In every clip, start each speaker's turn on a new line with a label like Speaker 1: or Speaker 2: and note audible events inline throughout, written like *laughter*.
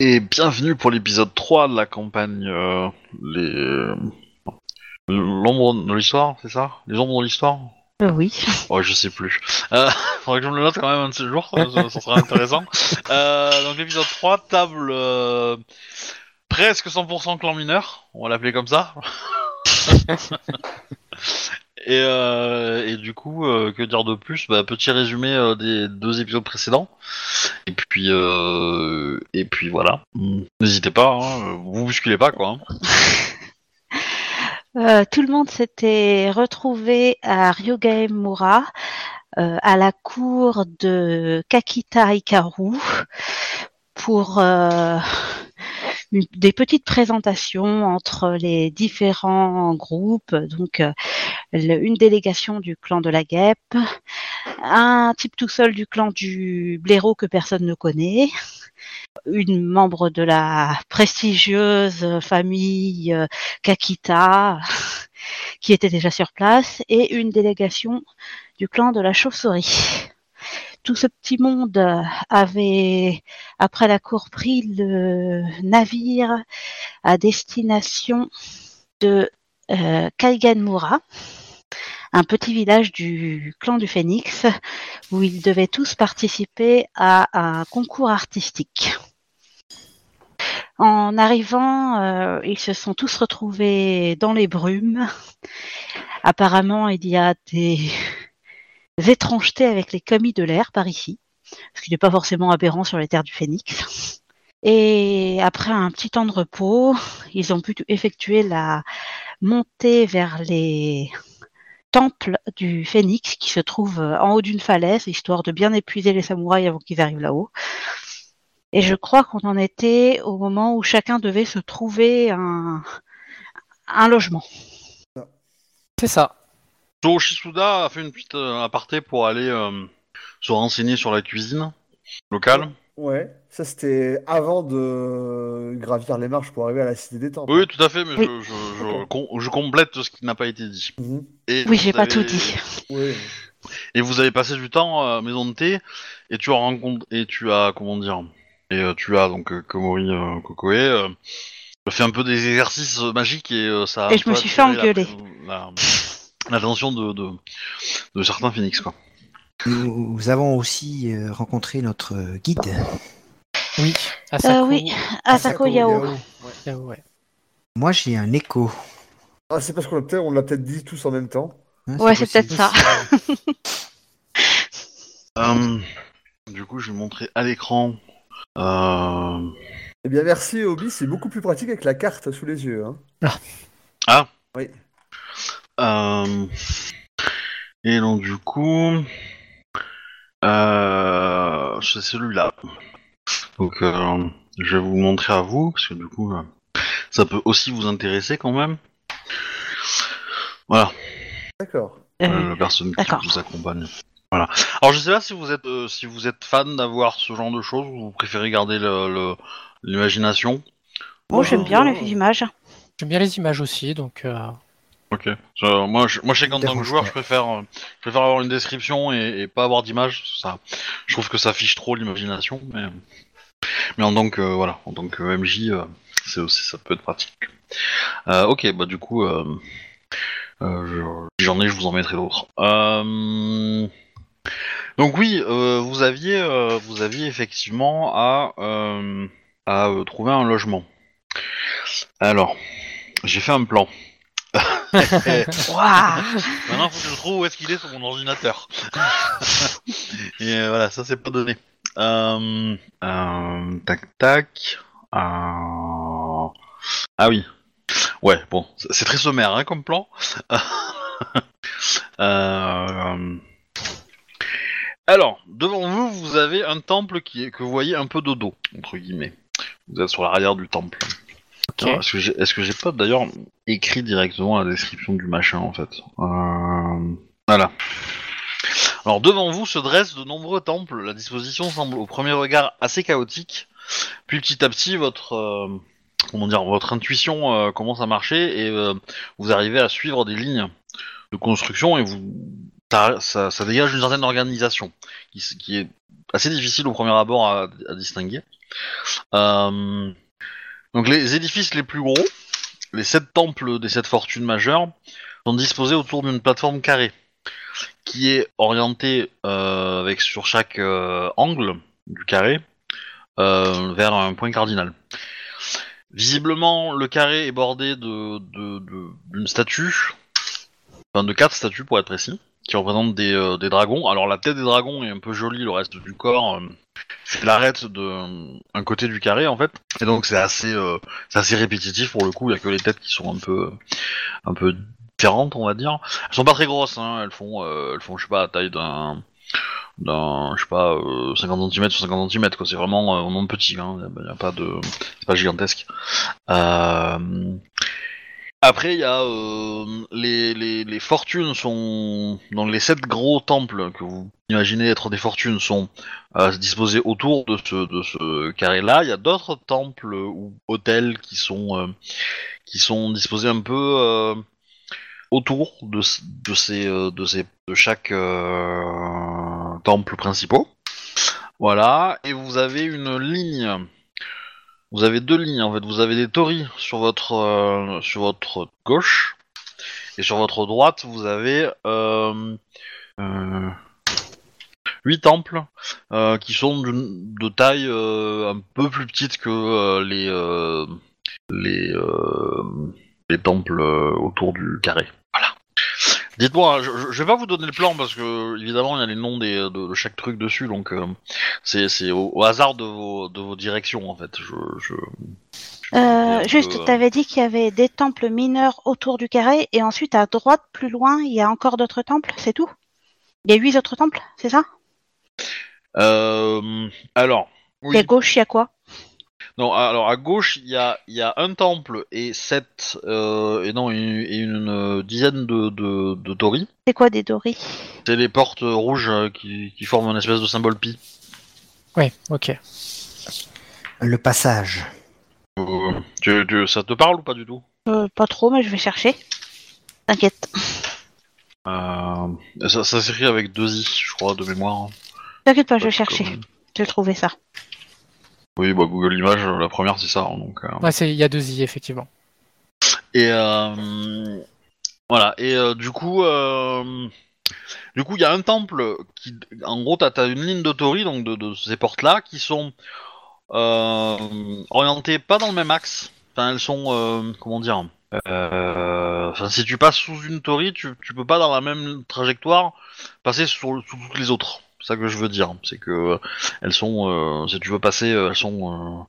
Speaker 1: Et bienvenue pour l'épisode 3 de la campagne euh, Les. euh, L'ombre de l'histoire, c'est ça Les ombres de l'histoire
Speaker 2: Euh, Oui.
Speaker 1: Ouais, je sais plus. Euh, *laughs* faudrait que je me le note quand même un de ces jours, ça, ça- ça sera intéressant. Euh, donc l'épisode 3, table euh, presque 100% clan mineur, on va l'appeler comme ça. et, euh, et du coup, euh, que dire de plus bah, Petit résumé euh, des deux épisodes précédents. Et puis, euh, et puis voilà. N'hésitez pas, hein, vous bousculez pas quoi. hein.
Speaker 2: Euh, tout le monde s'était retrouvé à Ryogaemura, euh, à la cour de Kakita Hikaru, pour euh, une- des petites présentations entre les différents groupes. Donc, euh, le- une délégation du clan de la guêpe, un type tout seul du clan du blaireau que personne ne connaît, une membre de la prestigieuse famille euh, Kakita, qui était déjà sur place, et une délégation du clan de la chauve-souris. Tout ce petit monde euh, avait, après la cour, pris le navire à destination de euh, Kaiganmura, un petit village du clan du Phénix, où ils devaient tous participer à un concours artistique. En arrivant, euh, ils se sont tous retrouvés dans les brumes. Apparemment, il y a des *laughs* étrangetés avec les commis de l'air par ici, ce qui n'est pas forcément aberrant sur les terres du Phénix. Et après un petit temps de repos, ils ont pu effectuer la montée vers les temples du Phénix qui se trouvent en haut d'une falaise, histoire de bien épuiser les samouraïs avant qu'ils arrivent là-haut. Et je crois qu'on en était au moment où chacun devait se trouver un, un logement.
Speaker 3: C'est ça.
Speaker 1: So Shisuda a fait une petite euh, aparté pour aller euh, se renseigner sur la cuisine locale.
Speaker 4: Ouais, ça c'était avant de gravir les marches pour arriver à la cité des temples.
Speaker 1: Oui, tout à fait, mais
Speaker 2: Oui.
Speaker 1: je, je, je, com- je complète ce qui n'a pas été dit.
Speaker 4: Mhm.
Speaker 1: Et
Speaker 2: Oui,
Speaker 1: vous
Speaker 2: j'ai pas
Speaker 1: avez-
Speaker 2: tout dit.
Speaker 4: Oui.
Speaker 1: Et vous avez passé du temps euh, à la maison de thé, et tu as rencontré, et tu as, comment dire, et euh, tu as donc euh, Komori euh, Kokoe, euh, fait un peu des exercices euh, magiques et euh, ça. a
Speaker 2: Et je
Speaker 1: un peu
Speaker 2: me suis fait
Speaker 1: attiré la-
Speaker 2: engueuler.
Speaker 1: la- L'attention de, de, de certains phoenix, quoi.
Speaker 5: Nous, avons aussi euh, rencontré notre guide.
Speaker 3: Oui. Asako.
Speaker 2: Euh, oui. Asako
Speaker 1: Euh,
Speaker 2: Yao.
Speaker 4: Ouais.
Speaker 3: Yao, ouais.
Speaker 5: Moi, j'ai un écho.
Speaker 4: Ah, c'est parce qu'on l'a peut-être on l'a peut-être dit tous en même temps.
Speaker 5: hein,
Speaker 2: Ouais, c'est
Speaker 5: possible.
Speaker 2: peut-être ça.
Speaker 1: Euh, du coup, je vais montrer à l'écran. Euh...
Speaker 4: Eh bien, merci, Obi, c'est beaucoup plus pratique avec la carte sous les yeux. hein.
Speaker 1: Ah.
Speaker 4: Oui.
Speaker 1: Euh, Et donc du coup, euh... c'est celui-là. Donc euh, je vais vous le montrer à vous parce que du coup, euh, ça peut aussi vous intéresser quand même. Voilà,
Speaker 4: D'accord.
Speaker 1: euh,
Speaker 2: Euh,
Speaker 1: la personne qui
Speaker 2: d'accord.
Speaker 1: vous accompagne. Voilà. Alors je sais pas si vous êtes euh, si vous êtes fan d'avoir ce genre de choses ou vous préférez garder le- le- l'imagination.
Speaker 2: bon, j'aime bien les images.
Speaker 3: J'aime bien les images aussi, donc. euh,
Speaker 1: Ok. Je- moi, je, moi, je sais qu'en tant
Speaker 5: Ça me
Speaker 1: que
Speaker 5: dérange
Speaker 1: joueur,
Speaker 5: pas.
Speaker 1: je préfère, euh, je préfère avoir une description et, et pas avoir d'image. Ça, je trouve que ça fiche trop l'imagination. Mais, mais en tant que euh, voilà, en tant que MJ, euh, c'est aussi, ça peut être pratique. Euh, ok, bah du coup, euh, euh, je- j'en ai, je vous en mettrai d'autres. Euh, donc oui, euh, vous aviez, euh, vous aviez effectivement à, euh, à euh, trouver un logement. Alors, j'ai fait un plan. Et-
Speaker 2: Waouh
Speaker 1: Maintenant, faut que je trouve où est-ce qu'il est sur mon ordinateur. *laughs* Et euh, voilà, ça c'est pas donné. Euh, euh, tac tac. Euh, Ah oui. Ouais, bon, c'est c'est très sommaire hein, comme plan. *laughs* Euh, Alors, devant vous, vous avez un temple qui est, que vous voyez un peu de dos, entre guillemets. Vous êtes sur l'arrière du temple.
Speaker 3: Ok.
Speaker 1: Alors, Est-ce que j'ai- est-ce que j'ai pas d'ailleurs écrit directement la description du machin en fait Euh, Voilà. Alors devant vous se dressent de nombreux temples. La disposition semble au premier regard assez chaotique. Puis petit à petit, votre euh, comment dire, votre intuition euh, commence à marcher et euh, vous arrivez à suivre des lignes de construction et vous ça, ça- ça dégage une certaine organisation qui, s- qui est assez difficile au premier abord à, à distinguer. Euh, donc les édifices les plus gros, les sept temples des sept fortunes majeures, sont disposés autour d'une plateforme carrée qui est orientée euh, avec sur chaque euh, angle du carré euh, vers un point cardinal. Visiblement, le carré est bordé de de- de- d'une statue, enfin de quatre statues pour être précis, qui représentent des, euh, des dragons. Alors la tête des dragons est un peu jolie, le reste du corps, euh, c'est l'arête de euh, un côté du carré en fait, et donc c'est assez euh, c'est assez répétitif pour le coup. Il y a que les têtes qui sont un peu euh, un peu différentes, on va dire. Elles sont pas très grosses, hein, elles font euh, elles font je sais pas la taille d'un d'un je sais pas euh, 50 cm sur 50 cm quoi. C'est vraiment euh, vraiment petit, hein. Il y a pas de c'est pas gigantesque. Euh, après, il y a euh, les, les, les fortunes sont donc les sept gros temples que vous imaginez être des fortunes sont euh, disposés autour de ce, de ce carré-là. Il y a d'autres temples ou hôtels qui sont euh, qui sont disposés un peu euh, autour de, c- de ces euh, de ces de chaque euh, temple principaux. Voilà, et vous avez une ligne vous avez deux lignes en fait. Vous avez des tories sur votre euh, sur votre gauche et sur votre droite vous avez euh, euh, huit temples euh, qui sont d'une- de taille euh, un peu plus petite que euh, les euh, les euh, les temples euh, autour du carré. Voilà. Dites-moi, hein, je, je- je vais pas vous donner le plan parce que évidemment il y a les noms des, de, de chaque truc dessus, donc euh, c'est c'est au, au hasard de vos, de vos directions en fait. Je, je, je-
Speaker 2: Euh,
Speaker 1: je-
Speaker 2: juste,
Speaker 1: euh,
Speaker 2: t'avais dit qu'il y avait des temples mineurs autour du carré, et ensuite à droite, plus loin, il y a encore d'autres temples, c'est tout Il y a huit autres temples, c'est ça
Speaker 1: euh, alors, oui.
Speaker 2: Et à gauche, il y a quoi
Speaker 1: Non, alors à gauche, il y a, il y a un temple et sept euh, et non et une, et une, euh, dizaine de, de, de torii.
Speaker 2: C'est quoi des doris
Speaker 1: C'est les portes rouges euh, qui, qui forment une espèce de symbole pi.
Speaker 3: Oui, ok.
Speaker 5: *laughs* Le passage.
Speaker 1: Euh, tu- tu- ça te parle ou pas du tout
Speaker 2: euh, Pas trop, mais je vais chercher. T'inquiète.
Speaker 1: Euh, Ça, ça s'écrit avec deux i, je crois, de mémoire.
Speaker 2: T'inquiète pas, je vais
Speaker 1: Parce que-
Speaker 2: chercher. Je vais trouver ça.
Speaker 1: Oui, bah Google Images, la première c'est ça. hein, Donc, euh,
Speaker 3: Ouais, c'est- il y a deux i, effectivement.
Speaker 1: Et euh, voilà. Et euh, du coup, euh, du coup, il y a un temple qui, en gros, t'as as une ligne de torii, donc de, de ces portes-là, qui sont euh, orientées pas dans le même axe. Enfin, elles sont, euh, comment dire euh, Enfin, si tu passes sous une torii, tu, tu peux pas dans la même trajectoire passer sur, sous toutes les autres. C'est ça que je veux dire. C'est que elles sont, euh, si tu veux passer, euh, elles sont,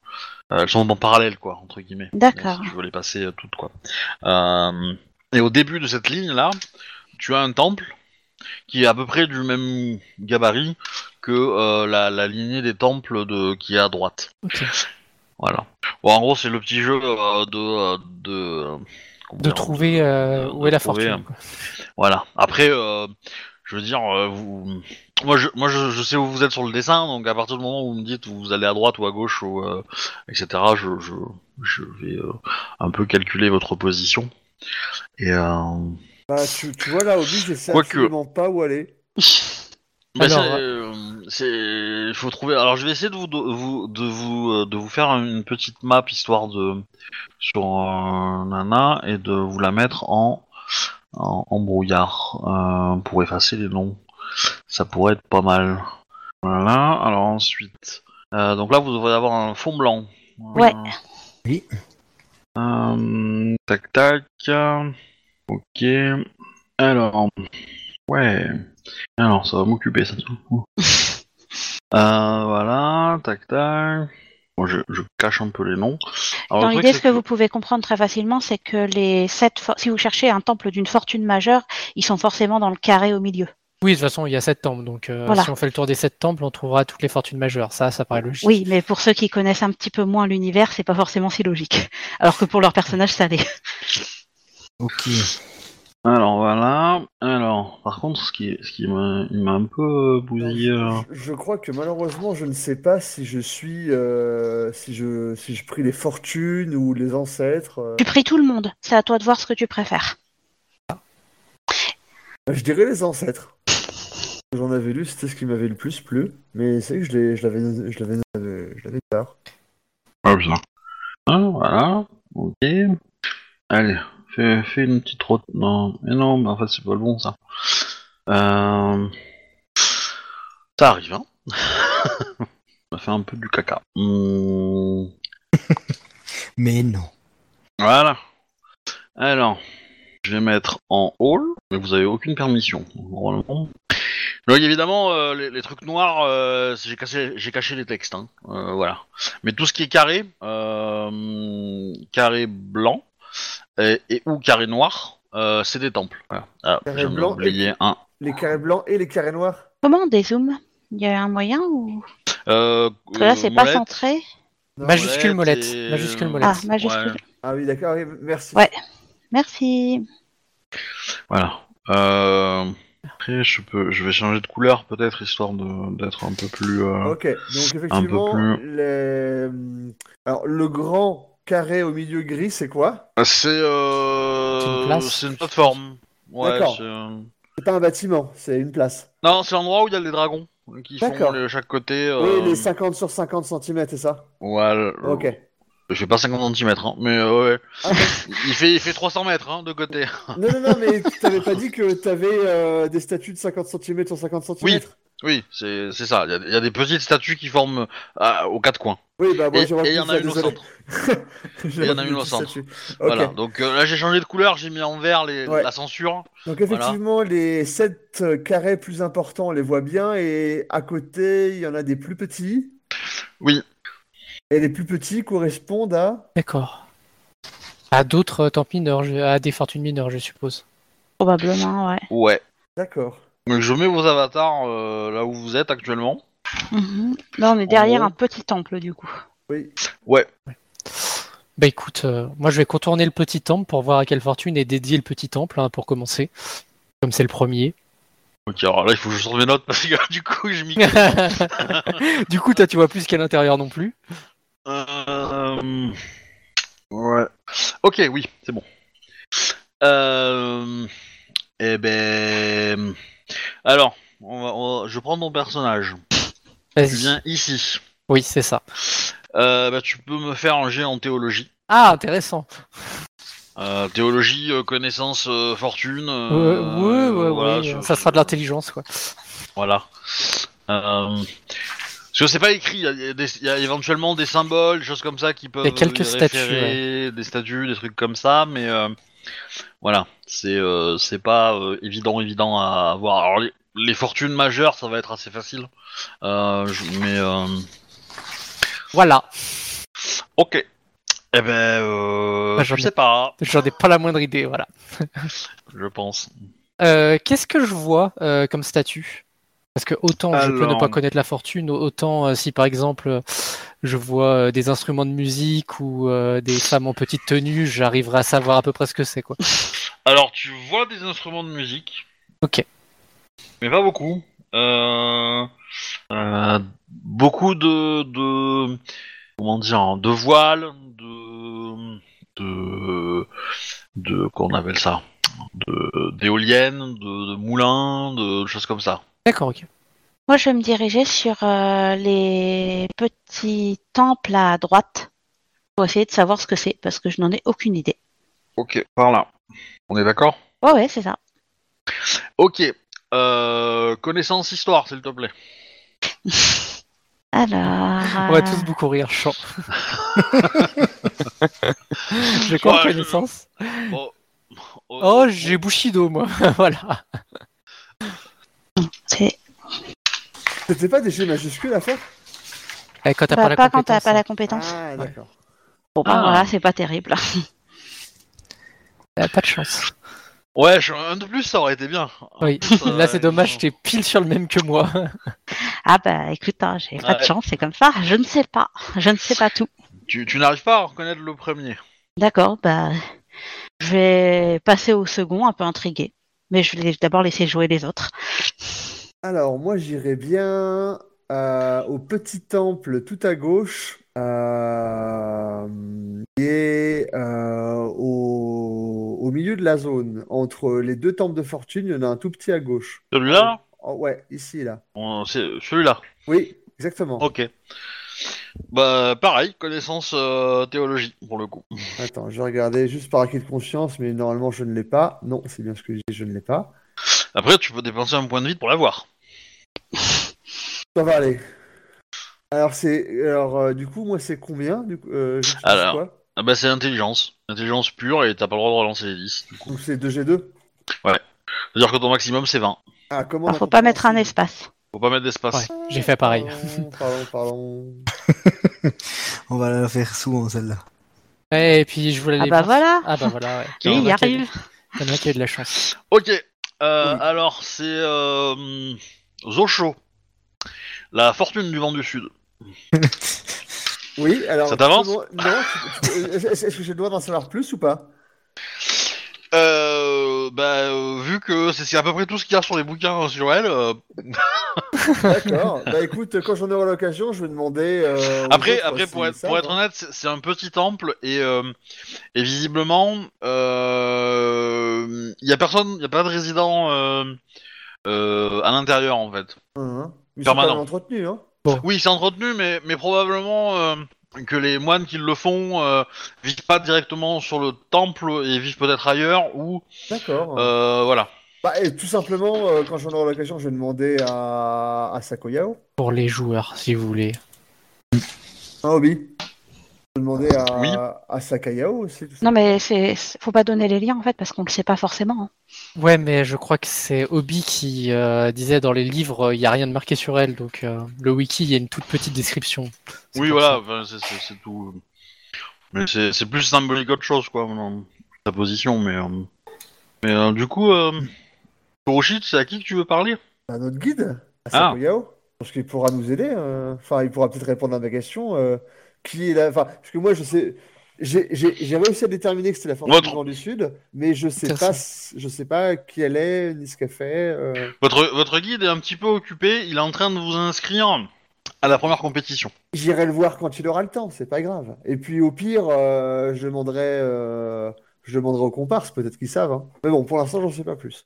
Speaker 1: euh, elles sont en parallèle, quoi, entre guillemets.
Speaker 2: D'accord.
Speaker 1: Si tu veux les passer euh, toutes, quoi. Euh, et au début de cette ligne-là, tu as un temple qui est à peu près du même gabarit que euh, la, la lignée des temples de, qui est à droite.
Speaker 3: Ok.
Speaker 1: Voilà. Bon, en gros, c'est le petit jeu euh, de... euh, de, comment
Speaker 3: De
Speaker 1: dire,
Speaker 3: trouver euh,
Speaker 1: de-
Speaker 3: où
Speaker 1: de
Speaker 3: est la
Speaker 1: trouver,
Speaker 3: fortune. quoi.
Speaker 1: voilà. Après, euh, je veux dire, euh, vous... moi, je, moi je, je sais où vous êtes sur le dessin, donc à partir du moment où vous me dites où vous allez à droite ou à gauche, ou, euh, etc., je, je, je vais euh, un peu calculer votre position. Et euh...
Speaker 4: Bah, tu, tu vois, là, au but, je sais
Speaker 1: Quoique-
Speaker 4: absolument pas où aller.
Speaker 1: bah,
Speaker 3: Alors,
Speaker 1: c'est, euh, c'est- il faut trouver. Alors, je vais essayer de vous, de vous, de vous, euh, de vous faire une petite map histoire de sur euh, Nana et de vous la mettre en en, en brouillard euh, pour effacer les noms. Ça pourrait être pas mal. Voilà. Alors ensuite, euh, donc là, vous devrez avoir un fond blanc.
Speaker 2: Ouais.
Speaker 1: Euh,
Speaker 5: Oui.
Speaker 1: euh, tac tac. Ok. Alors. Ouais. Alors, ça va m'occuper, ça. tout. Euh, voilà. Tac tac. Bon, je, je cache un peu les noms. Alors,
Speaker 2: Dans
Speaker 1: le truc,
Speaker 2: l'idée,
Speaker 1: c'est
Speaker 2: ce que vous pouvez comprendre très facilement, c'est que les sept, for- si vous cherchez un temple d'une fortune majeure, ils sont forcément dans le carré au milieu.
Speaker 3: Oui, de toute façon, il y a sept temples. Donc, euh,
Speaker 2: Voilà.
Speaker 3: si on fait le tour des sept temples, on trouvera toutes les fortunes majeures. Ça, ça paraît logique.
Speaker 2: Oui, mais pour ceux qui connaissent un petit peu moins l'univers, c'est pas forcément si logique. *laughs* Alors que pour leur personnage, ça l'est.
Speaker 5: Ok.
Speaker 1: Alors voilà. Alors, par contre, ce qui, ce qui m'a, il m'a un peu euh, bousillé. euh,
Speaker 4: Je, je crois que malheureusement, je ne sais pas si je suis. euh, si je si je pris les fortunes ou les ancêtres. euh.
Speaker 2: Tu pries tout le monde. C'est à toi de voir ce que tu préfères.
Speaker 4: Je Bah, dirais les ancêtres. que j'en avais lu, c'était ce qui m'avait le plus plu. Mais c'est vrai que je l'ai- je l'avais je l'avais je l'avais tard.
Speaker 1: Ah, bien. Ah, voilà. Ok. Allez, fais, fais une petite route. Non, mais non, mais en fait, c'est pas le bon, ça. Euh... Ça arrive, hein. *laughs* On a fait un peu du caca. Hmm.
Speaker 5: Mais non.
Speaker 1: Voilà. Alors, je vais mettre en hall, mais vous avez aucune permission. Normalement. Donc évidemment, euh, les, les trucs noirs, euh, j'ai caché, j'ai caché les textes, hein. Euh, voilà. Mais tout ce qui est carré, euh, carré blanc et, et ou carré noir, euh, c'est des temples. Voilà. Ah,
Speaker 4: Carré
Speaker 1: j'en ai
Speaker 4: blanc et-
Speaker 1: oublié hein. un.
Speaker 4: Les carrés blancs et les carrés noirs.
Speaker 2: Comment on dézoome Il y a un moyen ou
Speaker 1: Euh,
Speaker 2: Parce que là,
Speaker 1: euh,
Speaker 2: c'est pas
Speaker 1: molette,
Speaker 2: centré.
Speaker 4: Non,
Speaker 3: Majuscule
Speaker 1: molette
Speaker 3: molette.
Speaker 1: et-
Speaker 3: Majuscule molette.
Speaker 2: Ah, majuscule.
Speaker 1: Ouais.
Speaker 4: Ah oui, d'accord, oui, merci.
Speaker 2: Ouais. Merci.
Speaker 1: Voilà. Euh, Après, je peux, je vais changer de couleur peut-être histoire de d'être un peu plus. euh,
Speaker 4: Ok, donc effectivement,
Speaker 1: plus.
Speaker 4: les... Alors, le grand carré au milieu gris, c'est quoi
Speaker 1: C'est euh...
Speaker 3: C'est une place
Speaker 1: c'est une plateforme. Ouais,
Speaker 4: D'accord.
Speaker 1: c'est, euh,
Speaker 4: C'est pas un bâtiment, c'est une place.
Speaker 1: Non, c'est l'endroit où il y a les dragons euh, qui font
Speaker 4: D'accord.
Speaker 1: le- chaque côté.
Speaker 4: Oui,
Speaker 1: Euh...
Speaker 4: les 50 sur 50 cm, c'est ça
Speaker 1: Ouais, le-
Speaker 4: Ok.
Speaker 1: Je fais pas 50 cm, hein, mais euh, ouais.
Speaker 4: Ah.
Speaker 1: *laughs* il fait il fait 300 mètres hein, de côté.
Speaker 4: Non, non, non, mais tu t'avais pas dit que t'avais euh, des statues de 50 cm sur 50 cm
Speaker 1: Oui. Oui, c'est c'est ça. Il y a- il y, a des petites statues qui forment euh, aux quatre coins.
Speaker 4: Oui, bah moi
Speaker 1: et et
Speaker 4: j'aurais
Speaker 1: il y en a une au
Speaker 4: *laughs*
Speaker 1: centre.
Speaker 4: Il
Speaker 1: y en a une au centre.
Speaker 4: Ok.
Speaker 1: Voilà. Donc euh, là, j'ai changé de couleur. J'ai mis en vert les...
Speaker 4: Ouais.
Speaker 1: la censure.
Speaker 4: Donc effectivement, les 7 carrés plus importants, on les voit bien, et à côté, il y en a des plus petits.
Speaker 1: Oui.
Speaker 4: Et les plus petits correspondent
Speaker 2: Ah.
Speaker 4: à...
Speaker 3: D'accord. À d'autres euh, tempes mineures, je- à des fortunes mineures, je suppose.
Speaker 2: Probablement, ouais.
Speaker 1: Ouais.
Speaker 4: D'accord.
Speaker 1: Donc je mets vos avatars euh, là où vous êtes actuellement.
Speaker 2: Mhm. Là, on est derrière
Speaker 1: gros.
Speaker 2: un petit temple, du coup.
Speaker 4: Oui.
Speaker 3: Bah écoute, euh, moi je vais contourner le petit temple pour voir à quelle fortune est dédié le petit temple hein, pour commencer. Comme c'est le premier.
Speaker 1: Ok. Alors là, il faut que je sorte mes notes *laughs* parce que du coup, j'ai
Speaker 3: *laughs*
Speaker 1: mis
Speaker 3: du coup, toi tu vois plus qu'à l'intérieur non plus.
Speaker 1: Euh... Ouais. Ok, oui, c'est bon. Euh... Eh ben... Alors, on va- on va- je prends ton personnage. Tu
Speaker 3: Vas-y.
Speaker 1: viens ici.
Speaker 3: Oui, c'est ça.
Speaker 1: Euh, bah, tu peux me faire un jet en théologie.
Speaker 3: Ah, intéressant.
Speaker 1: Euh, théologie, euh, connaissance, euh, fortune. euh,
Speaker 3: ouais, ouais, ouais,
Speaker 1: voilà,
Speaker 3: ouais.
Speaker 1: je-
Speaker 3: Ça sera de l'intelligence, quoi.
Speaker 1: Voilà. Euh... Parce que c'est pas écrit, il y a- il y, a des- il y a éventuellement des symboles, des choses comme ça qui peuvent.
Speaker 3: Il y a quelques
Speaker 1: y
Speaker 3: statues,
Speaker 1: référer, Des statues, des trucs comme ça, mais euh, voilà, c'est euh, c'est pas euh, évident, évident à avoir. Alors, les, les fortunes majeures, ça va être assez facile. Euh, je- mais. euh,
Speaker 3: Voilà.
Speaker 1: Ok. Eh ben, euh,
Speaker 3: Bah,
Speaker 1: je
Speaker 3: j'en ai-
Speaker 1: sais pas,
Speaker 3: J'en ai pas la moindre idée, voilà.
Speaker 1: je pense.
Speaker 3: Euh, Qu'est-ce que je vois euh, comme statut Parce que autant je peux ne
Speaker 1: Alors.
Speaker 3: pas connaître la fortune, autant euh, si par exemple euh, je vois euh, des instruments de musique ou euh, des femmes en petite tenue, j'arriverai à savoir à peu près ce que c'est, quoi.
Speaker 1: Alors, tu vois des instruments de musique.
Speaker 3: Ok.
Speaker 1: Mais pas beaucoup. Euh, euh, beaucoup de, de. Comment dire hein, De voiles, de. De. De. Qu'on appelle ça de- D'éoliennes, de, de moulins, de choses comme ça.
Speaker 3: D'accord, ok.
Speaker 2: Moi, je vais me diriger sur euh, les petits temples à droite pour essayer de savoir ce que c'est, parce que je n'en ai aucune idée.
Speaker 1: Ok, par là. On est d'accord
Speaker 2: Ouais, ouais, c'est ça. *laughs*
Speaker 1: Ok. Euh, connaissance histoire, s'il te plaît.
Speaker 2: Alors.
Speaker 3: On va
Speaker 2: euh,
Speaker 3: tous beaucoup rire,
Speaker 1: *laughs*
Speaker 3: chant. j'ai quoi en
Speaker 1: Ouais, je-
Speaker 3: connaissance
Speaker 1: Oh, oh,
Speaker 3: Oh, j'ai Bushido, moi. *laughs* voilà.
Speaker 2: c'est-
Speaker 4: C'était pas des jets majuscules à faire
Speaker 3: Eh, quand t'as
Speaker 2: Bah, pas,
Speaker 3: pas, la
Speaker 2: quand t'as
Speaker 3: compétence.
Speaker 2: pas la compétence.
Speaker 4: Ah, d'accord.
Speaker 2: Bon, bah,
Speaker 1: Ah.
Speaker 2: voilà, c'est pas terrible.
Speaker 3: hein. Eh, pas de chance.
Speaker 1: Ouais, je- un de plus, ça aurait été bien. Un
Speaker 3: *laughs* Oui.
Speaker 1: de plus, euh, ça
Speaker 3: Là, c'est
Speaker 1: aurait-
Speaker 3: dommage, t'es pile sur le même que moi.
Speaker 2: Ah bah écoute, hein, j'ai pas de
Speaker 1: Ouais.
Speaker 2: chance, c'est comme ça. Je ne sais pas, je ne sais pas tout.
Speaker 1: Tu, tu n'arrives pas à reconnaître le premier.
Speaker 2: D'accord, bah je vais passer au second, un peu intrigué. Mais je vais d'abord laisser jouer les autres.
Speaker 4: Alors, moi, j'irais bien euh, au petit temple tout à gauche euh, et euh, au, au milieu de la zone. Entre les deux temples de fortune, il y en a un tout petit à gauche.
Speaker 1: Celui-là
Speaker 4: en- ouais, ici là.
Speaker 1: On- C'est celui-là.
Speaker 4: Oui, exactement.
Speaker 1: Ok. Bah pareil, connaissance euh, théologie pour le coup.
Speaker 4: Attends, je vais regarder juste par acquis de conscience, mais normalement je ne l'ai pas. Non, c'est bien ce que j'ai, je ne l'ai pas.
Speaker 1: Après, tu peux dépenser un point de vie pour l'avoir.
Speaker 4: Ça va aller. Alors c'est, alors euh, du coup moi c'est combien du coup, euh, j'utilise
Speaker 1: Alors.
Speaker 4: quoi
Speaker 1: Ah bah c'est intelligence, intelligence pure et t'as pas le droit de relancer les 10.
Speaker 4: Donc c'est 2G2.
Speaker 1: C'est-à-dire que ton maximum c'est 20.
Speaker 4: Ah comment
Speaker 2: Il faut pas mettre un espace.
Speaker 1: Faut pas mettre d'espace.
Speaker 3: Ouais, j'ai fait pareil.
Speaker 4: Pardon, pardon.
Speaker 5: On va la faire souvent celle-là.
Speaker 3: Ouais, Eh, et puis je voulais
Speaker 2: Ah
Speaker 3: aller
Speaker 2: bah
Speaker 3: voir-
Speaker 2: voilà,
Speaker 3: Ah bah voilà, *laughs* ouais.
Speaker 2: il y
Speaker 3: a qui a eu-
Speaker 2: arrive.
Speaker 3: il y en a qui a eu de la chance.
Speaker 1: Ok, euh,
Speaker 4: Oui.
Speaker 1: alors c'est euh, Zocho, la fortune du vent du sud.
Speaker 4: Oui, alors.
Speaker 1: Ça t'avance
Speaker 4: Non, tu- tu- euh, est-ce est-ce que j'ai le droit d'en savoir plus ou pas
Speaker 1: Euh, bah euh, vu que c'est c'est à peu près tout ce qu'il y a sur les bouquins sur elle. euh, *laughs*
Speaker 4: D'accord. bah écoute, quand j'en aurai l'occasion, je vais demander. euh, aux
Speaker 1: Après,
Speaker 4: autres
Speaker 1: après
Speaker 4: si
Speaker 1: pour,
Speaker 4: ils
Speaker 1: être, pour
Speaker 4: savent,
Speaker 1: être
Speaker 4: hein.
Speaker 1: honnête, c'est c'est un petit temple et, euh, et visiblement, euh, il y a personne, il y a pas de résident euh, euh, à l'intérieur en fait.
Speaker 4: Hein, hein. Ils sont
Speaker 1: Permanent.
Speaker 4: pas entretenus, hein
Speaker 1: Oui, c'est entretenu, mais, mais probablement euh, que les moines qui le font euh, vivent pas directement sur le temple et vivent peut-être ailleurs ou
Speaker 4: D'accord.
Speaker 1: euh, voilà.
Speaker 4: Bah, et tout simplement, euh, quand j'en aurai l'occasion, je vais demander à, à Sakoyao,
Speaker 3: Pour les joueurs, si vous voulez.
Speaker 4: hein, Obi Je vais demander à,
Speaker 1: Oui.
Speaker 4: à Sakayao aussi. tout ça.
Speaker 2: Non mais c'est faut pas donner les liens en fait parce qu'on le sait pas forcément. hein.
Speaker 3: Ouais, mais je crois que c'est Obi qui euh, disait dans les livres, il n'y a rien de marqué sur elle, donc euh, le wiki, il y a une toute petite description. C'est
Speaker 1: Oui,
Speaker 3: pour
Speaker 1: voilà, enfin, c'est- c'est c'est tout. Mais c'est c'est plus symbolique qu'autre chose, quoi, mon- ta position, mais. euh, Mais euh, du coup, euh... Kuroshit, c'est à qui que tu veux parler
Speaker 4: À notre guide, à
Speaker 1: Ah.
Speaker 4: Sakoyao. Parce qu'il pourra nous aider. euh, Enfin, il pourra peut-être répondre à ma question. euh, qui est la. Enfin, parce que moi, je sais. J'ai j'ai- j'ai réussi à déterminer que c'était la force
Speaker 1: Votre-
Speaker 4: du vent du Sud, mais je sais pas, si- je sais pas qui elle est, ni ce qu'elle fait. euh.
Speaker 1: votre, votre guide est un petit peu occupé, il est en train de vous inscrire à la première compétition.
Speaker 4: J'irai le voir quand il aura le temps, c'est pas grave. Et puis au pire, euh, je demanderai, euh, je demanderai aux comparses, peut-être qu'ils savent. hein. Mais bon, pour l'instant, j'en sais pas plus.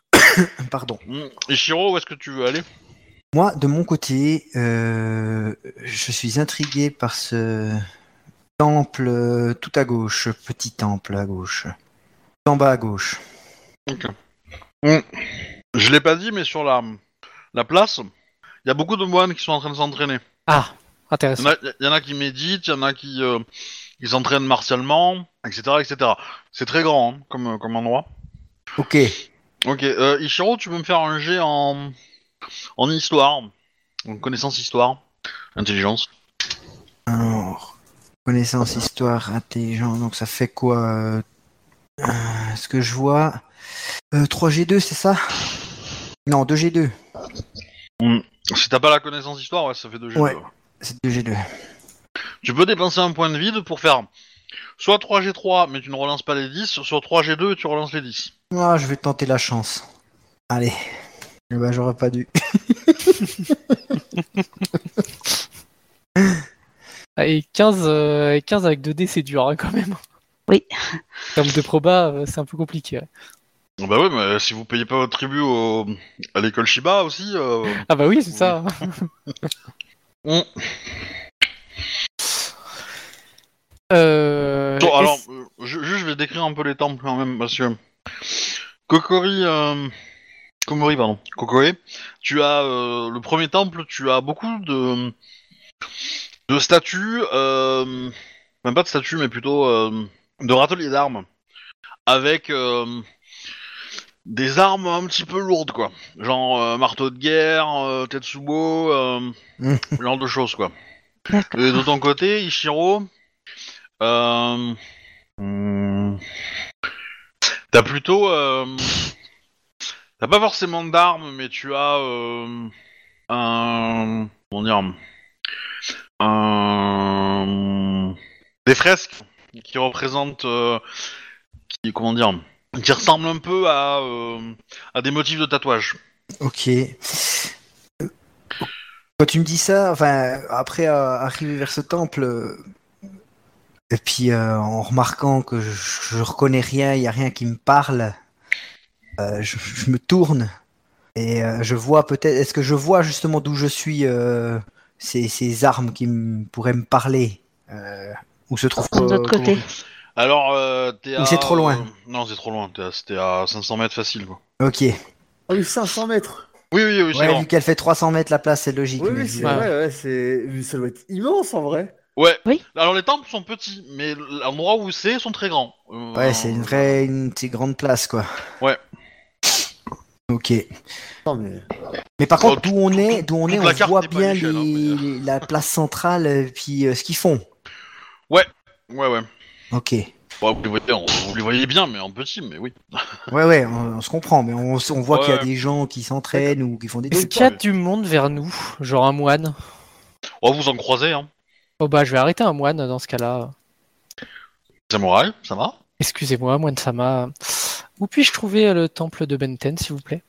Speaker 5: Pardon.
Speaker 1: Mm. Et Shiro, où est-ce que tu veux aller
Speaker 5: Moi, de mon côté, euh, je suis intrigué par ce temple euh, tout à gauche, petit temple à gauche, tout en bas à gauche.
Speaker 1: Je l'ai pas dit, mais sur la, la place, il y a beaucoup de moines qui sont en train de s'entraîner.
Speaker 3: ça. Ah,
Speaker 1: Il
Speaker 3: intéressant.
Speaker 1: y, en a- il y en a qui méditent, il y en a qui, euh, qui s'entraînent martialement, etc. etc. C'est très grand hein, comme, comme endroit.
Speaker 5: Ok.
Speaker 1: Ok, euh, Ishiro, tu peux me faire un jet en, en histoire, en connaissance histoire, intelligence.
Speaker 5: Alors, connaissance, histoire, intelligence, donc ça fait quoi euh, euh, Ce que je vois, euh, 3G2, c'est ça Non, 2G2.
Speaker 1: Si t'as pas la connaissance histoire, ouais, ça fait deux jets.
Speaker 5: Ouais. C'est 2G2.
Speaker 1: Tu peux dépenser un point de vide pour faire soit 3G3, mais tu ne relances pas les 10, soit 3G2 et tu relances les 10.
Speaker 5: Ah, je vais tenter la chance. Allez. Eh ben, j'aurais pas dû.
Speaker 3: Ah, Et 15, euh, et 15 avec 2D, c'est dur hein, quand même.
Speaker 2: Oui.
Speaker 3: En termes de proba, euh, c'est un peu compliqué. ouais.
Speaker 1: Bah ouais, mais si vous payez pas votre tribut au- à l'école Shiba aussi. euh,
Speaker 3: Ah bah oui, c'est ça. *laughs* Mm.
Speaker 1: on-
Speaker 3: Euh,
Speaker 1: Bon,
Speaker 3: est-ce-
Speaker 1: alors, euh, je, juste, je vais décrire un peu les temples quand même, parce que Kokori, euh, Komori, pardon, Kokori, tu as euh, le premier temple, tu as beaucoup de de statues, euh, même pas de statues, mais plutôt euh, de râteliers d'armes, avec euh, des armes un petit peu lourdes, quoi, genre euh, marteau de guerre, euh, tetsubo, euh,
Speaker 5: Mm.
Speaker 1: ce genre de choses, quoi.
Speaker 2: D'accord.
Speaker 1: Et Euh, de ton côté, Ishiro, euh, hmm, t'as plutôt, euh, t'as pas forcément d'armes, mais tu as euh, un, comment dire, un- des fresques qui représentent, euh, qui, comment dire, qui ressemblent un peu à, euh, à des motifs de tatouage.
Speaker 5: Ok. Euh, Quand tu me dis ça, enfin, après euh, arriver vers ce temple, euh, et puis euh, en remarquant que je, je reconnais rien, il n'y a rien qui me parle, euh, je, je me tourne Et euh, je vois peut-être. Est-ce que je vois justement d'où je suis euh, ces, ces armes qui me- pourraient me parler euh, Où se trouve euh,
Speaker 2: De l'autre côté.
Speaker 1: Alors, euh, t'es
Speaker 5: Ou
Speaker 1: à-
Speaker 5: c'est trop loin
Speaker 1: euh, non, c'est trop loin. T'es à- C'était à, 500 mètres facile, quoi.
Speaker 5: Ok.
Speaker 4: Ah oui, 500 mètres.
Speaker 1: Oui, oui, oui, c'est
Speaker 5: Ouais,
Speaker 1: grand.
Speaker 5: vu qu'elle fait 300 mètres la place, c'est logique.
Speaker 4: Oui,
Speaker 5: mais
Speaker 4: oui,
Speaker 5: je-
Speaker 4: c'est vrai, ouais, c'est... ça doit être immense en vrai.
Speaker 1: Ouais.
Speaker 2: Oui.
Speaker 1: Alors, les temples sont petits, mais l'endroit où c'est sont très grands. Euh,
Speaker 5: Ouais, c'est une vraie une petite grande place, quoi.
Speaker 1: Ouais.
Speaker 5: Ok.
Speaker 4: Non, mais...
Speaker 5: Mais par
Speaker 1: Oh,
Speaker 5: contre, d'où on
Speaker 1: tout-
Speaker 5: est, d'où on
Speaker 1: toute
Speaker 5: est,
Speaker 1: la
Speaker 5: on
Speaker 1: carte
Speaker 5: voit
Speaker 1: n'est pas
Speaker 5: bien
Speaker 1: nickel, hein,
Speaker 5: les- la place centrale et puis euh, ce qu'ils font.
Speaker 1: Ouais, ouais.
Speaker 5: Ok.
Speaker 1: Bon, vous, les voyez, on- vous les voyez bien, mais en petit, mais oui.
Speaker 5: Ouais, ouais, on, on se comprend, mais on, s- on voit
Speaker 1: Ouais,
Speaker 5: qu'il y a
Speaker 1: ouais.
Speaker 5: des gens qui s'entraînent ou qui font des
Speaker 3: Est-ce
Speaker 5: trucs.
Speaker 3: qu'il y a du monde vers nous Genre un moine
Speaker 1: Oh, vous en croisez, hein.
Speaker 3: Oh bah je vais arrêter un moine dans ce cas-là.
Speaker 1: Samouraï, ça va
Speaker 3: Excusez-moi, moine Sama. Où puis-je trouver le temple de Benten, s'il vous plaît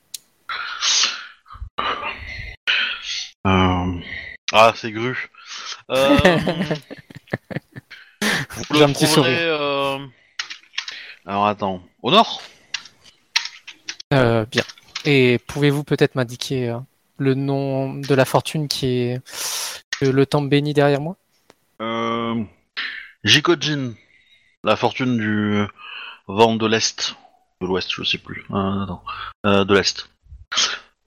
Speaker 1: Euh, Ah, c'est gru.
Speaker 3: *laughs*
Speaker 1: Euh, Vous
Speaker 3: J'ai
Speaker 1: le
Speaker 3: un petit
Speaker 1: trouverez,
Speaker 3: sourire.
Speaker 1: euh, Alors attends, au nord
Speaker 3: Euh, Bien. Et pouvez-vous peut-être m'indiquer euh, le nom de la fortune qui est que le temple béni derrière moi
Speaker 1: euh... Jikojin, la fortune du vent de l'est, de l'ouest, je sais plus. Euh, attends. Euh, de l'est.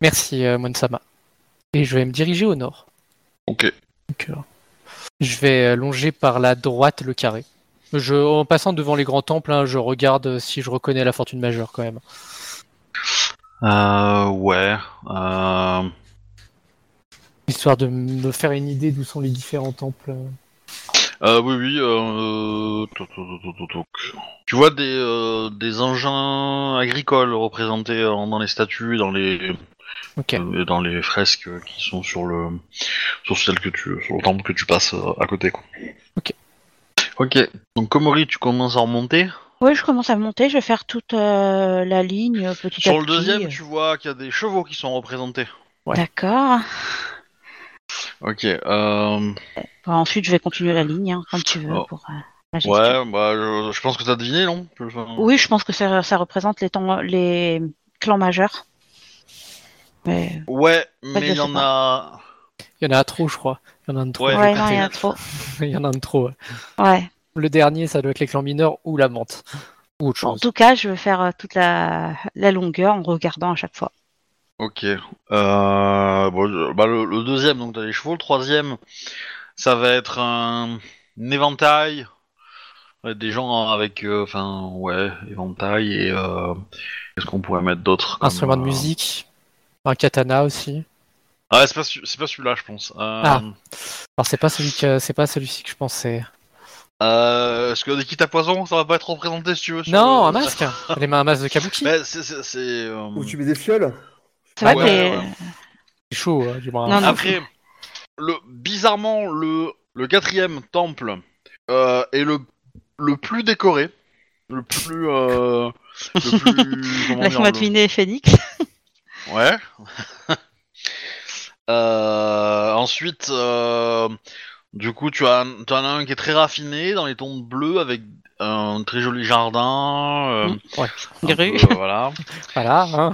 Speaker 3: Merci, euh, moine Sama. Et je vais me diriger au nord.
Speaker 1: Ok.
Speaker 3: Donc, euh, je vais euh, longer par la droite le carré. Je, en passant devant les grands temples, hein, je regarde euh, si je reconnais la fortune majeure quand même.
Speaker 1: Euh, ouais. Euh...
Speaker 3: Histoire de me faire une idée d'où sont les différents temples.
Speaker 1: Euh, oui, oui. Euh... toc, toc, toc, toc, toc. Tu vois des, euh, des engins agricoles représentés euh, dans les statues, dans les
Speaker 3: Ok.
Speaker 1: euh, dans les fresques euh, qui sont sur le sur celle que tu sur le temple que tu passes euh, à côté. Quoi.
Speaker 3: Ok.
Speaker 1: Ok. Donc Komori, tu commences à remonter.
Speaker 2: Oui, je commence à monter, je vais faire toute euh, la ligne euh, petit à
Speaker 1: Sur le
Speaker 2: petit.
Speaker 1: deuxième, tu vois qu'il y a des chevaux qui sont représentés.
Speaker 3: Ouais.
Speaker 2: D'accord.
Speaker 1: Ok. Euh...
Speaker 2: Bon, ensuite, je vais continuer la ligne hein, comme tu veux
Speaker 1: Oh.
Speaker 2: pour euh, la gestion.
Speaker 1: Ouais. Bah, je, je pense que t'as deviné, non Enfin,
Speaker 2: Oui, je pense que ça, ça représente les, temps- les clans majeurs. Mais...
Speaker 1: Ouais,
Speaker 2: je
Speaker 1: mais il y
Speaker 2: sais
Speaker 1: en a.
Speaker 3: Il y en a trop, je crois. Il y en a un de trop.
Speaker 1: Ouais,
Speaker 2: Ouais,
Speaker 1: j'ai
Speaker 2: non,
Speaker 1: compris.
Speaker 2: il y en a trop.
Speaker 3: *laughs* Il y en a un de trop. ouais.
Speaker 2: Ouais.
Speaker 3: Le dernier, ça doit être les clans mineurs ou la menthe. Ou autre
Speaker 2: En
Speaker 3: chose.
Speaker 2: tout cas, je vais faire euh, toute la, la longueur en regardant à chaque fois.
Speaker 1: Ok. Euh, bon, je- bah, le, le deuxième, donc t'as les chevaux. Le troisième, ça va être un, un éventail. Ouais, Des gens avec, euh, enfin, ouais, éventail et euh, qu'est-ce qu'on pourrait mettre d'autre comme,
Speaker 3: Instrument de
Speaker 1: euh,
Speaker 3: musique. Un katana aussi.
Speaker 1: Ah, c'est pas, celui- c'est pas celui-là, je pense. Euh,
Speaker 3: Ah. Alors c'est pas celui que c'est pas celui-ci que je pensais.
Speaker 1: euh, Parce que des kits à poison, ça va pas être représenté si tu veux. sur
Speaker 3: Non, ah
Speaker 1: le-
Speaker 2: *laughs*
Speaker 3: un masque. Les mains un masque de kabuki.
Speaker 1: Mais c'est, c'est, c'est, euh,
Speaker 4: Où tu mets des fioles
Speaker 2: C'est vrai
Speaker 1: Ah Ouais,
Speaker 2: que les-
Speaker 1: ouais.
Speaker 3: C'est chaud, hein, du moins.
Speaker 2: Non, non.
Speaker 1: Après, le, bizarrement, le, le quatrième temple euh, est le, le plus décoré, le plus... euh,
Speaker 2: *laughs*
Speaker 1: le plus comment dire,
Speaker 2: laisse-moi
Speaker 1: le-
Speaker 2: deviner Phoenix.
Speaker 1: Ouais. *laughs* Euh, ensuite, euh, du coup, tu as, tu en as un qui est très raffiné dans les tons bleus avec un très joli jardin. euh,
Speaker 2: Mm.
Speaker 3: Ouais.
Speaker 1: un
Speaker 2: Des rues.
Speaker 1: peu, voilà.
Speaker 3: Voilà. hein.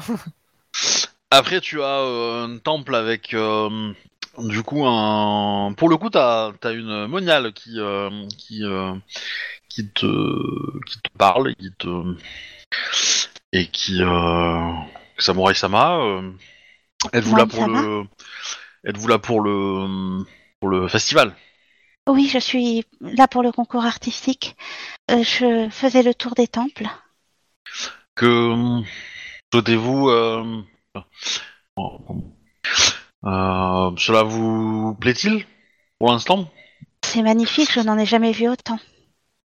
Speaker 1: Après, tu as euh, un temple avec, euh, du coup, un. Pour le coup, t'as as une moniale qui euh, qui euh, qui te qui te parle, et qui te et qui euh... Samurai Sama. euh, Êtes-vous là pour
Speaker 2: Samurai
Speaker 1: le Êtes-vous là pour le pour le festival
Speaker 2: Oui, je suis là pour le concours artistique. Euh, je faisais le tour des temples.
Speaker 1: Que souhaitez-vous euh, euh, Cela vous plaît-il pour l'instant
Speaker 2: C'est magnifique, je n'en ai jamais vu autant.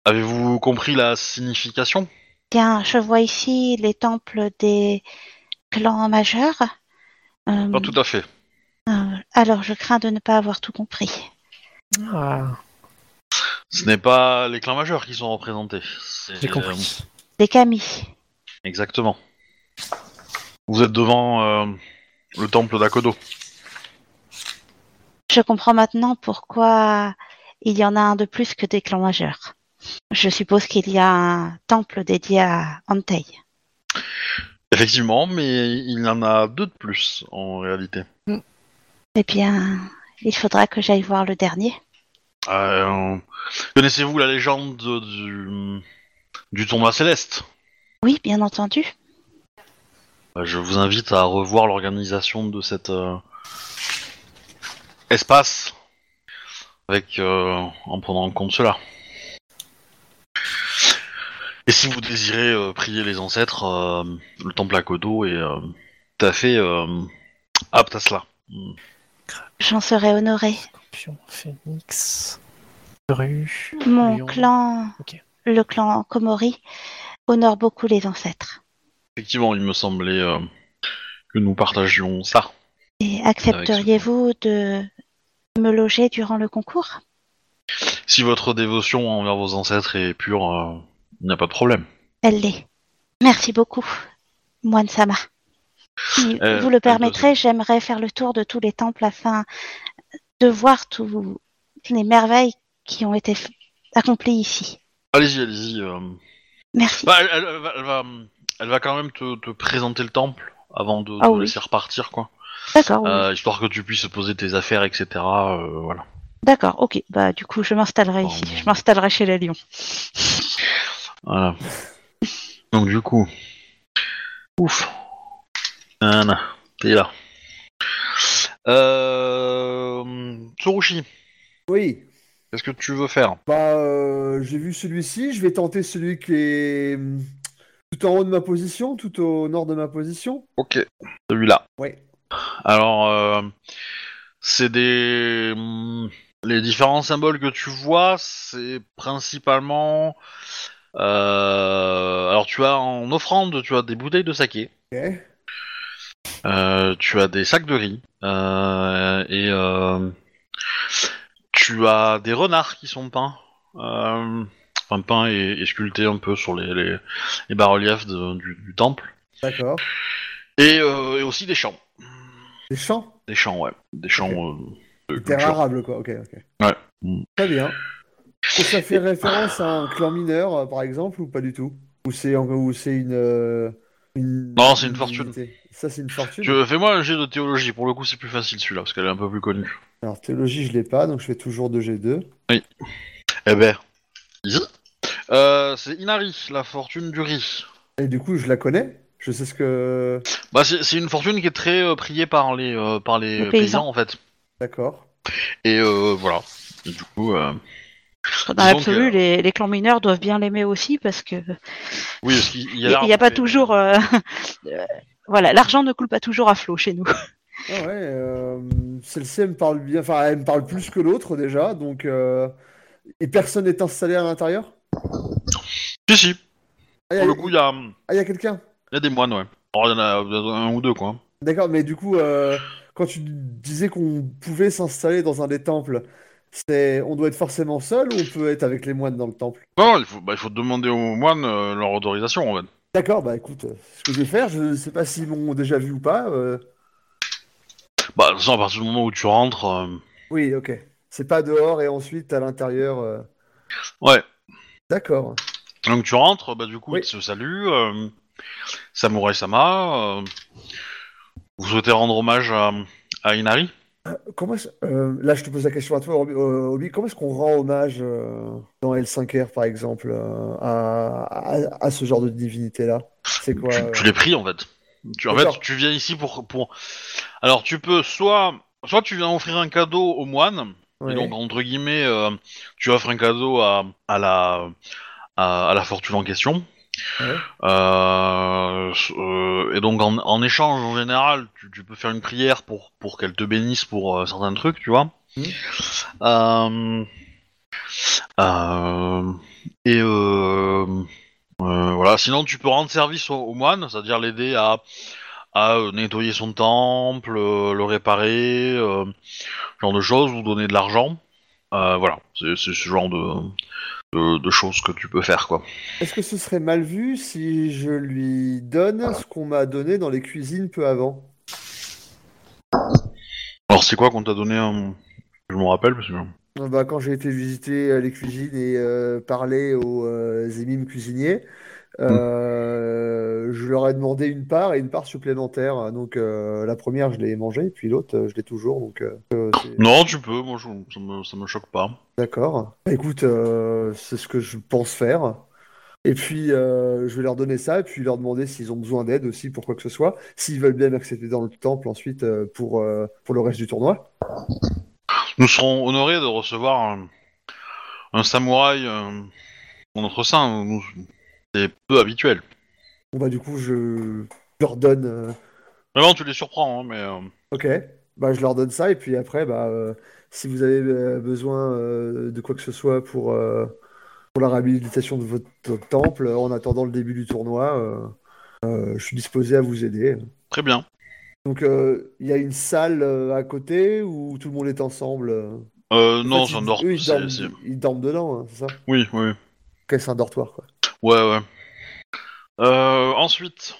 Speaker 1: Avez-vous compris la signification
Speaker 2: Bien, je vois ici les temples des clans majeurs. Euh,
Speaker 3: Mhm.
Speaker 1: Pas tout à fait.
Speaker 2: euh, alors, je crains de ne pas avoir tout compris.
Speaker 3: Ah,
Speaker 1: Ce n'est pas les clans majeurs qui sont représentés. C'est-
Speaker 3: J'ai compris.
Speaker 2: Les Kami.
Speaker 1: euh, exactement. Vous êtes devant euh, le temple d'Akodo.
Speaker 2: Je comprends maintenant pourquoi il y en a un de plus que des clans majeurs. Je suppose qu'il y a un temple dédié à Antei.
Speaker 1: Effectivement, mais il en a deux de plus en réalité.
Speaker 2: Eh bien, il faudra que j'aille voir le dernier.
Speaker 1: Euh, Connaissez-vous la légende du, du tournoi céleste
Speaker 2: Oui, bien entendu.
Speaker 1: Euh, Je vous invite à revoir l'organisation de cet euh, espace avec euh, en prenant en compte cela. Et si vous désirez euh, prier les ancêtres, euh, le temple à Kodo est euh, tout à fait euh, apte à cela.
Speaker 2: J'en serai honorée.
Speaker 3: Scorpion, Phoenix, Rue.
Speaker 2: Mon
Speaker 3: Lion.
Speaker 2: clan,
Speaker 3: Ok.
Speaker 2: le clan Komori, honore beaucoup les ancêtres
Speaker 1: Effectivement, il me semblait euh, que nous partagions ça.
Speaker 2: Et accepteriez-vous de me loger durant le concours
Speaker 1: Si votre dévotion envers vos ancêtres est pure, euh, il n'y a pas de problème.
Speaker 2: Elle l'est. Merci beaucoup, moine Sama. Si
Speaker 1: Euh,
Speaker 2: vous
Speaker 1: elle
Speaker 2: le
Speaker 1: doit-
Speaker 2: permettrez, j'aimerais faire le tour de tous les temples afin de voir toutes les merveilles qui ont été f- accomplies ici.
Speaker 1: Allez-y, allez-y. euh.
Speaker 2: Merci.
Speaker 1: Bah, elle, elle- elle va, elle va- elle va quand même te, te présenter le temple avant de,
Speaker 2: Ah
Speaker 1: de
Speaker 2: oui.
Speaker 1: laisser repartir, quoi.
Speaker 2: D'accord, oui.
Speaker 1: Euh, histoire que tu puisses poser tes affaires, etc. euh, voilà.
Speaker 2: D'accord, ok. Bah, du coup, je m'installerai
Speaker 1: Oh,
Speaker 2: ici.
Speaker 1: mon-
Speaker 2: Je m'installerai chez les lions.
Speaker 1: Voilà. *laughs* Donc du coup, ouf. Voilà, t'es là. Euh... Tsurushi,
Speaker 4: Oui.
Speaker 1: qu'est-ce que tu veux faire
Speaker 4: Bah, euh, j'ai vu celui-ci, je vais tenter celui qui est hum, tout en haut de ma position, tout au nord de ma position.
Speaker 1: Ok, celui-là.
Speaker 4: Ouais.
Speaker 1: Alors, euh, c'est des. hum, Les différents symboles que tu vois, c'est principalement. euh, Alors, tu as en offrande, tu as des bouteilles de saké,
Speaker 4: Ok.
Speaker 1: euh, tu as des sacs de riz, euh, et euh, tu as des renards qui sont peints. euh, Enfin, peints et, et sculptés un peu sur les, les, les bas-reliefs de- du, du temple.
Speaker 4: D'accord.
Speaker 1: Et, euh, et aussi des champs.
Speaker 4: Des champs.
Speaker 1: Des champs, ouais. Des champs euh, de
Speaker 4: Terre
Speaker 1: culture.
Speaker 4: arable, quoi. Ok, ok.
Speaker 1: Ouais.
Speaker 4: Très bien. Est-ce que ça fait référence à un clan mineur, euh, par exemple, ou pas du tout Ou c'est en- ou c'est une, euh, une-
Speaker 1: Non, c'est une fortune.
Speaker 4: divinité Ça, c'est une fortune.
Speaker 1: Tu veux- fais-moi un jet de théologie, pour le coup c'est plus facile celui-là, parce qu'elle est un peu plus connue.
Speaker 4: Alors, théologie, je l'ai pas, donc je fais toujours 2G2.
Speaker 1: Eh ben, easy. Euh, c'est Inari, la fortune du riz.
Speaker 4: Et du coup, je la connais. Je sais ce que.
Speaker 1: Bah, c'est, c'est une fortune qui est très euh, priée par les, euh, par les,
Speaker 2: Les
Speaker 1: euh,
Speaker 2: paysans.
Speaker 1: paysans. en fait.
Speaker 4: D'accord.
Speaker 1: Et euh, voilà. Et du coup, euh,
Speaker 2: Dans
Speaker 1: Disons
Speaker 2: l'absolu,
Speaker 1: que- euh,
Speaker 2: les, les clans mineurs doivent bien l'aimer aussi parce que
Speaker 1: oui, parce qu'il il y
Speaker 2: il
Speaker 1: a,
Speaker 2: n'y a,
Speaker 1: l'argent,
Speaker 2: pas
Speaker 1: mais-
Speaker 2: toujours. euh, *laughs* euh, voilà, l'argent ne coule pas toujours à flot chez nous.
Speaker 4: Ah ouais, euh, celle-ci, elle me parle bien. Enfin, elle me parle plus que l'autre déjà, donc. euh, Et personne n'est installé à l'intérieur
Speaker 1: Si, si,
Speaker 4: Ah, il y
Speaker 1: pour
Speaker 4: a,
Speaker 1: le coup il y a,
Speaker 4: ah, il y a quelqu'un.
Speaker 1: il y a des moines, ouais. Alors il y en a euh, un ou deux, quoi.
Speaker 4: D'accord, mais du coup, euh, quand tu disais qu'on pouvait s'installer dans un des temples, c'est on doit être forcément seul ou on peut être avec les moines dans le temple?
Speaker 1: Non, il faut, bah, il faut demander aux moines euh, leur autorisation, en fait.
Speaker 4: D'accord, bah écoute, euh, ce que je vais faire, je ne sais pas s'ils m'ont déjà vu ou pas. euh,
Speaker 1: Bah, de toute façon, à partir du moment où tu rentres... euh,
Speaker 4: Oui, ok. C'est pas dehors et ensuite à l'intérieur. euh,
Speaker 1: Ouais.
Speaker 4: D'accord.
Speaker 1: Donc tu rentres, bah du coup
Speaker 4: Oui.
Speaker 1: il te salue, euh, Samurai Sama. euh, vous souhaitez rendre hommage à, à Inari
Speaker 4: Comment est-ce- euh, là, je te pose la question à toi, Obi. euh, Obi, comment est-ce qu'on rend hommage euh, dans L5R, par exemple, euh, à, à- à ce genre de divinité-là? C'est quoi?
Speaker 1: Tu,
Speaker 4: euh,
Speaker 1: tu l'es pris en fait. Tu, en fait,
Speaker 4: D'accord.
Speaker 1: tu viens ici pour, pour. Alors tu peux soit. Soit tu viens offrir un cadeau au moine,
Speaker 4: ouais.
Speaker 1: et donc entre guillemets, euh, tu offres un cadeau à, à la, à, à la fortune en question.
Speaker 4: Ouais.
Speaker 1: Euh, euh, et donc en, en échange, en général, tu, tu peux faire une prière pour, pour qu'elle te bénisse pour euh, certains trucs, tu vois.
Speaker 4: Mhm.
Speaker 1: Euh, euh, et euh, euh, voilà, sinon tu peux rendre service au, au moine, c'est-à-dire l'aider à, à euh, nettoyer son temple, euh, le réparer, euh, ce genre de choses, ou donner de l'argent. Euh, voilà, c'est c'est ce genre de, de, de choses que tu peux faire, quoi.
Speaker 4: Est-ce que ce serait mal vu si je lui donne ce qu'on m'a donné dans les cuisines peu avant?
Speaker 1: Alors c'est quoi qu'on t'a donné un... Je me rappelle parce que...
Speaker 4: Euh, bah, quand j'ai été visiter euh, les cuisines et euh, parler aux euh, émimes cuisiniers, Euh, je leur ai demandé une part et une part supplémentaire. Donc euh, la première, je l'ai mangée, puis l'autre, euh, je l'ai toujours. Donc euh, c'est-
Speaker 1: Non, tu peux, moi je- ça, me, ça me choque pas.
Speaker 4: D'accord. Bah, Écoute, euh, c'est ce que je pense faire. Et puis, euh, je vais leur donner ça, et puis leur demander s'ils ont besoin d'aide aussi pour quoi que ce soit, s'ils veulent bien m'accepter dans le temple ensuite euh, pour, euh, pour le reste du tournoi.
Speaker 1: Nous serons honorés de recevoir un, un samouraï euh, dans notre sein. Nous- C'est peu habituel.
Speaker 4: Bon, bah, du coup, je leur donne. euh,
Speaker 1: Vraiment, tu les surprends, hein, mais euh,
Speaker 4: Ok, bah, je leur donne ça, et puis après, bah, euh, si vous avez euh, besoin euh, de quoi que ce soit pour, euh, pour la réhabilitation de votre temple, en attendant le début du tournoi, euh, euh, je suis disposé à vous aider.
Speaker 1: très bien.
Speaker 4: Donc, euh, il y a une salle euh, à côté où tout le monde est ensemble. euh.
Speaker 1: Euh, non,
Speaker 4: En fait,
Speaker 1: c'est un
Speaker 4: ils-
Speaker 1: dortoir.
Speaker 4: eux, ils, dorment,
Speaker 1: c'est- c'est-
Speaker 4: ils dorment dedans, hein, c'est ça?
Speaker 1: Oui, oui.
Speaker 4: Ok, c'est un dortoir, quoi.
Speaker 1: Ouais, ouais. Euh, ensuite,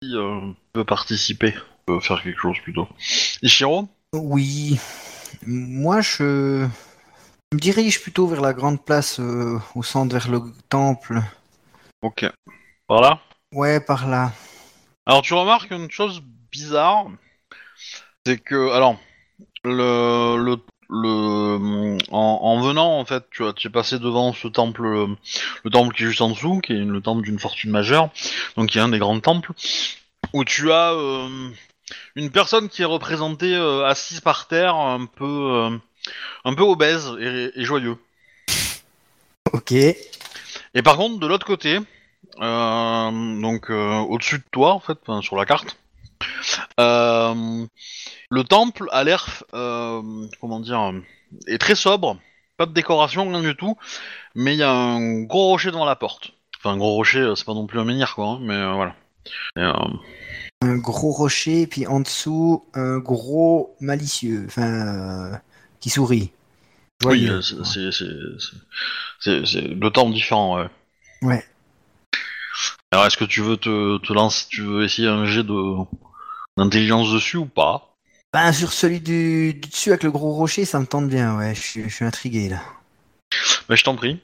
Speaker 1: qui euh, peut participer peut faire quelque chose plutôt Ichiro
Speaker 5: Oui. Moi, je je me dirige plutôt vers la grande place euh, au centre, vers le temple.
Speaker 1: Ok. Voilà.
Speaker 5: Ouais, par là.
Speaker 1: Alors, tu remarques une chose bizarre c'est que, alors, le. le le en, en venant en fait tu as tu es passé devant ce temple le temple qui est juste en dessous qui est le temple d'une fortune majeure donc qui est un des grands temples où tu as euh, une personne qui est représentée euh, assise par terre un peu euh, un peu obèse et, et joyeux
Speaker 5: Ok.
Speaker 1: et par contre de l'autre côté euh, donc euh, au-dessus de toi en fait enfin, sur la carte euh, le temple a l'air, euh, comment dire, euh, est très sobre, pas de décoration, rien du tout, mais il y a un gros rocher devant la porte. Enfin, un gros rocher, euh, c'est pas non plus un menhir, quoi, hein, mais euh, voilà. Et, euh,
Speaker 5: Un gros rocher, puis en dessous, un gros malicieux. Enfin, euh, qui sourit.
Speaker 1: oui,
Speaker 5: Joyeux.
Speaker 1: euh, c'est- c'est- c'est- c'est- c'est c'est deux temples différents, ouais.
Speaker 5: Ouais.
Speaker 1: Alors, est-ce que tu veux te, te lancer, tu veux essayer un jet de d'intelligence dessus ou pas
Speaker 5: Ben, sur celui du, du dessus avec le gros rocher, ça me tente bien, ouais. Je, suis- je suis intrigué, là.
Speaker 1: Mais je t'en prie.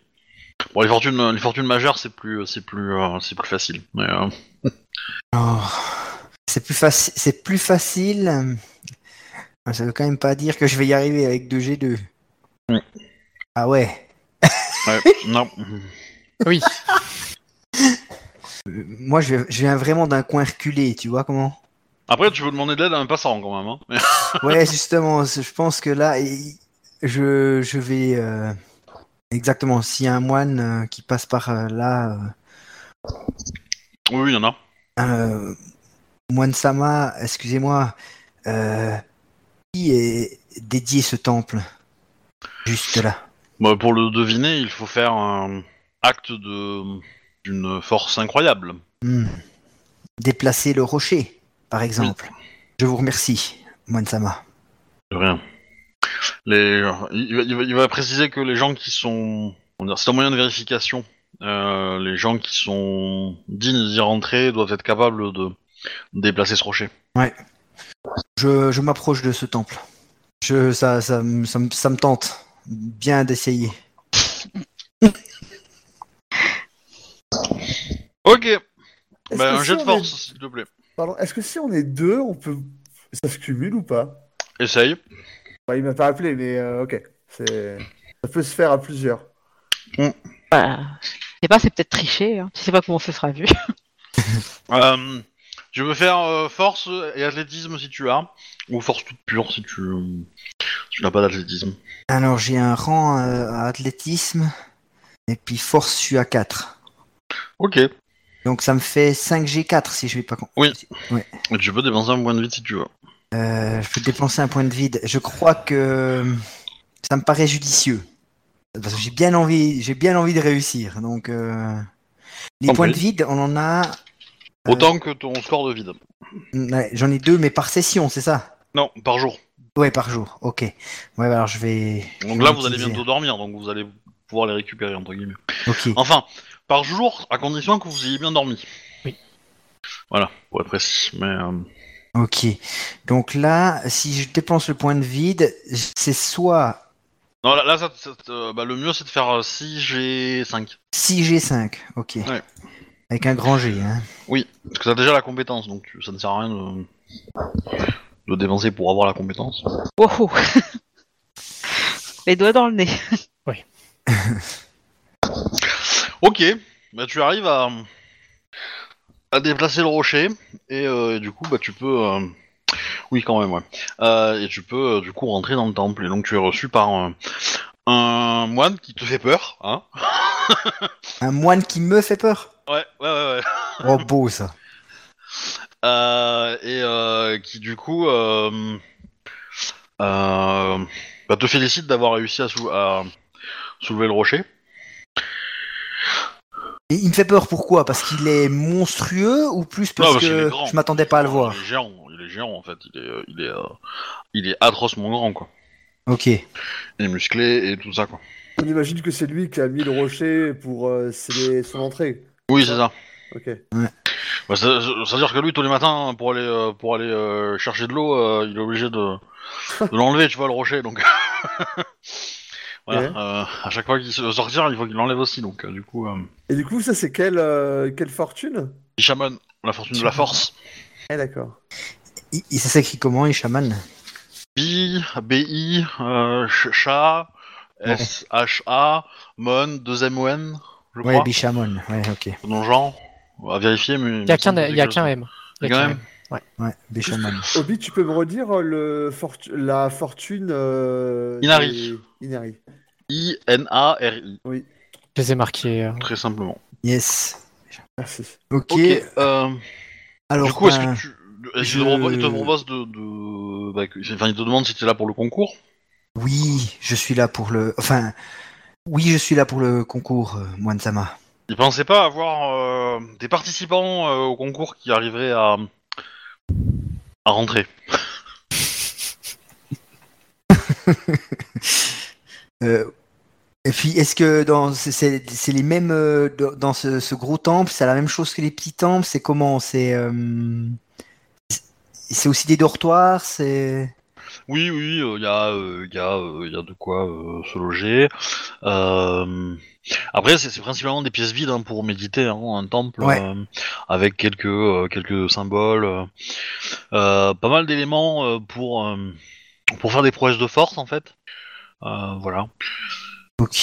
Speaker 1: Bon, les fortunes, les fortunes majeures, c'est plus, c'est plus, euh, c'est plus facile. Mais, euh,
Speaker 5: Oh. C'est plus, faci- c'est plus facile. euh, Ça veut quand même pas dire que je vais y arriver avec 2G2.
Speaker 1: Mm.
Speaker 5: Ah ouais.
Speaker 1: *laughs* ouais, non.
Speaker 3: Oui,
Speaker 5: Euh, Moi, je, je viens vraiment d'un coin reculé, tu vois comment
Speaker 1: Après, tu peux demander de l'aide à un passant quand même. Hein. Mais-
Speaker 5: Ouais, justement, c- je pense que là, il- je, je vais. euh, exactement, s'il y a un moine euh, qui passe par euh, là,
Speaker 1: Oui, oui, il y en a.
Speaker 5: euh, euh, moine Sama, excusez-moi, euh, qui est dédié ce temple Juste là.
Speaker 1: Bah, pour le deviner, il faut faire un acte de d'une force incroyable.
Speaker 5: Hmm. Déplacer le rocher, par exemple. Je vous remercie, moine Sama.
Speaker 1: De rien. Les, il, va- il va, il va préciser que les gens qui sont, comment dire, c'est un moyen de vérification. Euh, les gens qui sont dignes d'y rentrer doivent être capables de déplacer ce rocher.
Speaker 5: Je, je m'approche de ce temple. Je, ça, ça, me- ça, me- ça me tente bien d'essayer.
Speaker 1: Ok.
Speaker 4: Est-ce
Speaker 1: Bah,
Speaker 4: que
Speaker 1: un
Speaker 4: si
Speaker 1: jet de
Speaker 4: on
Speaker 1: force,
Speaker 4: est-
Speaker 1: s'il te plaît.
Speaker 4: Pardon, est-ce que si on est deux, on peut. Ça se cumule ou pas?
Speaker 1: Essaye.
Speaker 4: Bah, il m'a pas appelé, mais euh, ok. C'est... Ça peut se faire à plusieurs.
Speaker 2: Bah, je sais pas, c'est peut-être triché. Hein. Tu sais pas comment ce sera vu.
Speaker 1: Euh, je veux faire euh, force et athlétisme si tu as, ou force toute pure si tu, si tu n'as pas d'athlétisme.
Speaker 5: Alors j'ai un rang euh, à athlétisme et puis force je suis à 4.
Speaker 1: Ok.
Speaker 5: Donc ça me fait 5G4 si je vais pas con-
Speaker 1: Oui. Et tu peux dépenser un point de vie si tu veux.
Speaker 5: Euh, je peux dépenser un point de vide. Je crois que euh, ça me paraît judicieux. Parce que j'ai bien envie, j'ai bien envie de réussir. Donc euh, les
Speaker 1: Compris.
Speaker 5: points de vide, on en a. euh,
Speaker 1: Autant que ton score de vide.
Speaker 5: ouais, J'en ai deux, mais par session, c'est ça
Speaker 1: Non, par jour.
Speaker 5: Ouais, par jour. Ok. Ouais, bah alors je vais. je
Speaker 1: Donc
Speaker 5: vais
Speaker 1: là, vous allez
Speaker 5: l'utiliser.
Speaker 1: bientôt Ah. dormir, donc vous allez pouvoir les récupérer, entre guillemets.
Speaker 5: Ok.
Speaker 1: Enfin, par jour, à condition que vous ayez bien dormi.
Speaker 3: Oui.
Speaker 1: Voilà, pour être précis. Mais, euh,
Speaker 5: Ok. Donc là, si je dépense le point de vide, c'est soit
Speaker 1: Non, là, là, euh, ça, ça- euh, bah, le mieux, c'est de faire 6G5.
Speaker 5: 6G5. Ok.
Speaker 1: Ouais.
Speaker 5: Avec un grand G, hein.
Speaker 1: Parce que t'as déjà la compétence, donc tu- ça ne sert à rien de, de dépenser pour avoir la compétence.
Speaker 2: Wow. *laughs* Les doigts dans le nez.
Speaker 1: Ok, bah tu arrives à, à déplacer le rocher, et, euh, et du coup, bah tu peux... euh, oui, quand même, ouais. Euh, et tu peux, euh, du coup, rentrer dans le temple, et donc tu es reçu par un, un moine qui te fait peur, hein
Speaker 5: Un moine qui me fait peur.
Speaker 1: Ouais, ouais, ouais, ouais.
Speaker 5: Oh, beau ça.
Speaker 1: Euh, et euh, qui du coup euh, euh, bah, te félicite d'avoir réussi à, sou- à soulever le rocher.
Speaker 5: Et il me fait peur pourquoi Parce qu'il est monstrueux ou plus parce,
Speaker 1: Non, parce qu'il est
Speaker 5: que
Speaker 1: grand.
Speaker 5: je m'attendais pas à le voir
Speaker 1: Il est géant, il est géant en fait, il est, euh, il est, euh, il est atrocement grand quoi.
Speaker 5: Ok.
Speaker 1: Il est musclé et tout ça quoi.
Speaker 4: On imagine que c'est lui qui a mis le rocher pour euh, sceller son entrée.
Speaker 1: Oui c'est ça.
Speaker 4: Ok.
Speaker 1: Bah, c'est- C'est-à-dire que lui tous les matins pour aller euh, pour aller euh, chercher de l'eau, euh, il est obligé de, de l'enlever tu vois le rocher donc. voilà.
Speaker 4: Ouais.
Speaker 1: euh, à chaque fois qu'il se sortir, il faut qu'il l'enlève aussi donc euh, du coup. Euh,
Speaker 4: Et du coup, ça, c'est quelle, euh, quelle fortune
Speaker 1: il chaman, la fortune de la force.
Speaker 4: Eh, d'accord.
Speaker 5: Il, il- ça s'écrit comment, il chaman
Speaker 1: BI, BI, euh, ch- chat,
Speaker 5: Ouais.
Speaker 1: SHA, MON, 2MON, je
Speaker 5: Ouais,
Speaker 1: crois,
Speaker 5: bichamon. Ouais, ok.
Speaker 1: dans le genre. À vérifier, mais.
Speaker 3: Il y a qu'un il y a qu'un M.
Speaker 1: Il y a
Speaker 3: qu'un
Speaker 1: qu'un
Speaker 3: M.
Speaker 1: M.
Speaker 5: Ouais, bichamon.
Speaker 4: Obi, tu peux me redire euh, le fortu- la fortune. euh,
Speaker 1: Inari.
Speaker 4: des- Inari.
Speaker 1: I-N-A-R-I,
Speaker 3: Je les ai marqués. euh.
Speaker 1: très simplement.
Speaker 5: Yes.
Speaker 4: Merci.
Speaker 5: Ok.
Speaker 1: Ok. euh,
Speaker 5: Alors,
Speaker 1: du coup, est-ce
Speaker 5: ben,
Speaker 1: que tu. est-ce
Speaker 5: je-
Speaker 1: qu'il te propose- il te propose de. de- bah, que- enfin, il te demande si t'es là pour le concours.
Speaker 5: oui, je suis là pour le. Enfin, oui, je suis là pour le concours, euh, moine Sama.
Speaker 1: Il pensait pas avoir euh, des participants euh, au concours qui arriveraient à. à rentrer.
Speaker 5: Euh, et puis, est-ce que dans c'est- c'est c'est les mêmes euh, dans- dans ce, ce gros temple, c'est la même chose que les petits temples C'est comment C'est euh, c'est aussi des dortoirs C'est
Speaker 1: Oui, oui, il y a, euh, y a, euh, y a de quoi euh, se loger. Euh, Après, c'est c'est principalement des pièces vides hein, pour méditer, hein, un temple
Speaker 5: Ouais.
Speaker 1: euh, avec quelques euh, quelques symboles, euh, euh, pas mal d'éléments euh, pour euh, pour faire des prouesses de force en fait. Euh, voilà.
Speaker 5: ok.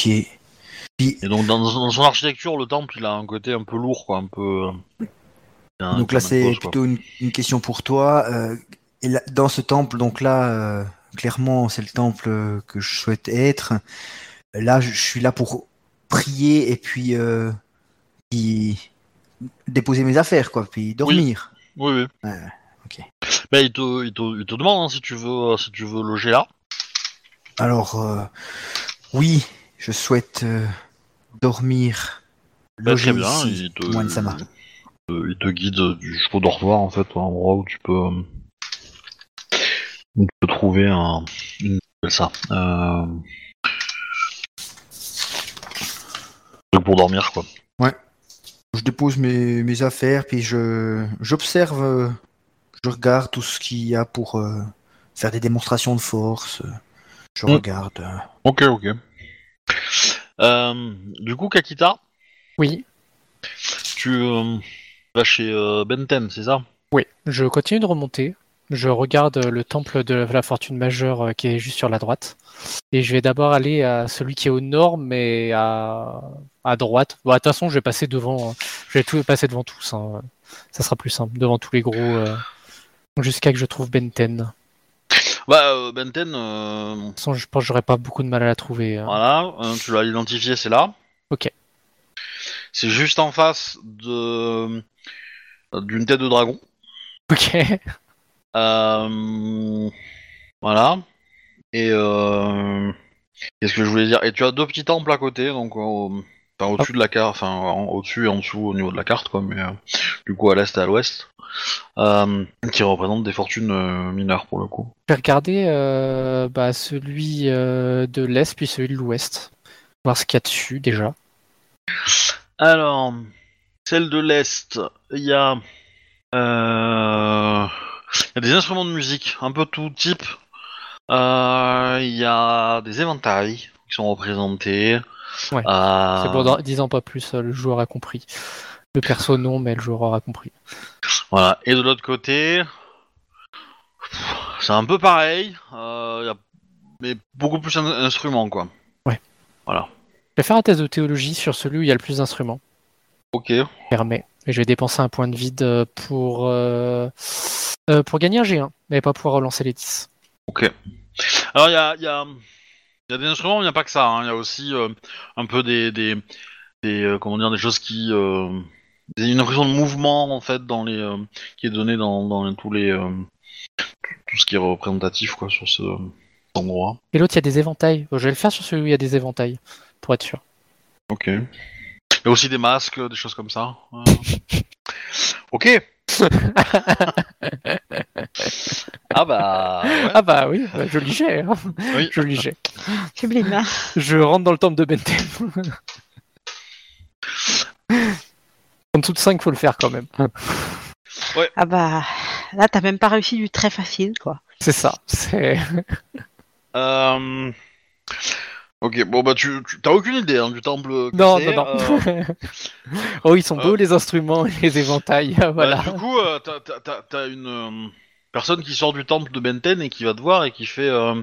Speaker 5: Puis,
Speaker 1: Et donc dans, dans son architecture, le temple, il a un côté un peu lourd, quoi, un peu. euh, il a un
Speaker 5: donc là,
Speaker 1: peu
Speaker 5: c'est
Speaker 1: matos, quoi.
Speaker 5: plutôt une, une question pour toi. euh, et là- dans ce temple, donc là, euh, clairement, c'est le temple euh, que je souhaite être. Là, je, je suis là pour prier et puis euh, puis déposer mes affaires, quoi, puis dormir.
Speaker 1: Oui, oui.
Speaker 5: Ouais, ouais, ok.
Speaker 1: Mais il te, il te, il te demande hein, si tu veux, si tu veux loger là.
Speaker 5: Alors, euh, oui, je souhaite euh, dormir.
Speaker 1: Bah,
Speaker 5: loger
Speaker 1: très bien,
Speaker 5: ici,
Speaker 1: il te,
Speaker 5: moine Sama.
Speaker 1: euh, il te guide jusqu'au dortoir en fait, un endroit où tu peux, euh, où tu peux trouver un, une- ça, euh, truc pour dormir quoi.
Speaker 5: Je dépose mes, mes affaires, puis je j'observe, euh, je regarde tout ce qu'il y a pour euh, faire des démonstrations de force. euh, Je
Speaker 1: Mm.
Speaker 5: regarde. euh.
Speaker 1: Ok ok. Euh, du coup Kakita,
Speaker 3: Oui.
Speaker 1: tu euh, vas chez euh, Benten, c'est ça
Speaker 3: Oui. Je continue de remonter. Je regarde euh, le temple de la fortune majeure euh, qui est juste sur la droite. Et je vais d'abord aller à celui qui est au nord, mais à, à droite. Bon, de toute façon, je vais passer devant. euh, Je vais tout passer devant tous. hein. Ça sera plus simple. Devant tous les gros. euh, Jusqu'à que je trouve Benten. De toute
Speaker 1: Bah euh, Benten, euh,
Speaker 3: façon, je pense que j'aurai pas beaucoup de mal à la trouver. euh.
Speaker 1: Voilà, euh, tu l'as identifié, c'est là.
Speaker 3: Ok.
Speaker 1: C'est juste en face de euh, d'une tête de dragon.
Speaker 3: Ok.
Speaker 1: Euh, Voilà. Et euh... qu'est-ce que je voulais dire Et tu as deux petits temples à côté, donc au- enfin, au-dessus de la carte, enfin en- au-dessus et en dessous au niveau de la carte, quoi. Mais euh, du coup à l'est et à l'ouest, euh, qui représentent des fortunes euh, mineures pour le coup.
Speaker 3: Je vais regarder euh, bah, celui euh, de l'Est puis celui de l'Ouest. Voir ce qu'il y a dessus déjà.
Speaker 1: Alors, celle de l'Est, il y a. euh, Il y a des instruments de musique, un peu tout type. Euh, Il y a des éventails qui sont représentés.
Speaker 3: Ouais,
Speaker 1: Euh,
Speaker 3: C'est bon, dans- disant pas plus, euh, le joueur a compris. Le perso, non, mais le joueur aura compris.
Speaker 1: Voilà. Et de l'autre côté, c'est un peu pareil, euh, y a- mais beaucoup plus un instrument, quoi.
Speaker 3: Je vais faire un test de théologie sur celui où il y a le plus d'instruments.
Speaker 1: Ok.
Speaker 3: Fermé. Et je vais dépenser un point de vide euh, pour, euh, euh, pour gagner un G1, mais pas pouvoir relancer les 10.
Speaker 1: Ok. Alors, il y a, il y a- il y a des instruments, mais il n'y a pas que ça. hein. Il y a aussi euh, un peu des, des, des, euh, comment dire, des choses qui. euh, des- une impression de mouvement, en fait, dans les, euh, qui est donnée dans, dans tous les. euh, tout- tout ce qui est représentatif, quoi, sur ce cet endroit.
Speaker 3: Et l'autre, il y a des éventails. Je vais le faire sur celui où il y a des éventails, pour être sûr.
Speaker 1: Ok. Il y a aussi des masques, des choses comme ça. Euh, Ok. ah bah. ouais.
Speaker 3: Ah bah oui, bah, joli jet. hein. *laughs*
Speaker 1: Oui.
Speaker 3: Joli jet.
Speaker 2: Sublime.
Speaker 3: Je rentre dans le temple de Ben Bentem. en dessous de 5, faut le faire quand même.
Speaker 2: Ah bah là t'as même pas réussi du très facile quoi.
Speaker 3: C'est ça.
Speaker 1: *laughs*
Speaker 3: C'est...
Speaker 1: Euh, Ok, bon bah tu, tu- t'as aucune idée hein, du temple. que
Speaker 3: Non,
Speaker 1: c'est,
Speaker 3: non, non.
Speaker 1: euh,
Speaker 3: oh, ils sont beaux
Speaker 1: euh,
Speaker 3: les instruments *laughs* et les éventails. *laughs* voilà.
Speaker 1: bah, du coup, euh, t'as, t'as- t'as- t'as une euh, personne qui sort du temple de Benten et qui va te voir et qui fait euh,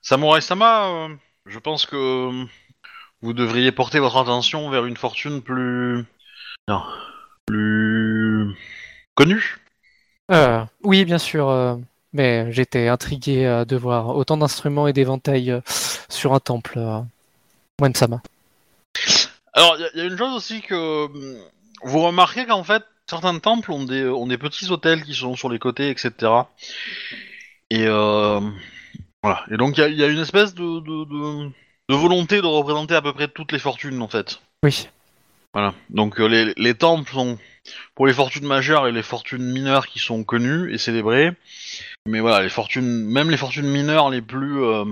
Speaker 1: Samurai Sama, euh, je pense que euh, vous devriez porter votre attention vers une fortune plus. Non, plus. connue.
Speaker 3: Euh, oui, bien sûr. euh, mais j'étais intrigué euh, de voir autant d'instruments et d'éventails euh, sur un temple. Euh, Moine-sama.
Speaker 1: Alors, il y, a une chose aussi que euh, vous remarquez qu'en fait, certains temples ont des, ont des petits hôtels qui sont sur les côtés, etc. Et euh, voilà. Et donc, il y a- il y, a une espèce de, de, de- de volonté de représenter à peu près toutes les fortunes, en fait.
Speaker 3: Oui.
Speaker 1: Voilà. Donc, euh, les, les temples sont pour les fortunes majeures et les fortunes mineures qui sont connues et célébrées. Mais voilà, les fortunes, même les fortunes mineures les plus, euh,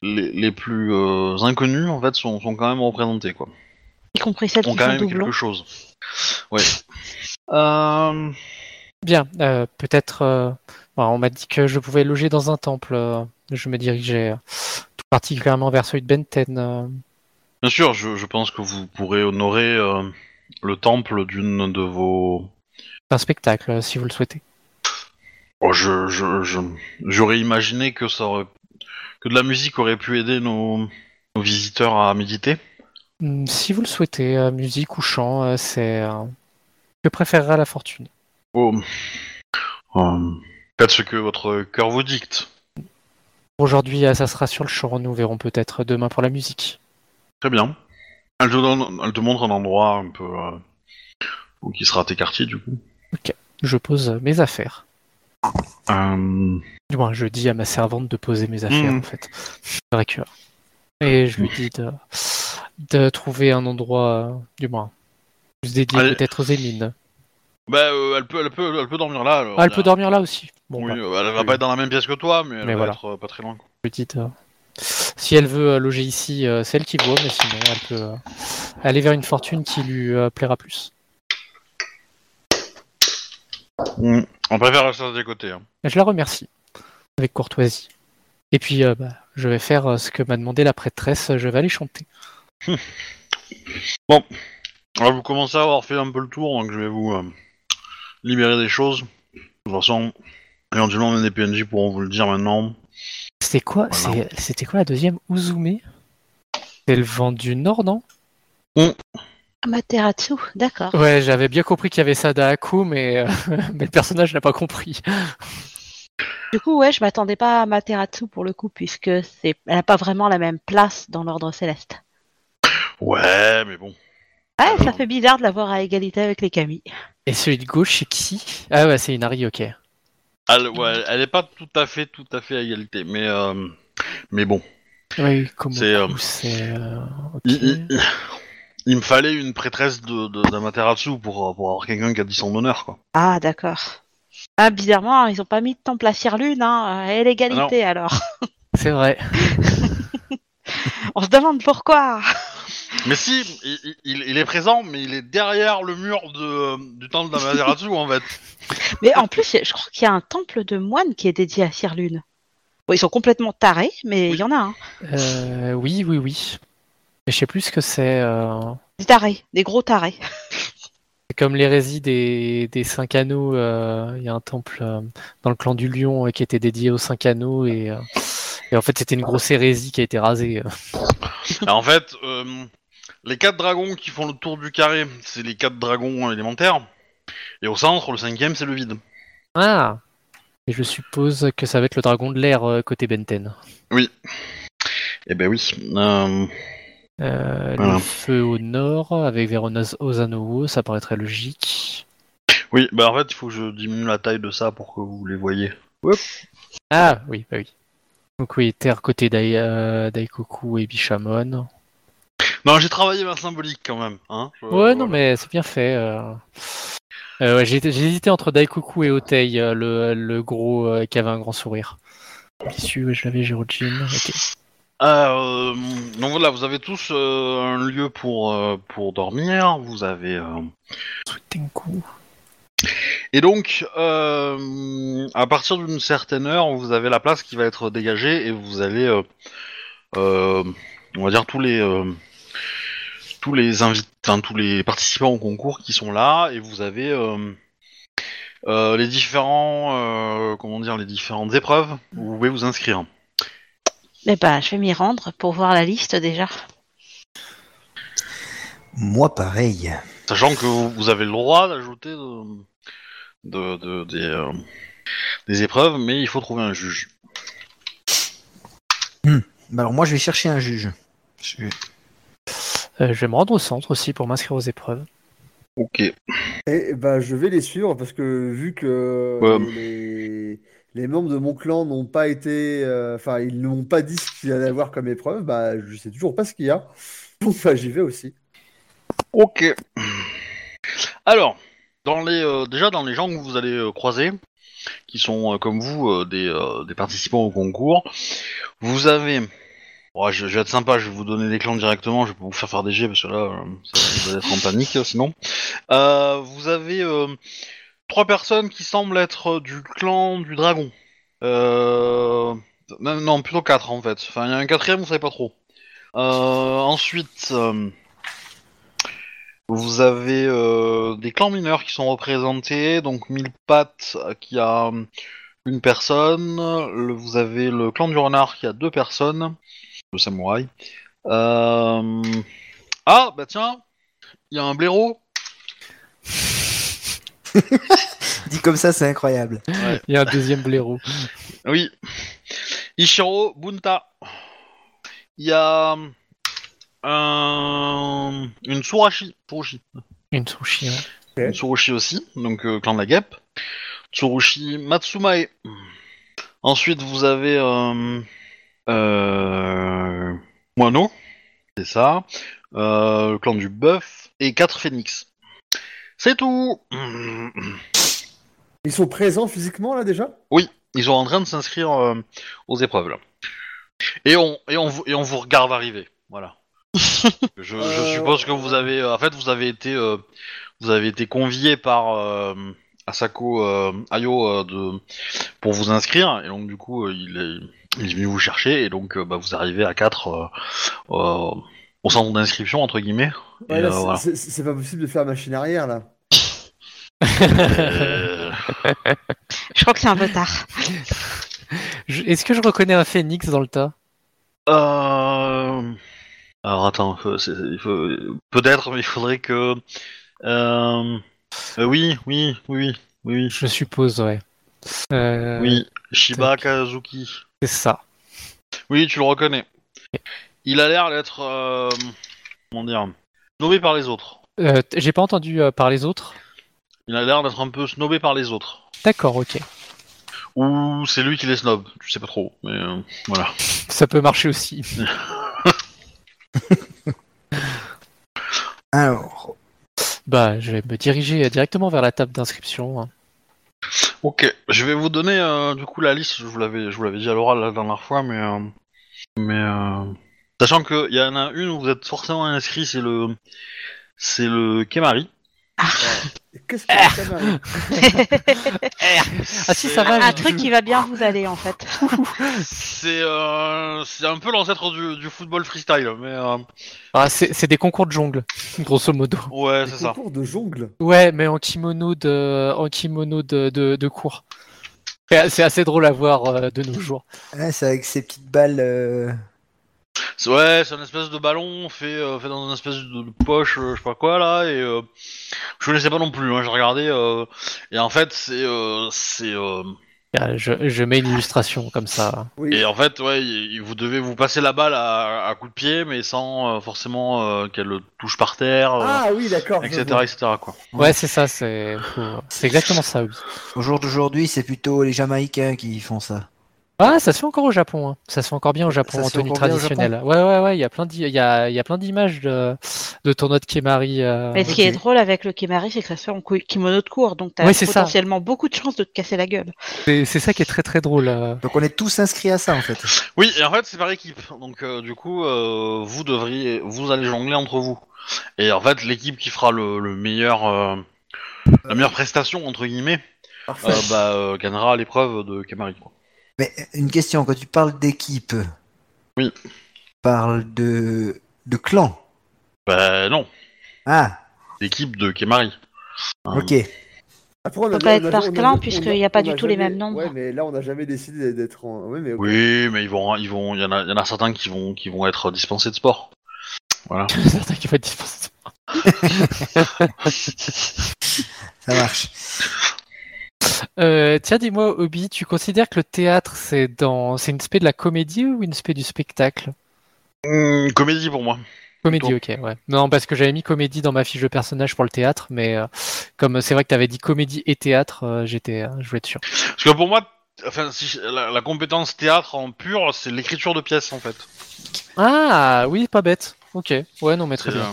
Speaker 1: les, les plus euh, inconnues, en fait, sont, sont quand même représentées, quoi
Speaker 2: Y compris celles
Speaker 1: ont
Speaker 2: qui
Speaker 1: quand
Speaker 2: sont
Speaker 1: même
Speaker 2: doublons.
Speaker 1: quelque chose.
Speaker 3: *laughs*
Speaker 1: Ouais. Euh,
Speaker 3: Bien. euh, peut-être. euh, bon, on m'a dit que je pouvais loger dans un temple. euh, je me dirigeais euh, tout particulièrement vers celui de Benten. euh,
Speaker 1: bien sûr, je, je pense que vous pourrez honorer euh, le temple d'une de vos.
Speaker 3: d'un spectacle, euh, si vous le souhaitez.
Speaker 1: Oh, je, je, je- j'aurais imaginé que ça aurait- que de la musique aurait pu aider nos, nos visiteurs à méditer.
Speaker 3: Hmm, Si vous le souhaitez, euh, musique ou chant, euh, c'est. euh, que préférera la fortune
Speaker 1: Oh. Euh, faites ce que votre cœur vous dicte.
Speaker 3: Pour Aujourd'hui, euh, ça sera sur le chant. Nous verrons peut-être demain pour la musique.
Speaker 1: Très bien. Elle te, donne- elle te montre un endroit un peu euh, qui sera à tes quartiers du coup.
Speaker 3: Je pose euh, mes affaires.
Speaker 1: Euh,
Speaker 3: Du moins, je dis à ma servante de poser mes affaires,
Speaker 1: Mhm.
Speaker 3: en fait. Je récupère. Et je lui dis de, de trouver un endroit, euh, du moins, plus dédié
Speaker 1: Allez.
Speaker 3: peut-être aux émines.
Speaker 1: bah, euh, elle peut, elle peut, elle peut dormir là. alors.
Speaker 3: Ah, elle
Speaker 1: Bien.
Speaker 3: peut dormir là aussi. Bon,
Speaker 1: Oui,
Speaker 3: bah,
Speaker 1: euh, elle va
Speaker 3: oui.
Speaker 1: pas être dans la même pièce que toi, mais elle
Speaker 3: Mais
Speaker 1: va
Speaker 3: voilà.
Speaker 1: être euh, pas très loin. quoi.
Speaker 3: je lui dis de- euh, Si elle veut euh, loger ici, euh, c'est elle qui voit, mais sinon, elle peut euh, aller vers une fortune qui lui euh, plaira plus.
Speaker 1: On préfère rester à tes côtés. hein.
Speaker 3: Je la remercie avec courtoisie. Et puis, euh, bah, je vais faire euh, ce que m'a demandé la prêtresse, euh, je vais aller chanter.
Speaker 1: Alors, Ah, vous commencez à avoir fait un peu le tour, donc je vais vous euh, libérer des choses. De toute façon, éventuellement, même des PNJ pourront vous le dire maintenant.
Speaker 3: C'était quoi,
Speaker 1: Voilà.
Speaker 3: c'est- c'était quoi la deuxième Uzume C'est le vent du nord, non
Speaker 2: Amaterasu, d'accord.
Speaker 3: Ouais, j'avais bien compris qu'il y avait ça d'Aku, mais, euh, *laughs* mais le personnage n'a pas compris.
Speaker 2: Du coup ouais je m'attendais pas à Amaterasu pour le coup puisque c'est elle a pas vraiment la même place dans l'ordre céleste.
Speaker 1: Ouais, mais Ah bon.
Speaker 2: Ouais
Speaker 1: Alors.
Speaker 2: ça fait bizarre de l'avoir à égalité avec les Camille.
Speaker 3: Et celui de gauche, c'est qui Ah ouais, c'est Inari, ok.
Speaker 1: Elle, ouais, elle est pas tout à fait, tout à fait à égalité, mais euh, mais bon.
Speaker 3: Oui, comment
Speaker 1: C'est, euh,
Speaker 3: c'est... euh, ok.
Speaker 1: Il, il- il me fallait une prêtresse de, de- d'Amaterasu pour, euh, pour avoir quelqu'un qui a dit son honneur, quoi.
Speaker 2: Ah d'accord. Ah bizarrement ils ont pas mis de temple à Cirlune hein. Euh, Et l'égalité
Speaker 1: Ah
Speaker 2: alors. *laughs*
Speaker 3: C'est vrai.
Speaker 2: On se demande pourquoi.
Speaker 1: Mais si, il, il- il est présent, mais il est derrière le mur de, euh, du temple d'Amaterasu, en fait.
Speaker 2: Mais en plus je crois qu'il y a un temple de moines qui est dédié à Cirlune. Bon, ils sont complètement tarés mais il y en a hein. un.
Speaker 3: Euh, oui, oui, oui. Mais je sais plus ce que c'est... euh,
Speaker 2: Des tarés, des gros tarés.
Speaker 3: comme l'hérésie des, des cinq anneaux. euh, Il y a un temple euh, dans le clan du lion euh, qui était dédié aux cinq anneaux et, euh, et en fait c'était une grosse hérésie qui a été rasée. *laughs* euh.
Speaker 1: Alors, en fait, euh, les quatre dragons qui font le tour du carré, c'est les quatre dragons élémentaires. Et au centre, le cinquième, c'est le vide.
Speaker 3: Ah Et je suppose que ça va être le dragon de l'air euh, côté Benten.
Speaker 1: Eh ben oui. Euh,
Speaker 3: Euh,
Speaker 1: Voilà.
Speaker 3: Le feu au nord avec Veronas Ozanovo, ça paraîtrait logique.
Speaker 1: oui, bah en fait, il faut que je diminue la taille de ça pour que vous les voyez.
Speaker 3: Ah oui, bah oui. Donc oui, terre côté Dai- euh, Daikoku et Bishamon.
Speaker 1: Non, j'ai travaillé ma symbolique quand même. Hein Je-
Speaker 3: Ouais, non,
Speaker 1: voilà.
Speaker 3: mais c'est bien fait. euh. Euh, ouais, j'ai j'ai hésité entre Daikoku et Otei, euh, le, le gros euh, qui avait un grand sourire. Issu, ouais, je l'avais, Jirojin. ok.
Speaker 1: Euh, donc voilà, vous avez tous euh, un lieu pour, euh, pour dormir. Vous avez. euh,
Speaker 3: Tenku.
Speaker 1: Et donc, euh, à partir d'une certaine heure, vous avez la place qui va être dégagée et vous allez, euh, euh, on va dire tous les euh, tous les invités, tous les participants au concours qui sont là et vous avez euh, euh, les différents, euh, comment dire, les différentes épreuves où vous pouvez vous inscrire.
Speaker 2: Eh ben, je vais m'y rendre pour voir la liste déjà.
Speaker 5: Moi, pareil.
Speaker 1: Sachant que vous vous avez le droit d'ajouter de- de- de- des, euh, des épreuves, mais il faut trouver un juge.
Speaker 5: Bah alors, moi, je vais chercher un juge. Je- *laughs*
Speaker 3: Euh, je vais me rendre au centre aussi pour m'inscrire aux épreuves.
Speaker 1: Ok.
Speaker 4: Et bah, je vais les suivre parce que vu que
Speaker 1: Ouais.
Speaker 4: les, les membres de mon clan n'ont pas été, euh, enfin, ils n'ont pas dit ce qu'il allait avoir comme épreuve, bah, je sais toujours pas ce qu'il y a. *laughs* Donc, bah, j'y vais aussi.
Speaker 1: Ok. Alors, dans les, euh, déjà dans les gens que vous allez euh, croiser, qui sont euh, comme vous euh, des, euh, des participants au concours, vous avez. Ouais, je, je vais être sympa, je vais vous donner des clans directement, je vais pas vous faire faire des jets parce que là, euh, ça, vous allez être en panique euh, sinon. Euh, vous avez euh, trois personnes qui semblent être euh, du clan du dragon. Euh, non, non, plutôt quatre en fait. Enfin, il y a un quatrième, vous savez pas trop. Euh, ensuite. euh, vous avez euh, des clans mineurs qui sont représentés, donc Mille Pattes euh, qui a euh, une personne, le- vous avez le clan du renard qui a deux personnes, le samouraï. Euh, Ah, bah tiens, il y a un blaireau.
Speaker 5: Dit comme ça, c'est incroyable.
Speaker 3: Il y a un deuxième blaireau.
Speaker 1: Oui. Ishiro Bunta. Il y a euh, un... une Tsurashi. Tsurushi.
Speaker 3: Une sushi. ouais.
Speaker 1: Une Tsurushi aussi, donc euh, clan de la guêpe. Tsurushi Matsumae. Ensuite, vous avez euh, euh, Moino, c'est ça. Euh, le clan du bœuf et quatre phénix. C'est tout.
Speaker 4: Ils sont présents physiquement là déjà?
Speaker 1: Ils sont en train de s'inscrire euh, aux épreuves là. Et on et on vous- et on vous regarde arriver. Voilà. je, je suppose que vous avez en fait vous avez été euh, vous avez été convié par euh, Asako euh, Ayo euh, de pour vous inscrire et donc du coup euh, il est il est venu vous chercher et donc euh, bah, vous arrivez à 4 au centre d'inscription entre guillemets. Et,
Speaker 4: Ouais, là,
Speaker 1: euh,
Speaker 4: c'est-
Speaker 1: voilà.
Speaker 4: c'est c'est pas possible de faire machine arrière là.
Speaker 1: Euh,
Speaker 2: Je crois que c'est un peu *laughs* tard.
Speaker 3: Je- Est-ce que je reconnais un phénix dans le tas
Speaker 1: Euh... Alors attends, faut- c'est- il faut... peut-être, mais il faudrait que. Euh... euh, oui, oui, oui, oui,
Speaker 3: Je suppose, ouais. Euh,
Speaker 1: oui. Shiba Kazuki.
Speaker 3: C'est ça.
Speaker 1: Oui, tu le reconnais. Il a l'air d'être. euh, Comment dire Snobé par les autres.
Speaker 3: Euh, t- J'ai pas entendu euh, par les autres.
Speaker 1: Il a l'air d'être un peu snobé par les autres.
Speaker 3: D'accord, ok.
Speaker 1: Ou c'est lui qui les snob, tu sais pas trop, mais euh, voilà.
Speaker 3: Ça peut marcher aussi. *laughs*
Speaker 5: Alors,
Speaker 3: Bah, je vais me diriger euh, directement vers la table d'inscription. hein.
Speaker 1: Ok, je vais vous donner euh, du coup la liste. Je vous l'avais, je vous l'avais dit à l'oral la dernière fois, mais euh, mais euh, sachant que il y en a une où vous êtes forcément inscrit, c'est le c'est le Kemari.
Speaker 4: Qu'est-ce que ça mal
Speaker 3: Ah si, ça va,
Speaker 2: Un-
Speaker 3: j'ai
Speaker 2: un truc qui va Ah, bien vous aller en fait.
Speaker 1: C'est euh, c'est un peu l'ancêtre du, du football freestyle, mais euh,
Speaker 3: Ah, c'est c'est des concours de jongle, *laughs* grosso modo.
Speaker 1: ouais, *laughs*
Speaker 4: Des
Speaker 1: c'est ça.
Speaker 4: concours de jongle.
Speaker 3: Ouais, mais en kimono de, en kimono de, de, de cours. C'est c'est assez drôle à voir euh, de nos jours.
Speaker 5: Ouais, c'est avec ces petites balles. euh,
Speaker 1: C'est- Ouais, c'est un espèce de ballon fait, euh, fait dans une espèce de, de poche, euh, je sais pas quoi là, et euh, je connaissais pas non plus. Hein, J'ai regardé euh, et en fait c'est euh, c'est euh,
Speaker 3: Ah, Je, je mets une illustration comme ça.
Speaker 4: Oui.
Speaker 1: et en fait ouais, il- il- vous devez vous passer la balle à, à coup de pied, mais sans euh, forcément euh, qu'elle touche par terre, euh,
Speaker 4: Ah oui, d'accord. je
Speaker 1: etc.,
Speaker 4: vois.
Speaker 1: etc. Quoi.
Speaker 3: Ouais, c'est ça, c'est faut- c'est exactement ça, oui.
Speaker 5: Au jour d'aujourd'hui, c'est plutôt les Jamaïcains qui font ça.
Speaker 3: Ah, ça se fait encore au Japon, hein. Ça se fait encore bien au Japon
Speaker 5: Ça
Speaker 3: en
Speaker 5: se fait
Speaker 3: tenue
Speaker 5: encore bien au
Speaker 3: traditionnelle. Ouais, ouais, ouais, il y a plein d'i- il y a, il y a plein d'images de, de tournois de Kemari. euh,
Speaker 2: Mais ce qui est
Speaker 5: ok.
Speaker 2: drôle avec le Kimari, c'est que ça se fait en cou- kimono de cours, donc t'as
Speaker 3: Ouais, c'est ça.
Speaker 2: potentiellement beaucoup de chances de te casser la gueule.
Speaker 3: C'est c'est ça qui est très très drôle. *laughs* euh.
Speaker 5: Donc on est tous inscrits à ça en fait.
Speaker 1: Oui, et en fait, c'est par équipe. Donc, euh, du coup, euh, vous devriez, vous allez jongler entre vous. Et en fait, l'équipe qui fera le, le meilleur, euh, la meilleure prestation entre
Speaker 4: *laughs*
Speaker 1: guillemets,
Speaker 4: Parfait.
Speaker 1: euh, bah, euh, gagnera l'épreuve de Camari. quoi.
Speaker 5: Mais une question, quand tu parles d'équipe,
Speaker 1: Oui.
Speaker 5: tu parles de, de clan.
Speaker 1: Bah non,
Speaker 5: Ah,
Speaker 1: l'équipe de Camari.
Speaker 5: ok.
Speaker 4: Après, on
Speaker 2: peut
Speaker 4: a-
Speaker 2: pas
Speaker 4: on a-
Speaker 2: être
Speaker 4: on a-
Speaker 2: par
Speaker 4: on a-
Speaker 2: clan,
Speaker 4: on a-
Speaker 2: puisqu'il y a pas
Speaker 4: on
Speaker 2: du tout les mêmes nombres.
Speaker 4: Ouais, mais là, on n'a jamais décidé d'être en. Oui, mais ok.
Speaker 1: Oui, mais ils vont, ils vont, il y en a, il y en a certains qui vont, qui vont être dispensés de sport. Voilà.
Speaker 3: Certains qui vont être dispensés.
Speaker 5: Ça marche.
Speaker 3: Euh, tiens, dis-moi, Obi, tu considères que le théâtre, c'est dans, c'est une spé de la comédie ou une spé du spectacle?
Speaker 1: Hum, comédie pour moi.
Speaker 3: Comédie, ok, ouais. Non, parce que j'avais mis comédie dans ma fiche de personnage pour le théâtre, mais euh, comme c'est vrai que t'avais dit comédie et théâtre, euh, j'étais, euh, je voulais être sûr.
Speaker 1: Parce que pour moi, enfin, si je- la, la compétence théâtre en pur, c'est l'écriture de pièces en fait.
Speaker 3: Ah, oui, pas bête. Ok, ouais, non, mais très
Speaker 1: C'est,
Speaker 3: bien.
Speaker 1: euh,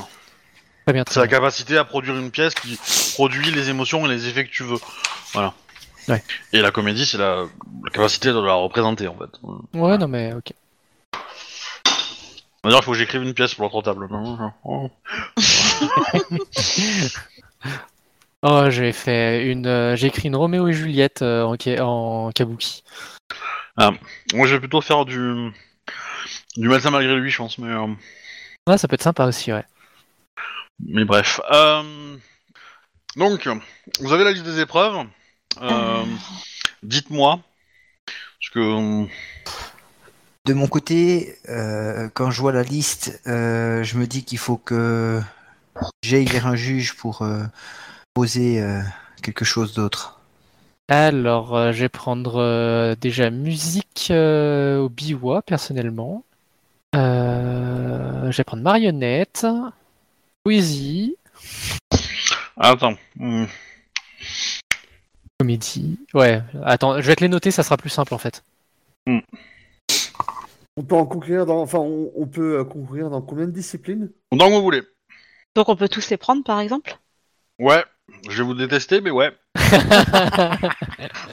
Speaker 3: Très bien,
Speaker 1: C'est
Speaker 3: très
Speaker 1: la
Speaker 3: bien.
Speaker 1: capacité à produire une pièce qui produit les émotions et les effets que tu veux. Voilà.
Speaker 3: Ouais.
Speaker 1: Et la comédie, c'est la, la capacité de la représenter, en fait.
Speaker 3: Ouais, non, mais ok.
Speaker 1: D'ailleurs, il faut que j'écrive une pièce pour l'autre table. Oh.
Speaker 3: Oh, j'ai fait une, euh, j'ai écrit une Roméo et Juliette euh, en, ka- en kabuki.
Speaker 1: Moi, je vais plutôt faire du. Du médecin malgré lui, je pense, mais, euh,
Speaker 3: Ah, ça peut être sympa aussi, ouais.
Speaker 1: mais bref. Euh, Donc, vous avez la liste des épreuves. Euh, Dites-moi. Parce que. euh,
Speaker 5: De mon côté, euh, quand je vois la liste, euh, je me dis qu'il faut que j'aille vers un juge pour euh, poser euh, quelque chose d'autre.
Speaker 3: Alors, euh, je vais prendre euh, déjà musique euh, au biwa, personnellement. Euh, je vais prendre marionnette, poésie,
Speaker 1: Attends. Hmm.
Speaker 3: comédie. Ouais, attends, je vais te les noter, ça sera plus simple en fait.
Speaker 4: On peut en concourir dans. Enfin, on, on peut euh, concourir dans combien de disciplines
Speaker 1: Donc, vous voulez.
Speaker 2: Donc on peut tous les prendre par exemple
Speaker 1: Ouais. Je vais vous détester, mais ouais.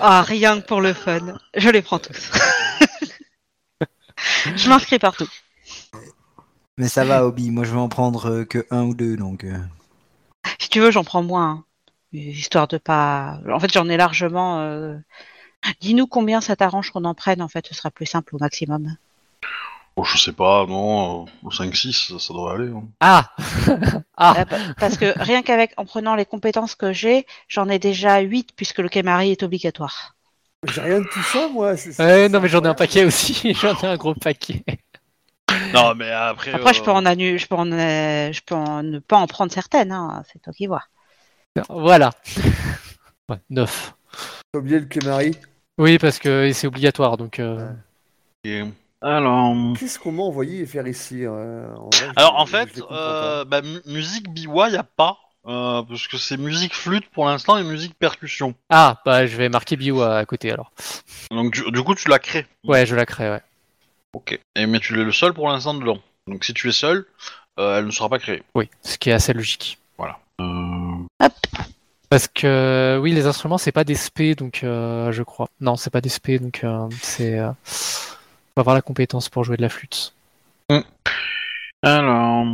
Speaker 2: Ah, rien que pour le fun. Je les prends tous. *laughs* je m'inscris partout.
Speaker 5: Mais ça va, Obi, moi je vais en prendre euh, que un ou deux, donc... euh.
Speaker 2: Si tu veux, j'en prends moins. hein. Histoire de pas. En fait, j'en ai largement. euh. Dis-nous combien ça t'arrange qu'on en prenne, en fait, ce sera plus simple au maximum.
Speaker 1: Bon, Oh, je sais pas, non, euh, 5-6, ça, ça devrait aller. hein.
Speaker 3: Ah *laughs* Ah
Speaker 2: Ah, pa- Parce que rien *laughs* qu'avec, en prenant les compétences que j'ai, j'en ai déjà 8 puisque le Kemari est obligatoire.
Speaker 4: J'ai rien de tout ça, moi. c'est- c'est-
Speaker 3: Ouais,
Speaker 4: c'est
Speaker 3: non, mais j'en ai un
Speaker 4: incroyable.
Speaker 3: paquet aussi, *laughs* j'en ai un gros paquet.
Speaker 1: Non, mais après.
Speaker 2: Après, je peux
Speaker 1: euh,
Speaker 2: en annuler, je peux en, euh, je peux en ne pas en prendre certaines, hein, c'est toi qui vois.
Speaker 3: Voilà. Ouais, neuf.
Speaker 4: T'as oublié le Kemari.
Speaker 3: Oui, parce que c'est obligatoire, donc. euh,
Speaker 4: Ouais.
Speaker 1: et- Alors.
Speaker 4: Qu'est-ce qu'on m'a envoyé faire ici euh, en vrai, je-
Speaker 1: Alors, en
Speaker 4: je
Speaker 1: fait,
Speaker 4: les comprends pas.
Speaker 1: euh, bah, mu- musique biwa, y a pas. euh, parce que c'est musique flûte pour l'instant et musique percussion.
Speaker 3: Ah, bah je vais marquer Biwa à côté alors.
Speaker 1: Donc, du, du coup, tu la crées.
Speaker 3: Ouais, je la crée, ouais.
Speaker 1: Ok. Et, mais tu es le seul pour l'instant dedans. Donc, si tu es seul, euh, elle ne sera pas créée.
Speaker 3: Oui, ce qui est assez logique.
Speaker 1: Euh,
Speaker 3: Parce que euh, oui, les instruments, c'est pas des spé, donc euh, je crois. Non, c'est pas des spé, donc euh, c'est. euh, faut avoir la compétence pour jouer de la flûte.
Speaker 1: Alors.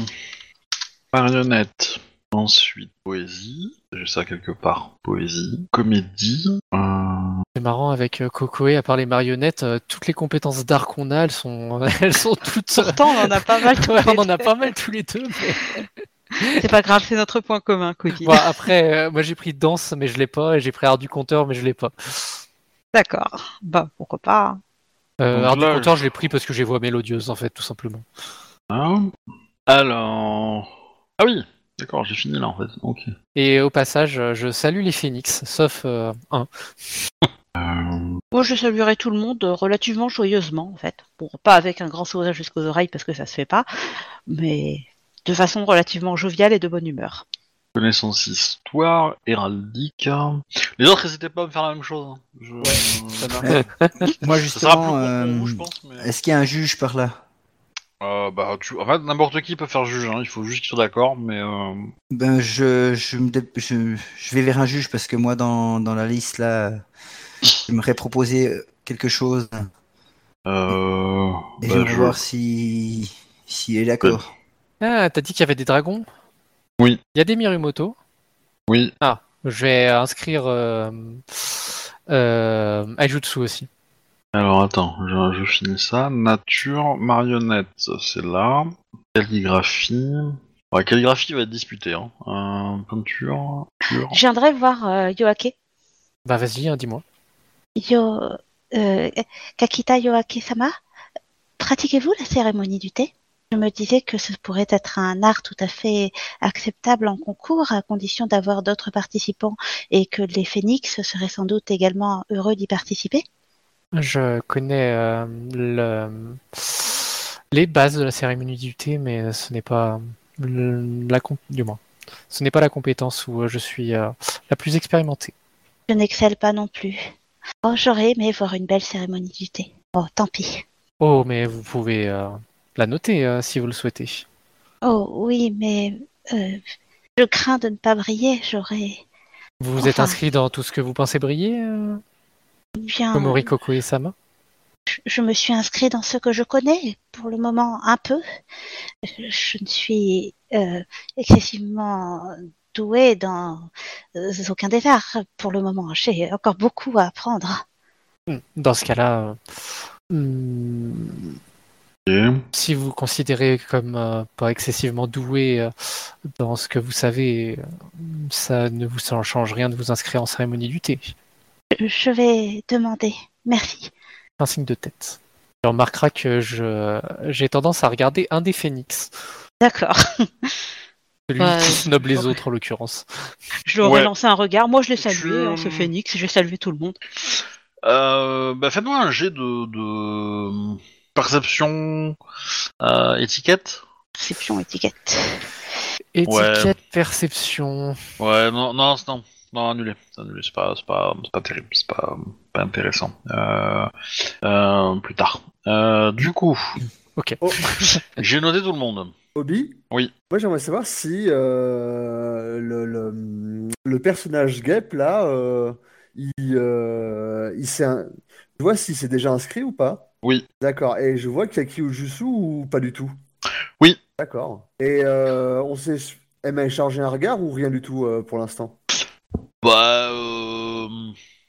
Speaker 1: Marionnette. Ensuite, poésie. J'ai ça quelque part. Poésie. Comédie. Euh,
Speaker 3: C'est marrant avec euh, Cocoé, à part les marionnettes, euh, toutes les compétences d'art qu'on a, elles sont, *laughs* elles sont toutes.
Speaker 2: Pourtant, on en a pas mal. tous
Speaker 3: *laughs* Ouais,
Speaker 2: les
Speaker 3: on en a
Speaker 2: deux.
Speaker 3: pas mal tous les deux. mais-
Speaker 2: C'est pas grave, c'est notre point commun, Cody.
Speaker 3: Bon, après, euh, moi j'ai pris danse, mais je l'ai pas, et j'ai pris art du compteur, mais je l'ai pas.
Speaker 2: D'accord. Bah, pourquoi pas. hein.
Speaker 3: Euh,
Speaker 1: Donc
Speaker 3: art du
Speaker 1: là,
Speaker 3: compteur, je l'ai pris parce que j'ai voix mélodieuse, en fait, tout simplement.
Speaker 1: hein. Alors. Ah oui D'accord, j'ai fini là en fait. Ok.
Speaker 3: Et au passage, euh, je salue les phoenix, sauf euh, un.
Speaker 1: Euh,
Speaker 2: Moi, je saluerai tout le monde euh, relativement joyeusement, en fait. Bon, pas avec un grand sourire jusqu'aux oreilles parce que ça se fait pas, mais de façon relativement joviale et de bonne humeur.
Speaker 1: connaissance histoire, héraldique. Les autres, n'hésitez pas à me faire la même chose. hein. Je...
Speaker 3: ça marche.
Speaker 5: Moi,
Speaker 1: Ça sera plus
Speaker 5: justement,
Speaker 1: court
Speaker 5: euh,
Speaker 1: pour vous, je pense. mais-
Speaker 5: est-ce qu'il y a un juge par là
Speaker 1: Euh, bah, tu... En fait, n'importe qui peut faire juge, hein, il faut juste qu'ils soient d'accord, mais... euh,
Speaker 5: Ben, je, je, me dé- je, je vais vers un juge parce que moi, dans, dans la liste, là, j'aimerais proposer quelque chose
Speaker 1: euh,
Speaker 5: et
Speaker 1: bah,
Speaker 5: je vais
Speaker 1: je-
Speaker 5: voir si, si il est d'accord.
Speaker 3: Ah, t'as dit qu'il y avait des dragons
Speaker 1: Oui.
Speaker 3: Il y a des Mirumoto.
Speaker 1: Oui,
Speaker 3: Ah, je vais inscrire euh, euh, Aijutsu aussi.
Speaker 1: alors attends, je, je finis ça. Nature, marionnette, ça, c'est là. Calligraphie... Ouais, calligraphie va être disputée, hein. Euh, peinture, peinture...
Speaker 2: Je viendrai voir euh, Yoake.
Speaker 3: Bah vas-y, hein, dis-moi.
Speaker 2: Yo, euh, Kakita Yoake-sama, pratiquez-vous la cérémonie du thé Je me disais que ce pourrait être un art tout à fait acceptable en concours, à condition d'avoir d'autres participants et que les phénix seraient sans doute également heureux d'y participer.
Speaker 3: Je connais euh, le- les bases de la cérémonie du thé, mais ce n'est pas le- la comp- du moins. Ce n'est pas la compétence où euh, je suis euh, la plus expérimentée.
Speaker 2: Je n'excelle pas non plus. Oh, j'aurais aimé voir une belle cérémonie du thé. Oh, tant pis.
Speaker 3: Oh, mais vous pouvez euh, la noter euh, si vous le souhaitez.
Speaker 2: Oh, oui, mais euh, je crains de ne pas briller. J'aurais
Speaker 3: Vous vous êtes
Speaker 2: Enfin.
Speaker 3: inscrit dans tout ce que vous pensez briller, euh,
Speaker 2: bien.
Speaker 3: Komori Koko et Sama
Speaker 2: je- Je me suis inscrite dans ce que je connais, pour le moment un peu. Je ne suis euh, excessivement douée dans euh, aucun des arts pour le moment. J'ai encore beaucoup à apprendre.
Speaker 3: Hmm. Dans ce cas-là, euh, hmm,
Speaker 1: ok.
Speaker 3: si vous vous considérez comme euh, pas excessivement doué euh, dans ce que vous savez, euh, ça ne vous en change rien de vous inscrire en cérémonie du thé.
Speaker 2: Je vais demander. Merci.
Speaker 3: Un signe de tête. Tu remarqueras que je j'ai tendance à regarder un des phénix,
Speaker 2: D'accord. *laughs*
Speaker 3: celui
Speaker 2: Ouais.
Speaker 3: qui snob les autres en l'occurrence.
Speaker 2: Je leur ai
Speaker 1: Ouais.
Speaker 2: lancé un regard. Moi, je l'ai salué,
Speaker 1: Je-
Speaker 2: hein, ce phénix. J'ai salué tout le monde.
Speaker 1: Euh, bah faites-moi un jet de, de perception, euh, étiquette.
Speaker 2: Perception, étiquette.
Speaker 3: Étiquette, *laughs* perception.
Speaker 1: Ouais, non, non, c'est- non, non, annulé, c'est annulé, c'est pas, c'est pas, c'est pas terrible, c'est pas, pas intéressant. Euh, euh, plus tard. Euh, du coup,
Speaker 4: Oh,
Speaker 1: j'ai noté tout le monde.
Speaker 4: Obi
Speaker 1: Oui.
Speaker 4: Moi, j'aimerais savoir si euh, le, le- le personnage Gep, là, euh, il, euh, il s'est. un- Je vois s'il s'est déjà inscrit ou pas.
Speaker 1: Oui.
Speaker 4: D'accord. Et je vois qu'il y a Kyojutsu ou pas du tout.
Speaker 1: Oui.
Speaker 4: D'accord. Et euh, on s'est. Elle m'a échangé un regard ou rien du tout euh, pour l'instant
Speaker 1: Bah, euh,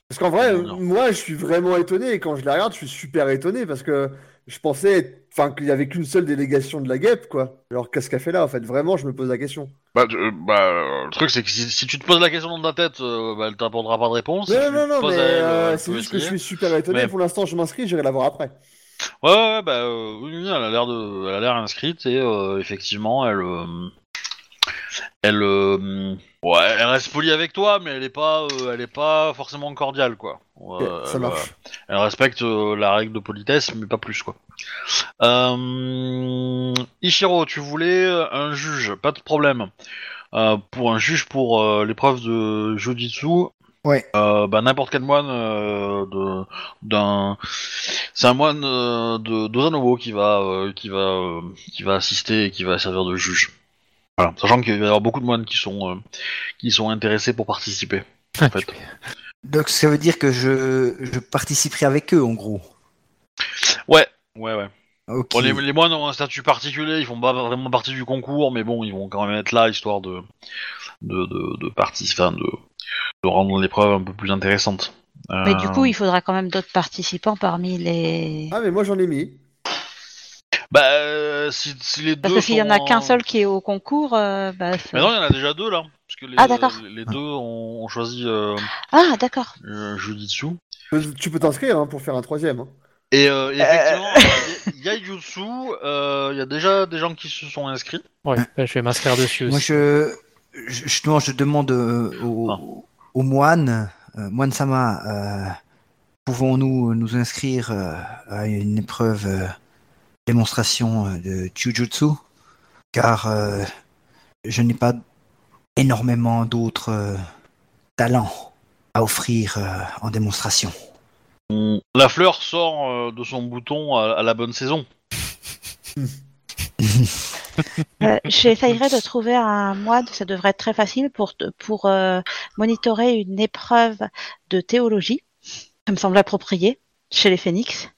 Speaker 4: Parce qu'en vrai, euh,
Speaker 1: Non.
Speaker 4: moi, je suis vraiment étonné. Et quand je la regarde, je suis super étonné parce que je pensais être- enfin, qu'il n'y avait qu'une seule délégation de la Gep, quoi. Alors, qu'est-ce qu'elle fait là, en fait Vraiment, je me pose la question.
Speaker 1: bah, tu- euh, bah, euh, le truc c'est que si, si tu te poses la question dans ta tête, euh, bah, elle t'apportera pas de réponse. Si
Speaker 4: Non,
Speaker 1: tu
Speaker 4: non,
Speaker 1: te
Speaker 4: non,
Speaker 1: poses
Speaker 4: mais
Speaker 1: à elle, euh,
Speaker 4: euh,
Speaker 1: elle
Speaker 4: c'est
Speaker 1: peut
Speaker 4: juste que je
Speaker 1: essayer.
Speaker 4: suis super étonné.
Speaker 1: Mais-
Speaker 4: Pour l'instant, je m'inscris, j'irai la voir après.
Speaker 1: Ouais, ouais, ouais, bah, euh, oui, oui, elle a l'air de, elle a l'air inscrite et euh, effectivement, elle, euh, elle, euh, ouais, elle reste polie avec toi, mais elle est pas, euh, elle est pas forcément cordiale, quoi. Ouais,
Speaker 4: Ok, ça
Speaker 1: elle,
Speaker 4: marche.
Speaker 1: euh, elle respecte euh, la règle de politesse, mais pas plus, quoi. Euh, Ichiro, tu voulais euh, un juge, pas de problème. Euh, pour un juge pour euh, l'épreuve de Jujitsu,
Speaker 5: Ouais.
Speaker 1: euh, bah, n'importe quel moine euh, de- d'un c'est un moine euh, de d'Ozanovo qui va euh, qui va euh, qui va assister et qui va servir de juge. Voilà, sachant qu'il va y avoir beaucoup de moines qui sont euh, qui sont intéressés pour participer. En fait.
Speaker 5: Donc ça veut dire que je, je participerai avec eux en gros.
Speaker 1: Ouais, ouais, ouais.
Speaker 5: Ok.
Speaker 1: Bon, les, les moines ont un statut particulier, ils font pas vraiment partie du concours, mais bon, ils vont quand même être là histoire de de de, de participer, enfin, de, de rendre l'épreuve un peu plus intéressante.
Speaker 2: Mais
Speaker 1: Euh,
Speaker 2: du coup, il faudra quand même d'autres participants parmi les.
Speaker 4: Ah, mais moi j'en ai mis.
Speaker 1: bah, euh, si, si les
Speaker 2: Parce
Speaker 1: deux
Speaker 2: que s'il y en
Speaker 1: sont
Speaker 2: a
Speaker 1: en-
Speaker 2: qu'un seul qui est au concours, euh, bah, c'est-
Speaker 1: Mais non, il y en a déjà deux là, parce que les,
Speaker 2: Ah, d'accord.
Speaker 1: les- les deux ont, ont choisi euh,
Speaker 2: ah d'accord.
Speaker 1: euh, Jujitsu.
Speaker 4: Tu- Tu peux t'inscrire hein, pour faire un troisième. hein.
Speaker 1: Et, euh, et effectivement, il y a Jutsu, euh, il y a déjà des gens qui se sont inscrits.
Speaker 3: Ouais, bah, je vais m'inscrire dessus
Speaker 5: Moi,
Speaker 3: aussi.
Speaker 5: je, je, je- non, je demande euh, au,
Speaker 1: Ah.
Speaker 5: au moine, euh, moine Sama, euh, pouvons-nous nous inscrire euh, à une épreuve euh, démonstration euh, de Jujutsu Car euh, je n'ai pas énormément d'autres euh, talents à offrir euh, en démonstration.
Speaker 1: On- La fleur sort euh, de son bouton à, à la bonne saison. *laughs*
Speaker 2: Euh, J'essayerai de trouver un moine, ça devrait être très facile pour pour euh, monitorer une épreuve de théologie. Ça me semble approprié chez les phénix.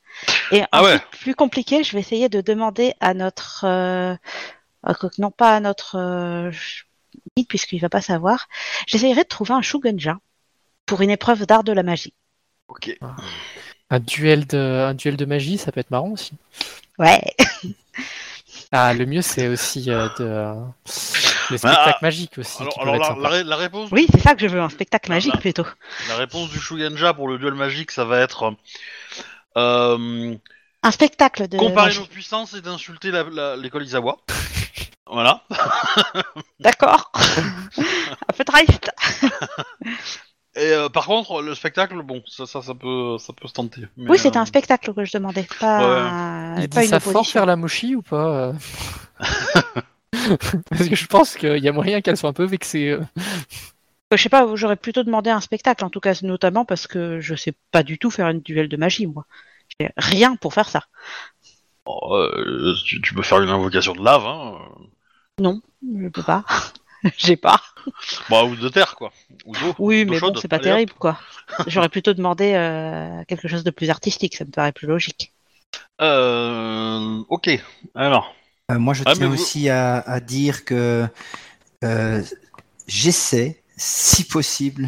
Speaker 2: Et
Speaker 1: Ah
Speaker 2: ensuite, plus compliqué, je vais essayer de demander à notre euh, euh, quoique non pas à notre euh, guide puisqu'il va pas savoir. J'essayerai de trouver un shugenja pour une épreuve d'art de la magie.
Speaker 1: Ok.
Speaker 3: Ah, Un duel de, un duel de magie, ça peut être marrant aussi.
Speaker 2: Ouais.
Speaker 3: Ah, le mieux, c'est aussi euh, de, euh, les
Speaker 1: Bah,
Speaker 3: spectacles magiques aussi.
Speaker 1: Alors,
Speaker 3: qui
Speaker 1: alors
Speaker 3: peuvent être
Speaker 1: la,
Speaker 3: sympas.
Speaker 1: la ré- la réponse,
Speaker 2: Oui, c'est ça que je veux, un spectacle magique plutôt.
Speaker 1: la réponse du Shugenja pour le duel magique, ça va être euh,
Speaker 2: Un spectacle de
Speaker 1: comparer nos
Speaker 2: magie.
Speaker 1: puissances et d'insulter la- la- l'école Isawa. *laughs* voilà.
Speaker 2: D'accord. un peu triste.
Speaker 1: Et euh, par contre, le spectacle, bon, ça, ça, ça peut, ça peut se tenter. Mais,
Speaker 2: Oui, c'était
Speaker 1: euh,
Speaker 2: un spectacle que je demandais, pas, un-
Speaker 3: Il
Speaker 2: pas
Speaker 3: dit
Speaker 2: une
Speaker 3: ça fort
Speaker 2: opposition.
Speaker 3: faire la mochi ou pas
Speaker 1: *laughs*
Speaker 3: euh Parce que je pense qu'il y a moyen qu'elle soit un peu vexée. euh.
Speaker 2: Je sais pas, j'aurais plutôt demandé un spectacle, en tout cas notamment parce que je sais pas du tout faire une duel de magie, moi. J'ai rien pour faire ça.
Speaker 1: bon, euh, tu, tu peux faire une invocation de lave, hein, euh,
Speaker 2: Je peux pas. *laughs* J'ai pas.
Speaker 1: bah, ou de terre, quoi. Ou d'eau.
Speaker 2: Oui,
Speaker 1: D'eau
Speaker 2: mais bon,
Speaker 1: chaude.
Speaker 2: c'est pas
Speaker 1: Allez, hop.
Speaker 2: terrible, quoi. J'aurais plutôt demandé euh, quelque chose de plus artistique, ça me paraît plus
Speaker 3: *laughs*
Speaker 2: logique.
Speaker 1: Euh, ok. Alors,
Speaker 5: Euh, moi, je
Speaker 1: Ah,
Speaker 5: tiens
Speaker 1: mais vous-
Speaker 5: aussi à, à dire que euh, j'essaie, si possible,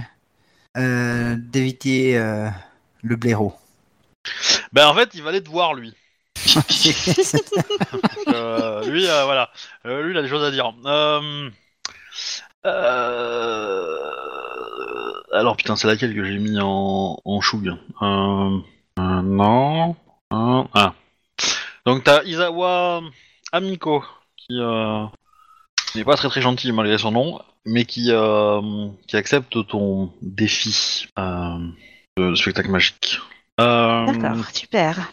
Speaker 5: euh, d'éviter euh,
Speaker 3: *laughs*
Speaker 5: le blaireau.
Speaker 1: ben en fait, il va aller te voir lui.
Speaker 5: Est-ce
Speaker 1: Euh, lui, euh, voilà. Euh, lui, il a des choses à dire. Euh, euh, Alors, putain, c'est laquelle que j'ai mis en, en chougue euh... euh, Non. Euh, Ah. Donc, t'as Isawa Amiko, qui euh, n'est pas très très gentil malgré son nom, mais qui, euh, qui accepte ton défi euh, de, de spectacle magique. Euh,
Speaker 2: D'accord,
Speaker 3: Hum.
Speaker 2: super.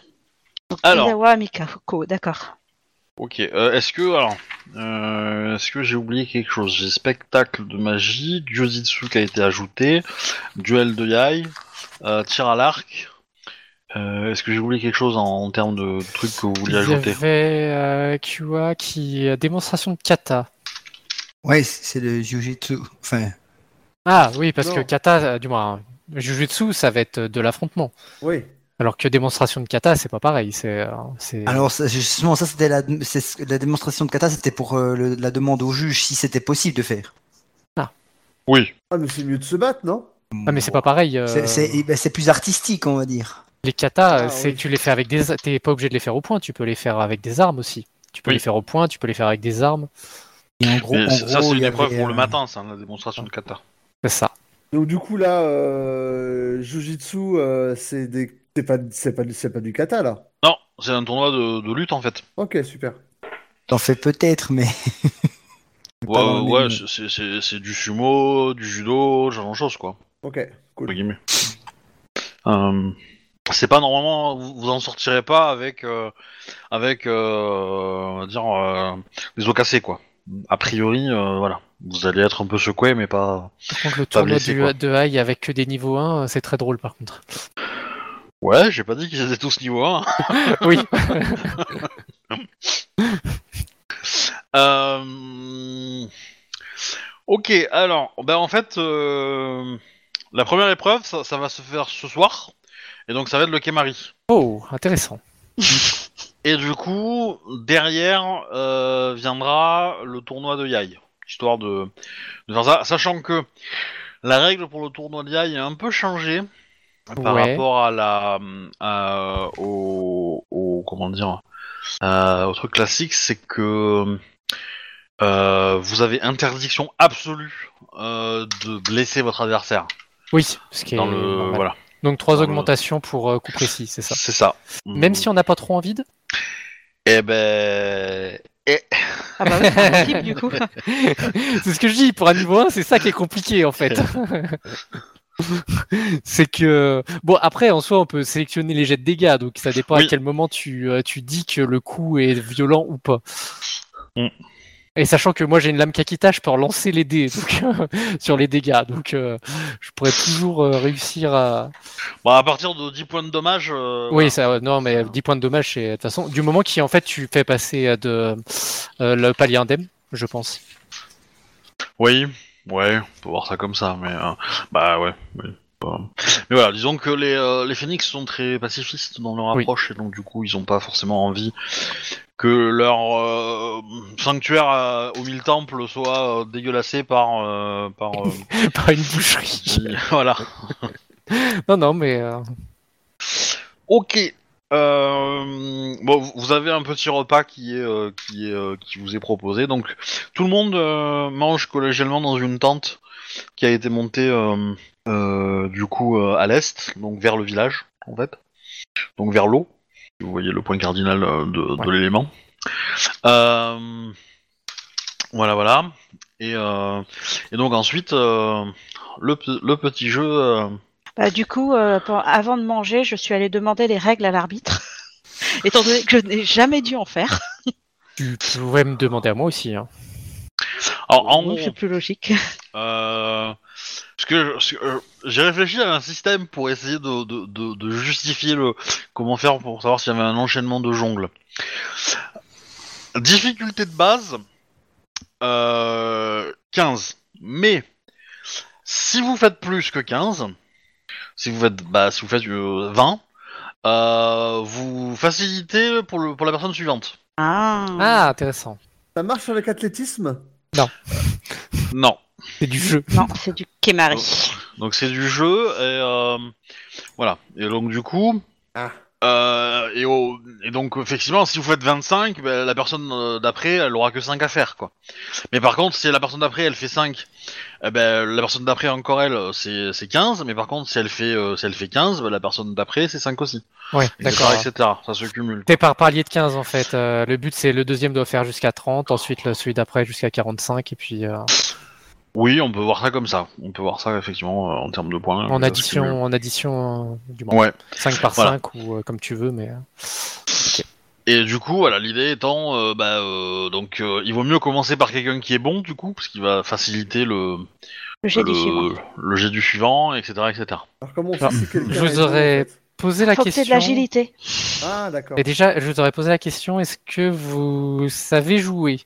Speaker 2: Donc,
Speaker 1: alors.
Speaker 2: Izawa Mikako, d'accord.
Speaker 1: Ok, euh, est-ce que alors, euh, est-ce que j'ai oublié quelque chose J'ai spectacle de magie, Jujitsu qui a été ajouté, duel de yai, euh, tir à l'arc. Euh, est-ce que j'ai oublié quelque chose en, en termes de trucs que vous
Speaker 3: Il y
Speaker 1: vouliez ajouter
Speaker 3: avait euh, QA qui euh, démonstration de kata.
Speaker 5: Ouais, c'est le jujitsu. Enfin,
Speaker 3: Ah oui, parce
Speaker 4: Non.
Speaker 3: que kata, euh, du moins, euh, jujutsu, ça va être euh, de l'affrontement.
Speaker 4: Oui.
Speaker 3: Alors que démonstration de kata, c'est pas pareil. C'est, euh, c'est...
Speaker 5: alors ça, justement, ça c'était la, c'est ce que- la démonstration de kata, c'était pour euh, le- la demande au juge si c'était possible de faire.
Speaker 1: Oui.
Speaker 4: Ah, mais c'est mieux de se battre, non
Speaker 3: Ah, mais c'est pas pareil. euh,
Speaker 5: C'est- c'est- eh ben, c'est plus artistique, on va dire.
Speaker 3: Les katas,
Speaker 4: Ah,
Speaker 3: c'est
Speaker 4: oui.
Speaker 3: tu les fais avec des, t'es pas obligé de les faire au point. Tu peux les faire avec des armes aussi. Tu peux
Speaker 1: Oui.
Speaker 3: les faire au point. Tu peux les faire avec des armes.
Speaker 5: Et en gros,
Speaker 1: Mais
Speaker 5: en
Speaker 1: ça, ça, c'est
Speaker 5: gros, il
Speaker 1: une
Speaker 5: y
Speaker 1: épreuve
Speaker 5: avait,
Speaker 1: pour le
Speaker 5: euh,
Speaker 1: matin, ça, la démonstration de kata.
Speaker 3: C'est ça.
Speaker 4: Donc du coup là, euh, Jujitsu, euh, c'est des... c'est pas, c'est pas, c'est pas du kata là.
Speaker 1: Non, c'est un tournoi de, de lutte en fait.
Speaker 4: Ok, super.
Speaker 5: T'en fais peut-être, mais
Speaker 1: Ouais,
Speaker 5: dans le
Speaker 1: ouais,
Speaker 5: même-
Speaker 1: c'est- c'est c'est- c'est du sumo, du judo, ce genre de choses quoi.
Speaker 4: Ok,
Speaker 1: entre
Speaker 4: cool.
Speaker 1: guillemets. Euh, c'est pas normalement, vous, vous en sortirez pas avec, euh, avec, euh, on va dire, euh, les os cassés quoi. A priori, euh, voilà, vous allez être un peu secoué, mais pas.
Speaker 3: Par contre, le
Speaker 1: Pas
Speaker 3: tournoi
Speaker 1: blessé,
Speaker 3: du-
Speaker 1: quoi.
Speaker 3: de high avec que des niveaux 1, c'est très drôle par contre.
Speaker 1: Ouais, j'ai pas dit qu'ils étaient tous niveau 1.
Speaker 3: Oui.
Speaker 1: *laughs* Euh, Ok, alors, ben en fait, euh, la première épreuve, ça, ça va se faire ce soir, et donc ça va être le Kemari.
Speaker 3: Oh, intéressant.
Speaker 1: Et du coup, derrière euh, viendra le tournoi de Yai, histoire de, de faire ça, sachant que la règle pour le tournoi de Yai est un peu changée par
Speaker 3: Ouais.
Speaker 1: rapport à la à- au, au- comment dire euh, au truc classique, c'est que euh, vous avez interdiction absolue euh, de blesser votre adversaire
Speaker 3: Oui, ce qui est
Speaker 1: dans le
Speaker 3: normal.
Speaker 1: voilà
Speaker 3: Donc trois
Speaker 1: Dans le- Hmm.
Speaker 3: augmentations pour euh, coup précis, c'est ça.
Speaker 1: c'est ça
Speaker 3: Même si on n'a pas trop envie de. *laughs*
Speaker 1: eh ben
Speaker 2: Ah bah oui, c'est impossible du coup.
Speaker 3: c'est ce que je dis, pour un niveau 1, c'est ça qui est compliqué en fait. *laughs* c'est que. Bon, après, en soi, on peut sélectionner les jets de dégâts, donc ça dépend
Speaker 1: Oui.
Speaker 3: à quel moment tu, euh, tu dis que le coup est violent ou pas.
Speaker 1: Mm.
Speaker 3: Et sachant que moi j'ai une lame Kakita, je peux relancer les dés donc, *laughs* sur les dégâts, donc euh, je pourrais toujours euh, réussir à,
Speaker 1: Bah, à partir de 10 points de dommage. euh,
Speaker 3: Oui,
Speaker 1: voilà.
Speaker 3: ça, ouais, non, mais 10 points de dommage, c'est de toute façon. Du moment qui en fait, tu fais passer euh, de euh, le palier indemne,
Speaker 1: *laughs*
Speaker 3: je pense.
Speaker 1: Oui, ouais, on peut voir ça comme ça, mais. euh, bah ouais. oui, pas- Mais voilà, disons que les, euh, les phoenix sont très pacifistes dans leur
Speaker 3: Oui.
Speaker 1: approche, et donc du coup, ils ont pas forcément envie que leur euh, sanctuaire euh, au mille temples soit euh, dégueulassé par. euh, par euh,
Speaker 3: Pas une boucherie.
Speaker 1: qui- voilà.
Speaker 3: *laughs* Non, non, mais euh,
Speaker 1: Ok. Euh, bon, vous- vous avez un petit repas qui est euh, qui est euh, qui vous est proposé. Donc, tout le monde euh, mange collégialement dans une tente qui a été montée euh, euh, du coup euh, à l'est, donc vers le village en fait, donc vers l'eau. Vous voyez le point cardinal euh, de, de
Speaker 3: Ouais.
Speaker 1: l'élément. Euh, voilà, voilà. Et, euh, et donc ensuite euh, le, pe- le petit jeu. euh,
Speaker 2: Bah, du coup, euh, pour- avant de manger, je suis allée demander les règles à l'arbitre, étant donné que je n'ai jamais dû en faire.
Speaker 3: tu pourrais me demander à moi aussi. hein.
Speaker 1: alors, en
Speaker 2: Donc
Speaker 1: gros,
Speaker 2: c'est plus logique.
Speaker 1: Euh, parce que parce que, euh, j'ai réfléchi à un système pour essayer de, de- de- de justifier le comment faire pour savoir s'il y avait un enchaînement de jongles. Difficulté de base euh, 15. Mais si vous faites plus que 15, si vous faites bah, si vous faites euh, 20, euh, vous facilitez pour, le, pour la personne suivante.
Speaker 2: Ah,
Speaker 1: Mm.
Speaker 3: Ah, intéressant.
Speaker 4: Ça marche avec l'athlétisme
Speaker 1: Non.
Speaker 3: C'est du jeu.
Speaker 2: Non, c'est du Kemari.
Speaker 1: Donc c'est du jeu et euh, voilà. Et donc du coup.
Speaker 4: Ah.
Speaker 1: euh, et, au- et donc effectivement, si vous faites 25, ben, la personne euh, d'après, elle aura que 5 à faire quoi. Mais par contre, si la personne d'après, elle fait 5, eh ben, la personne d'après encore elle, euh, c'est c'est 15. Mais par contre, si elle fait euh, si elle fait 15, ben, la personne d'après, c'est 5 aussi.
Speaker 3: Ouais,
Speaker 1: Etc.,
Speaker 3: d'accord.
Speaker 1: etc. Ça se cumule.
Speaker 3: T'es par palier de 15 en fait. Euh, le but c'est le deuxième doit faire jusqu'à 30, ensuite le celui d'après jusqu'à 45, et puis euh,
Speaker 1: Oui, on peut voir ça comme ça. On peut voir ça effectivement euh, en termes de points. ça
Speaker 3: en
Speaker 1: se cumule.
Speaker 3: addition, en addition euh, du moins.
Speaker 1: Ouais.
Speaker 3: 5 par
Speaker 1: Voilà.
Speaker 3: 5 ou euh, comme tu veux, mais. euh,
Speaker 1: Et du coup, voilà, l'idée étant, euh, bah, euh, donc, euh, il vaut mieux commencer par quelqu'un qui est bon, du coup, parce qu'il va faciliter le,
Speaker 2: Le jet du suivant.
Speaker 3: Euh,
Speaker 1: le, le jet du suivant, etc., etc.
Speaker 4: Alors comment on
Speaker 3: Alors,
Speaker 4: sait si quelqu'un
Speaker 3: je
Speaker 4: est
Speaker 3: vous
Speaker 4: bon, en
Speaker 3: aurais-
Speaker 4: fait
Speaker 3: Poser la
Speaker 2: Faut que c'est
Speaker 3: question.
Speaker 2: de l'agilité.
Speaker 4: Ah d'accord.
Speaker 3: Mais déjà, je vous aurais posé la question, est-ce que vous savez jouer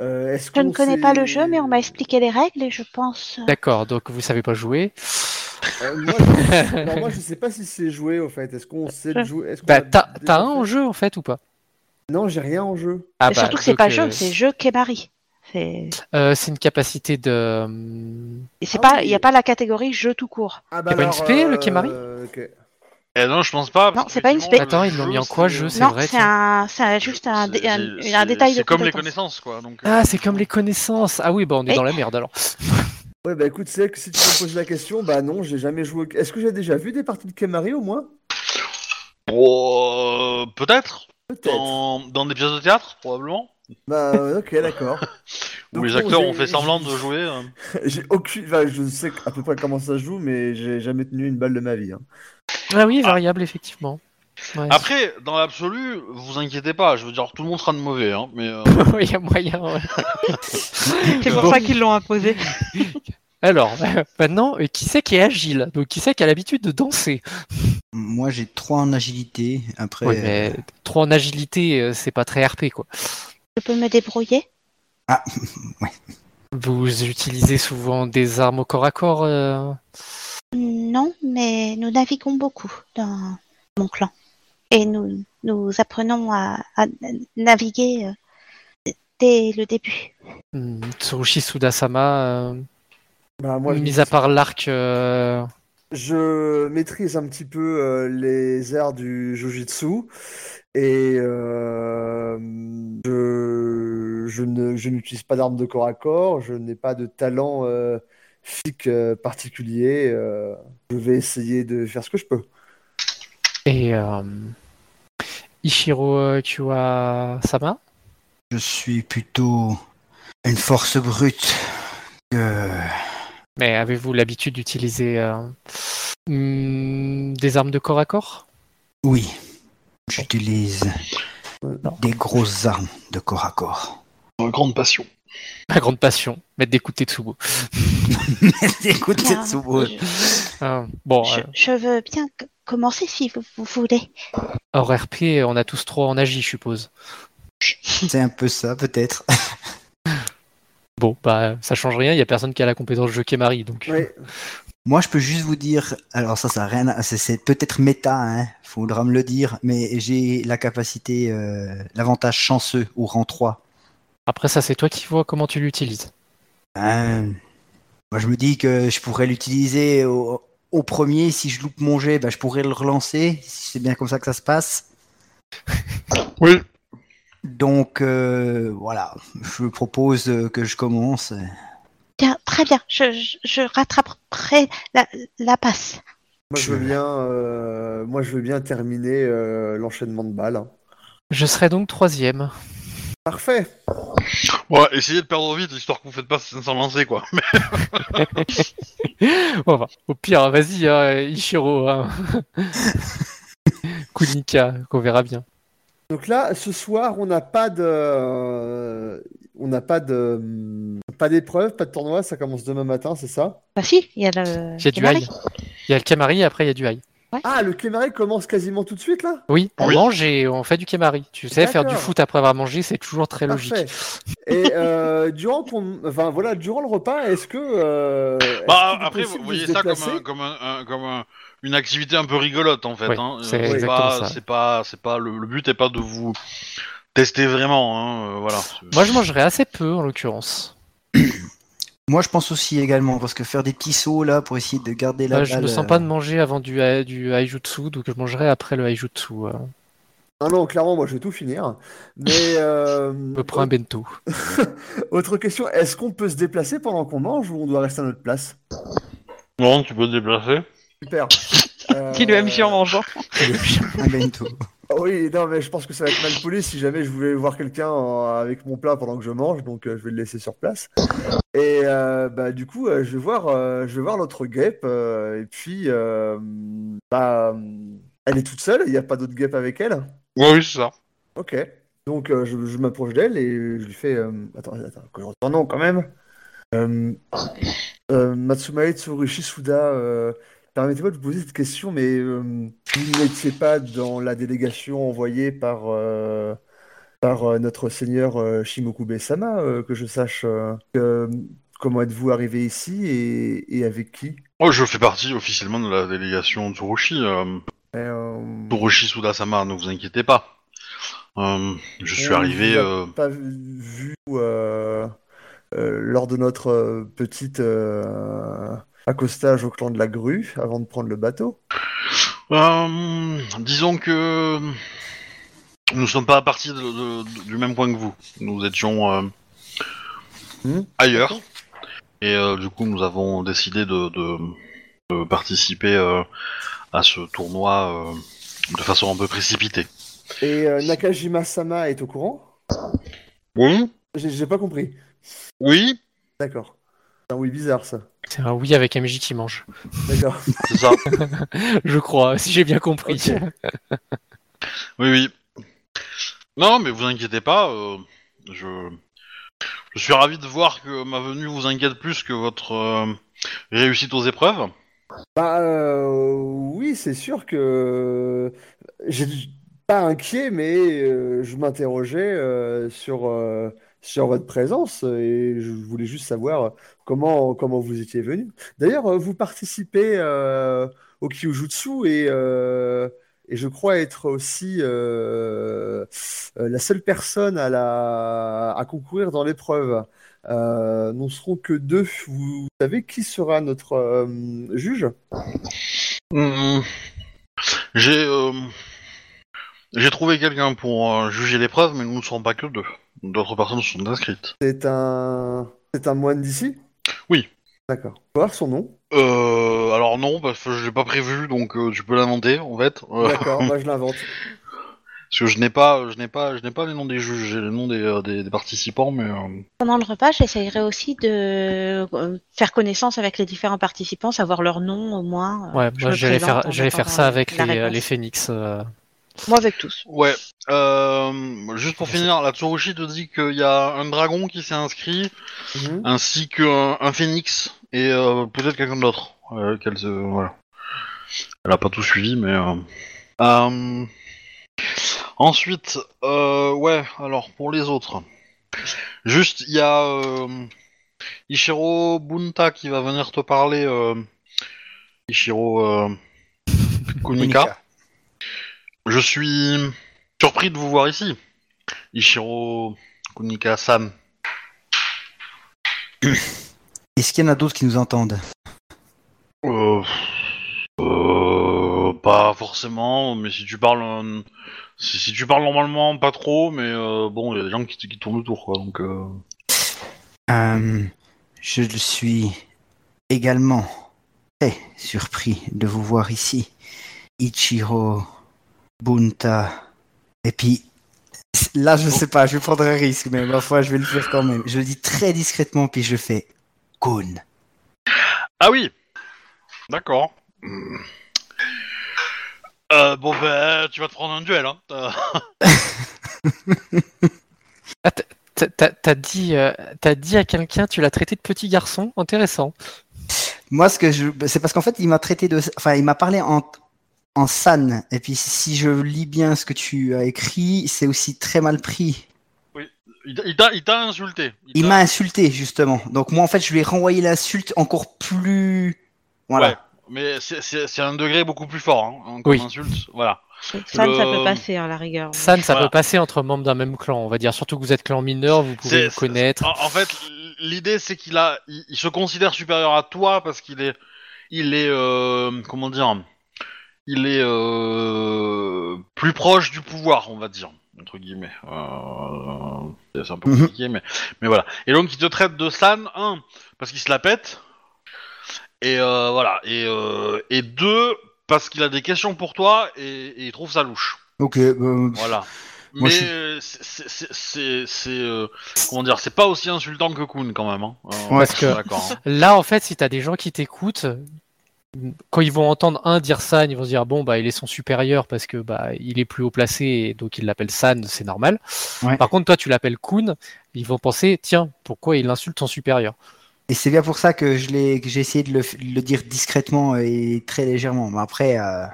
Speaker 4: Euh, est-ce
Speaker 2: Je ne
Speaker 4: qu'on
Speaker 2: connais
Speaker 4: sait-
Speaker 2: pas le jeu, mais on m'a expliqué les règles et je pense. euh,
Speaker 3: D'accord, donc vous savez pas *laughs* jouer. Bah,
Speaker 4: Euh, moi, je...
Speaker 2: *laughs*
Speaker 4: Alors, moi je sais pas si c'est joué au fait. Est-ce qu'on sait le jouer Est-ce qu'on
Speaker 3: Bah,
Speaker 4: a
Speaker 3: t'as
Speaker 4: déjà
Speaker 3: t'as un en
Speaker 4: fait
Speaker 3: jeu en fait ou pas
Speaker 4: Non, j'ai rien en jeu.
Speaker 3: ah
Speaker 2: Et surtout que c'est
Speaker 3: donc,
Speaker 2: pas
Speaker 3: euh,
Speaker 2: jeu, c'est jeu Kemari. C'est
Speaker 3: euh, c'est une capacité euh, de.
Speaker 2: et c'est
Speaker 4: Ah
Speaker 2: pas,
Speaker 4: oui.
Speaker 2: il n'y a pas la catégorie jeu tout court.
Speaker 4: Ah
Speaker 3: Y a pas une spé, le Kemari
Speaker 4: euh, ok.
Speaker 1: Et Eh, non, je pense pas.
Speaker 2: Non, c'est pas une spé.
Speaker 3: Attends, ils l'ont mis en quoi, jeu, C'est
Speaker 2: Non,
Speaker 3: vrai,
Speaker 2: c'est
Speaker 3: tiens.
Speaker 2: un, c'est un- juste un, dé- un, un détail de
Speaker 1: C'est comme les
Speaker 2: compétence.
Speaker 1: connaissances, quoi. Donc, euh,
Speaker 3: Ah, c'est comme les connaissances. Ah oui, bah on est
Speaker 2: Et-
Speaker 3: dans la merde alors.
Speaker 4: Ouais bah écoute, c'est que si tu me poses la question, bah non, j'ai jamais joué. au- Est-ce que j'ai déjà vu des parties de Kemari au moins
Speaker 1: oh, euh, peut-être
Speaker 4: Peut-être.
Speaker 1: dans, dans des pièces de théâtre, probablement,
Speaker 4: Bah euh, ok,
Speaker 1: *laughs*
Speaker 4: d'accord.
Speaker 1: où
Speaker 4: Donc,
Speaker 1: les
Speaker 4: bon,
Speaker 1: acteurs
Speaker 4: j'ai-
Speaker 1: ont fait semblant de jouer. euh.
Speaker 4: *laughs* J'ai aucune. Enfin, je sais à peu près comment ça se joue, mais j'ai jamais tenu une balle de ma vie. hein.
Speaker 3: Ah oui, variable effectivement. Ouais. *laughs*
Speaker 1: Après, dans l'absolu, vous inquiétez pas. Je veux dire, tout le monde sera de mauvais, hein. Mais euh, *laughs*
Speaker 3: il y a moyen. ouais.
Speaker 2: C'est
Speaker 3: Bon.
Speaker 2: pour ça qu'ils l'ont imposé.
Speaker 3: Alors *laughs* maintenant, euh, qui c'est qui est agile Donc qui c'est qui a l'habitude de danser
Speaker 5: Moi, j'ai 3 en agilité. Après,
Speaker 3: Ouais, mais trop en agilité, euh, c'est pas très RP quoi.
Speaker 2: Je peux me débrouiller
Speaker 3: Vous utilisez souvent des armes au corps à corps. euh,
Speaker 2: Non, mais nous naviguons beaucoup dans mon clan. Et nous, nous apprenons à, à naviguer euh, dès le début.
Speaker 3: Hmm, Tsurushi Sudasama, euh,
Speaker 4: Bah, moi, je-
Speaker 3: mis à part l'arc, euh,
Speaker 4: Je maîtrise un petit peu euh, les arts du jujitsu et euh, je, je ne, je n'utilise pas d'armes de corps à corps, je n'ai pas de talent euh, physique euh, particulier. euh, je vais essayer de faire ce que je peux.
Speaker 3: et euh, Ichiro euh, Kiwa-sama,
Speaker 5: Je suis plutôt une force brute que
Speaker 3: mais avez-vous l'habitude d'utiliser euh, hmm, des armes de corps à corps
Speaker 5: oui. J'utilise
Speaker 3: Non.
Speaker 5: des grosses armes de corps à corps. *laughs*
Speaker 1: Une grande passion.
Speaker 3: Ma grande passion, mettre des coups de Tetsubo.
Speaker 5: Écoute,
Speaker 2: Moi,
Speaker 5: Tetsubo,
Speaker 2: je,
Speaker 3: Ah, bon,
Speaker 2: je-
Speaker 3: euh,
Speaker 2: je veux bien c- commencer si vous, vous voulez.
Speaker 3: hors RP, on a tous trois en agi, je suppose.
Speaker 5: c'est un peu ça peut-être.
Speaker 3: Bon, bah, ça change rien, il y a personne qui a la compétence jeu Kemari, donc... euh,
Speaker 4: Ouais.
Speaker 5: Moi, je peux juste vous dire, alors ça, ça a rien, à- c'est- c'est peut-être méta, hein, faudra me le dire, mais j'ai la capacité, euh, l'avantage chanceux au rang 3.
Speaker 3: Après ça, c'est toi qui vois comment tu l'utilises.
Speaker 5: Hein, moi, je me dis que je pourrais l'utiliser au, au premier, si je loupe mon jet, bah, je pourrais le relancer, si c'est bien comme ça que ça se passe.
Speaker 1: Oui.
Speaker 5: Donc, euh, voilà, je propose euh, que je commence.
Speaker 2: Bien, très bien, je, je, je rattraperai la, la passe.
Speaker 4: Moi, je veux bien, euh, moi, je veux bien terminer euh, l'enchaînement de balles. hein.
Speaker 3: Je serai donc troisième.
Speaker 4: Parfait.
Speaker 1: Ouais, essayez de perdre vite, histoire que vous faites pas sans lancer, quoi. Mais
Speaker 3: *laughs* Bon, bah, au pire, vas-y, hein, Ichiro. hein. *laughs* Kunika, qu'on verra bien.
Speaker 4: Donc là, ce soir, on n'a pas de, euh, on n'a pas de, hum, pas d'épreuve, pas de tournoi. Ça commence demain matin, c'est ça?
Speaker 2: Bah si, il y a le.
Speaker 3: Il y a du
Speaker 2: Kemari.
Speaker 3: ail. Il y a le Kemari, après il y a du ail.
Speaker 4: Ah, le Kémaré commence quasiment tout de suite là?
Speaker 3: Oui, on
Speaker 1: Oui.
Speaker 3: mange et on fait du Kemari. Tu sais, faire du
Speaker 4: D'accord.
Speaker 3: foot après avoir mangé, c'est toujours très logique.
Speaker 4: Parfait.
Speaker 3: *laughs*
Speaker 4: Et euh, durant qu'on, enfin voilà, durant le repas, est-ce que, euh, est-ce
Speaker 1: bah,
Speaker 4: qu'il est
Speaker 1: après, vous
Speaker 4: possible de
Speaker 1: voyez
Speaker 4: se
Speaker 1: ça comme,
Speaker 4: déplacer
Speaker 1: un- comme, un- un- comme un- une activité un peu rigolote, en fait.
Speaker 3: Oui,
Speaker 1: hein. Euh,
Speaker 3: c'est exactement
Speaker 1: pas,
Speaker 3: ça.
Speaker 1: C'est pas, c'est pas le, le but est pas de vous tester vraiment, hein, euh, voilà.
Speaker 3: Moi, je mangerai assez peu, en l'occurrence.
Speaker 5: Moi, je pense aussi également, parce que faire des petits sauts là pour essayer de garder la
Speaker 3: Là, je
Speaker 5: balle,
Speaker 3: me
Speaker 5: euh,
Speaker 3: sens pas de manger avant du, ai- du aijutsu, donc je mangerai après le aijutsu. euh.
Speaker 4: Non, non, clairement, moi, je vais tout finir. Mais
Speaker 3: *laughs*
Speaker 4: euh,
Speaker 3: Je me prends un bento.
Speaker 4: autre question, est-ce qu'on peut se déplacer pendant qu'on mange ou on doit rester à notre place?
Speaker 1: Non, tu peux te déplacer.
Speaker 4: Super. Euh,
Speaker 6: Qui le MJ en mangeant.
Speaker 5: *laughs* un euh, bento.
Speaker 4: Oui, non, mais je pense que ça va être mal poli si jamais je voulais voir quelqu'un euh, avec mon plat pendant que je mange, donc euh, je vais le laisser sur place. Et euh, bah, du coup, euh, je vais voir, euh, je vais voir l'autre guêpe, euh, et puis, euh, bah, euh, elle est toute seule, il n'y a pas d'autre guêpe avec elle.
Speaker 1: Ouais, oui, c'est ça.
Speaker 4: Ok. Donc, euh, je, je m'approche d'elle et je lui fais. euh, attends, attends, que je retourne nom quand même. Euh, euh, Matsumae Tsurushi Suda, euh, permettez-moi de vous poser cette question, mais euh, vous n'étiez pas dans la délégation envoyée par, euh, par euh, notre seigneur euh, Shimokube-sama, euh, que je sache. euh, que- comment êtes-vous arrivé ici et, et avec qui
Speaker 1: Oh, je fais partie officiellement de la délégation Tsurushi. Euh,
Speaker 4: Euh,
Speaker 1: Tsurushi Sudasama, ne vous inquiétez pas. Euh, je suis
Speaker 4: on
Speaker 1: arrivé.
Speaker 4: vous a
Speaker 1: euh,
Speaker 4: pas vu euh, euh, lors de notre euh, petite euh, accostage au clan de la grue avant de prendre le bateau.
Speaker 1: Euh, disons que nous ne sommes pas partis de- de- de- du même point que vous. Nous étions euh,
Speaker 4: Hmm.
Speaker 1: ailleurs. Et euh, du coup, nous avons décidé de, de- de participer euh, à ce tournoi euh, de façon un peu précipitée.
Speaker 4: Et euh, Nakajima Sama est au courant?
Speaker 1: Oui
Speaker 4: J'ai j'ai pas compris.
Speaker 1: Oui
Speaker 4: D'accord. C'est un oui bizarre ça.
Speaker 3: C'est un oui avec MJ qui mange. *laughs*
Speaker 4: D'accord.
Speaker 1: C'est ça. *laughs*
Speaker 3: Je crois, si j'ai bien compris.
Speaker 4: Ok.
Speaker 1: oui, oui. Non, mais vous inquiétez pas. euh, je... je suis ravi de voir que ma venue vous inquiète plus que votre euh, réussite aux épreuves.
Speaker 4: Bah euh, oui, c'est sûr que euh, j'ai pas inquiet, mais euh, je m'interrogeais euh, sur, euh, sur votre présence et je voulais juste savoir comment, comment vous étiez venu. D'ailleurs, euh, vous participez euh, au Kyujutsu et, euh, Et je crois être aussi euh, euh, la seule personne à, la, à concourir dans l'épreuve. Euh, nous ne serons que deux. Vous savez qui sera notre euh, juge
Speaker 1: Hmm. J'ai euh, j'ai trouvé quelqu'un pour euh, juger l'épreuve, mais nous ne serons pas que deux. D'autres personnes sont inscrites.
Speaker 4: C'est un, c'est un moine d'ici
Speaker 1: Oui.
Speaker 4: D'accord. Faut voir son nom.
Speaker 1: Euh, alors non, parce que je l'ai pas prévu, donc euh, tu peux l'inventer en fait. Euh,
Speaker 4: D'accord, moi je l'invente.
Speaker 1: *laughs* parce que je n'ai pas, je n'ai pas, je n'ai pas les noms des juges, j'ai les noms des, euh, des, des participants, mais euh,
Speaker 2: Pendant le repas, j'essayerai aussi de euh, faire connaissance avec les différents participants, savoir leur nom au moins. euh,
Speaker 3: Ouais,
Speaker 2: je
Speaker 3: moi
Speaker 2: me
Speaker 3: j'allais
Speaker 2: présente
Speaker 3: faire,
Speaker 2: en
Speaker 3: j'allais
Speaker 2: attendant
Speaker 3: faire ça avec
Speaker 2: la
Speaker 3: les, euh,
Speaker 2: réponse.
Speaker 3: les phoenix. euh.
Speaker 2: Moi avec tous.
Speaker 1: ouais. Euh, juste pour finir, la Tsurushi te dit qu'il y a un dragon qui s'est inscrit,
Speaker 4: Mhm.
Speaker 1: ainsi qu'un un phénix et euh, peut-être quelqu'un d'autre. euh, qu'elle se- voilà. Elle a pas tout suivi, mais. euh, euh, Ensuite, euh, ouais. Alors pour les autres, juste il y a euh, Ishiro Bunta qui va venir te parler. euh, Ishiro euh, Kunika. Je suis surpris de vous voir ici, Ishiro Kunika-san.
Speaker 5: Est-ce qu'il y en a d'autres qui nous entendent
Speaker 1: Euh, euh, pas forcément, mais si tu parles, euh, si, si tu parles normalement, pas trop, mais euh, bon, il y a des gens qui, qui tournent autour, quoi. Donc, euh,
Speaker 5: Euh, Je le suis également très surpris de vous voir ici. Ichiro, Bunta. Et puis, là, je sais pas, je vais prendre un risque, mais ma foi, je vais le faire quand même. Je le dis très discrètement, puis je fais Kun.
Speaker 1: ah oui, d'accord. Hmm. Euh, bon ben, tu vas te prendre un duel, hein. Euh,
Speaker 3: T'as- T'as t'as dit, euh, t'as dit à quelqu'un, tu l'as traité de petit garçon, intéressant.
Speaker 5: Moi, ce que je, c'est parce qu'en fait, il m'a traité de, enfin, il m'a parlé en, en san. Et puis, si je lis bien ce que tu as écrit, c'est aussi très mal pris.
Speaker 1: il t'a- il t'a- il t'a insulté.
Speaker 5: Il
Speaker 1: t'a-
Speaker 5: m'a insulté, justement. Donc, moi, en fait, je lui ai renvoyé l'insulte encore plus, voilà.
Speaker 1: Ouais, mais c'est- c'est c'est un degré beaucoup plus fort, hein, hein, comme
Speaker 3: Oui.
Speaker 1: insulte. Voilà.
Speaker 2: Ça, ça
Speaker 1: Le-
Speaker 6: Euh,
Speaker 2: peut passer à la rigueur.
Speaker 3: San, ça
Speaker 1: Voilà.
Speaker 3: peut passer entre membres d'un même clan, on va dire. Surtout que vous êtes clan mineur, vous
Speaker 1: C'est-
Speaker 3: pouvez vous
Speaker 1: c'est-
Speaker 3: connaître.
Speaker 1: En, en fait, l'idée c'est qu'il a, il, il se considère supérieur à toi parce qu'il est, il est, euh, comment dire, il est euh, plus proche du pouvoir, on va dire entre guillemets. Euh, c'est un peu
Speaker 5: Mhm.
Speaker 1: compliqué, mais, mais voilà. Et donc il te traite de San, un, parce qu'il se la pète, et euh, voilà, et, euh, et deux, parce qu'il a des questions pour toi et, et il trouve ça louche.
Speaker 5: Ok, euh,
Speaker 1: Voilà.
Speaker 5: Moi,
Speaker 1: Mais
Speaker 5: je suis-
Speaker 1: euh, c'est- c'est- c'est c'est- c'est, euh, comment dire, c'est pas aussi insultant que Kuhn quand même. Hein. Euh,
Speaker 5: Ouais,
Speaker 1: je suis
Speaker 3: que-
Speaker 1: d'accord, hein.
Speaker 3: Là, en fait, si t'as des gens qui t'écoutent, quand ils vont entendre un dire San, ils vont se dire bon bah il est son supérieur parce que bah il est plus haut placé et donc il l'appelle San, c'est normal.
Speaker 5: Ouais.
Speaker 3: Par contre, toi tu l'appelles Kun, ils vont penser tiens pourquoi il insulte son supérieur.
Speaker 5: et c'est bien pour ça que je l'ai, que j'ai essayé de le, de le dire discrètement et très légèrement. Mais après, euh,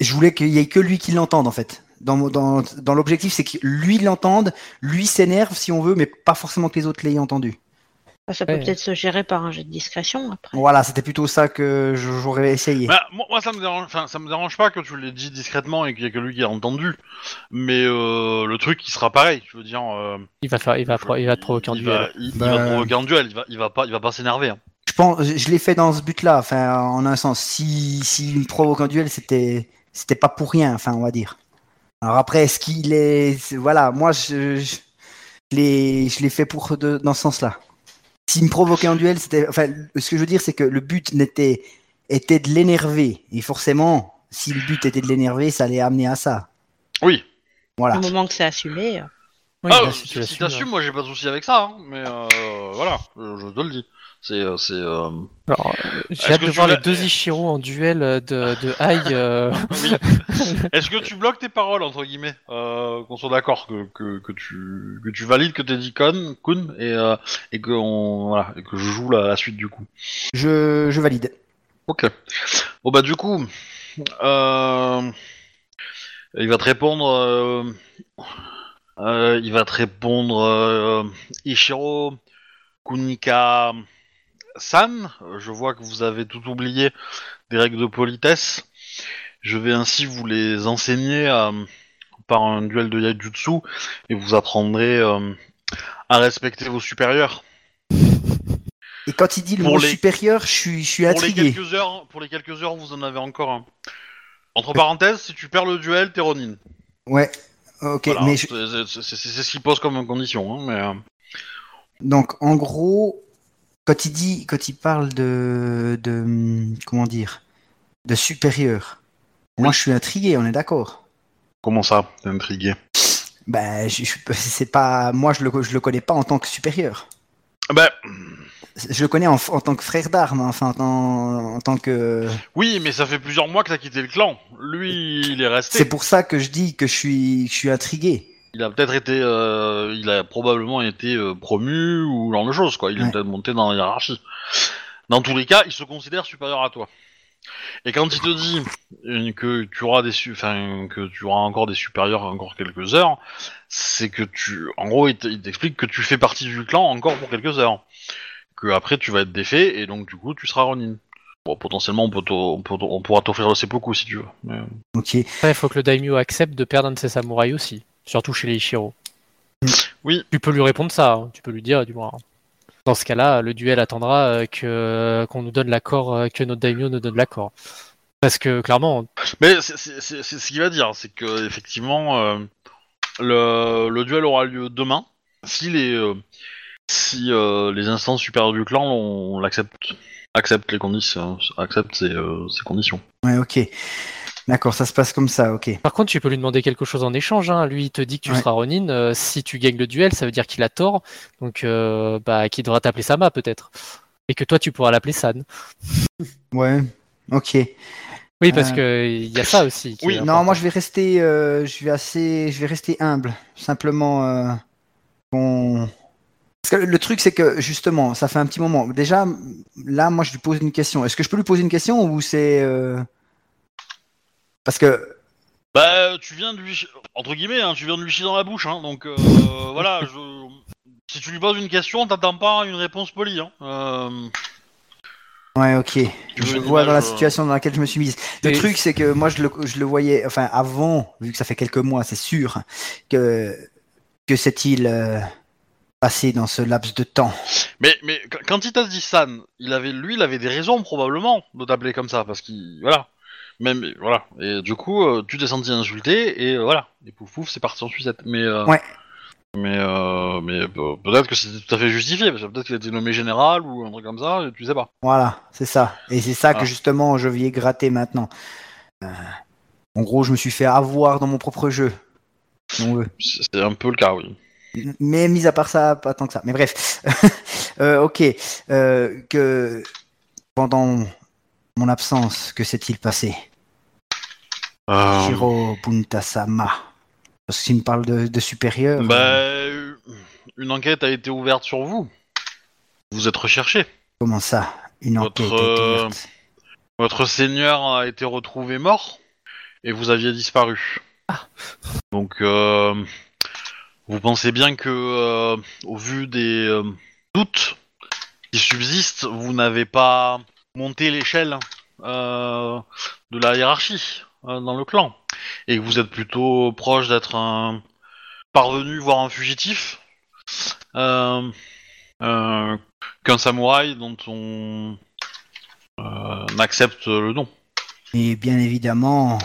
Speaker 5: je voulais qu'il y ait que lui qui l'entende, en fait. Dans, mon- dans, dans l'objectif, c'est que lui l'entende, lui s'énerve si on veut, mais pas forcément que les autres l'aient entendu.
Speaker 2: Ça peut
Speaker 3: Ouais.
Speaker 2: peut-être se gérer par un jeu de discrétion après.
Speaker 5: Voilà, c'était plutôt ça que je- j'aurais essayé.
Speaker 1: Bah, moi, moi, ça me dérange, enfin, ça me dérange pas que tu l'aies dit discrètement et qu'il y ait que lui qui a entendu. Mais euh, le truc, il sera pareil. Je veux dire, euh,
Speaker 3: Il va faire, il va, pro- il va te provoquer un
Speaker 1: il
Speaker 3: duel.
Speaker 1: va- il, il
Speaker 5: Bah.
Speaker 1: va te provoquer un duel. Il va, il va pas, il va pas s'énerver. hein.
Speaker 5: Je pense, je je l'ai fait dans ce but-là. Enfin, en un sens, si s'il me provoque un duel, c'était c'était pas pour rien. Enfin, on va dire. Alors après, est-ce qu'il est, c'est- voilà, moi je je, je l'ai je l'ai fait pour de- dans ce sens-là. S'il me provoquait un duel, c'était, enfin, ce que je veux dire, c'est que le but n'était était de l'énerver. Et forcément, si le but était de l'énerver, ça allait amener à ça.
Speaker 1: Oui.
Speaker 5: Voilà.
Speaker 3: Ah.
Speaker 2: Du moment que c'est assumé. euh.
Speaker 3: Oui,
Speaker 1: ah,
Speaker 3: bah,
Speaker 1: si
Speaker 3: tu
Speaker 1: si
Speaker 3: l'assumes,
Speaker 1: t'assumes, moi, j'ai pas de souci avec ça. hein. Mais euh, voilà, je, je te le dis. C'est, euh, c'est. euh,
Speaker 3: ouais. Alors, euh,
Speaker 1: Est-ce
Speaker 3: J'ai hâte
Speaker 1: que
Speaker 3: de
Speaker 1: tu
Speaker 3: voir
Speaker 1: l'as-
Speaker 3: les deux Ichiro en duel euh, de de Aïe. euh,
Speaker 1: oui. *laughs* Est-ce que tu bloques tes paroles entre guillemets euh, Qu'on soit d'accord que, que, que tu que tu valides que t'es dit con, kun et euh, et que on voilà et que je joue la, la suite du coup.
Speaker 5: Je je valide.
Speaker 1: Ok. Bon bah du coup, euh, il va te répondre. euh, euh, il va te répondre euh, Ishiro Kunika San. Je vois que vous avez tout oublié des règles de politesse. Je vais ainsi vous les enseigner à- par un duel de Yajutsu et vous apprendrez euh, à respecter vos supérieurs.
Speaker 5: Et quand il dit le
Speaker 1: Pour
Speaker 5: mot
Speaker 1: les-
Speaker 5: supérieur, je suis, je suis
Speaker 1: Pour les,
Speaker 5: intrigué.
Speaker 1: quelques heures, pour les quelques heures, vous en avez encore un. Entre parenthèses, si tu perds le duel, t'es Ronin.
Speaker 5: Ouais. Ok,
Speaker 1: Voilà,
Speaker 5: mais je-
Speaker 1: c'est- c'est- c'est c'est ce qu'il pose comme condition. hein, mais, euh,
Speaker 5: donc en gros, quand il dit, quand il parle de, de hum, comment dire, de supérieur, moi je suis intrigué. On est d'accord.
Speaker 1: Comment ça T'es intrigué
Speaker 5: Ben, je, je- *laughs* c'est pas, moi je le, je le connais pas en tant que supérieur.
Speaker 1: Bah,
Speaker 5: Je le connais en, en tant que frère d'armes, hein, enfin en, tant- en tant que.
Speaker 1: Oui, mais ça fait plusieurs mois que t'as quitté le clan. Lui, il est resté.
Speaker 5: C'est pour ça que je dis que je suis, je suis intrigué.
Speaker 1: Il a peut-être été, euh, il a probablement été euh, promu ou genre de choses quoi. Il est
Speaker 5: Ouais.
Speaker 1: peut-être monté dans la hiérarchie. Dans tous les cas, il se considère supérieur à toi. Et quand il te dit euh, que tu auras des, su- enfin que tu auras encore des supérieurs encore quelques heures, c'est que tu, en gros, il te- il t'explique que tu fais partie du clan encore pour quelques heures. Que après tu vas être défait et donc du coup tu seras Ronin. Bon, potentiellement on peut, t'o- on peut t'o- on pourra t'offrir le seppuku si tu veux. mais-
Speaker 5: Ok.
Speaker 3: Après, il faut que le daimyo accepte de perdre un de ses samouraïs aussi, surtout chez les Ishiro.
Speaker 1: Oui.
Speaker 3: Tu peux lui répondre ça, hein. tu peux lui dire du moins. Dans ce cas-là, le duel attendra euh, que qu'on nous donne l'accord, euh, que notre daimyo nous donne l'accord. Parce que clairement,
Speaker 1: Mais c'est c'est- c'est- c'est ce qu'il va dire, c'est que effectivement, euh, le, le duel aura lieu demain si les euh, si euh, les instances supérieures du clan on, l'accepte accepte les conditions accepte ces, euh, ces conditions.
Speaker 5: Ouais, ok. D'accord, ça se passe comme ça, ok.
Speaker 3: par contre, tu peux lui demander quelque chose en échange. hein. Lui, il te dit que tu
Speaker 5: Ouais.
Speaker 3: seras Ronin. euh, si tu gagnes le duel, ça veut dire qu'il a tort, donc euh, bah qu'il devra t'appeler Sama peut-être, et que toi tu pourras l'appeler San.
Speaker 5: Ouais, ok.
Speaker 3: Oui, parce
Speaker 5: Euh.
Speaker 3: que il y a ça aussi. qui
Speaker 1: Oui,
Speaker 3: est
Speaker 5: non,
Speaker 3: important.
Speaker 5: moi je vais rester, euh, je vais assez, je vais rester humble. Simplement, euh, qu'on- Parce que le truc c'est que justement, ça fait un petit moment. Déjà, là, moi je lui pose une question. Est-ce que je peux lui poser une question ou c'est euh, parce que
Speaker 1: Bah tu viens de lui chi- entre guillemets hein, tu viens de lui chier dans la bouche hein, donc euh, voilà je si tu lui poses une question t'attends pas une réponse polie hein. Euh,
Speaker 5: ouais, ok.
Speaker 1: Tu veux
Speaker 5: Je
Speaker 1: une
Speaker 5: vois dans la
Speaker 1: image, euh,
Speaker 5: situation dans laquelle je me suis mise. Le
Speaker 3: Et-
Speaker 5: truc, c'est que moi, je le, je le voyais, enfin, avant, vu que ça fait quelques mois, c'est sûr, que, que s'est-il euh, passé dans ce laps de temps
Speaker 1: Mais, mais qu- quand il t'a dit San, il avait, lui, il avait des raisons probablement de t'appeler comme ça, parce qu'il, voilà, même, voilà. Et du coup, euh, tu t'es senti insulté et euh, voilà, et pouf pouf, c'est parti en sucette. Mais, euh,
Speaker 5: Ouais.
Speaker 1: Mais, euh, mais euh, peut-être que c'était tout à fait justifié, parce que peut-être qu'il a été nommé général ou un truc comme ça, tu sais pas.
Speaker 5: Voilà, c'est ça. Et c'est ça
Speaker 1: Ah.
Speaker 5: que justement, je viens gratter maintenant. Euh, en gros, je me suis fait avoir dans mon propre jeu. si on veut.
Speaker 1: C'est c'est un peu le cas, oui.
Speaker 5: Mais mis à part ça, pas tant que ça. Mais bref, *laughs* Euh, ok, Euh, que pendant mon absence, que s'est-il passé
Speaker 1: Ah.
Speaker 5: Shiro Buntasama. Parce qu'il me parle de, de supérieur. euh,
Speaker 1: bah, une enquête a été ouverte sur vous. Vous êtes recherché.
Speaker 5: Comment ça Une
Speaker 1: Votre,
Speaker 5: enquête est
Speaker 1: euh,
Speaker 5: ouverte.
Speaker 1: Votre seigneur a été retrouvé mort et vous aviez disparu. Donc, euh, vous pensez bien que, euh, au vu des euh, doutes qui subsistent, vous n'avez pas monté l'échelle euh, de la hiérarchie euh, dans le clan et que vous êtes plutôt proche d'être un parvenu, voire un fugitif, euh, euh, qu'un samouraï dont on euh, n'accepte le nom.
Speaker 5: Et bien évidemment,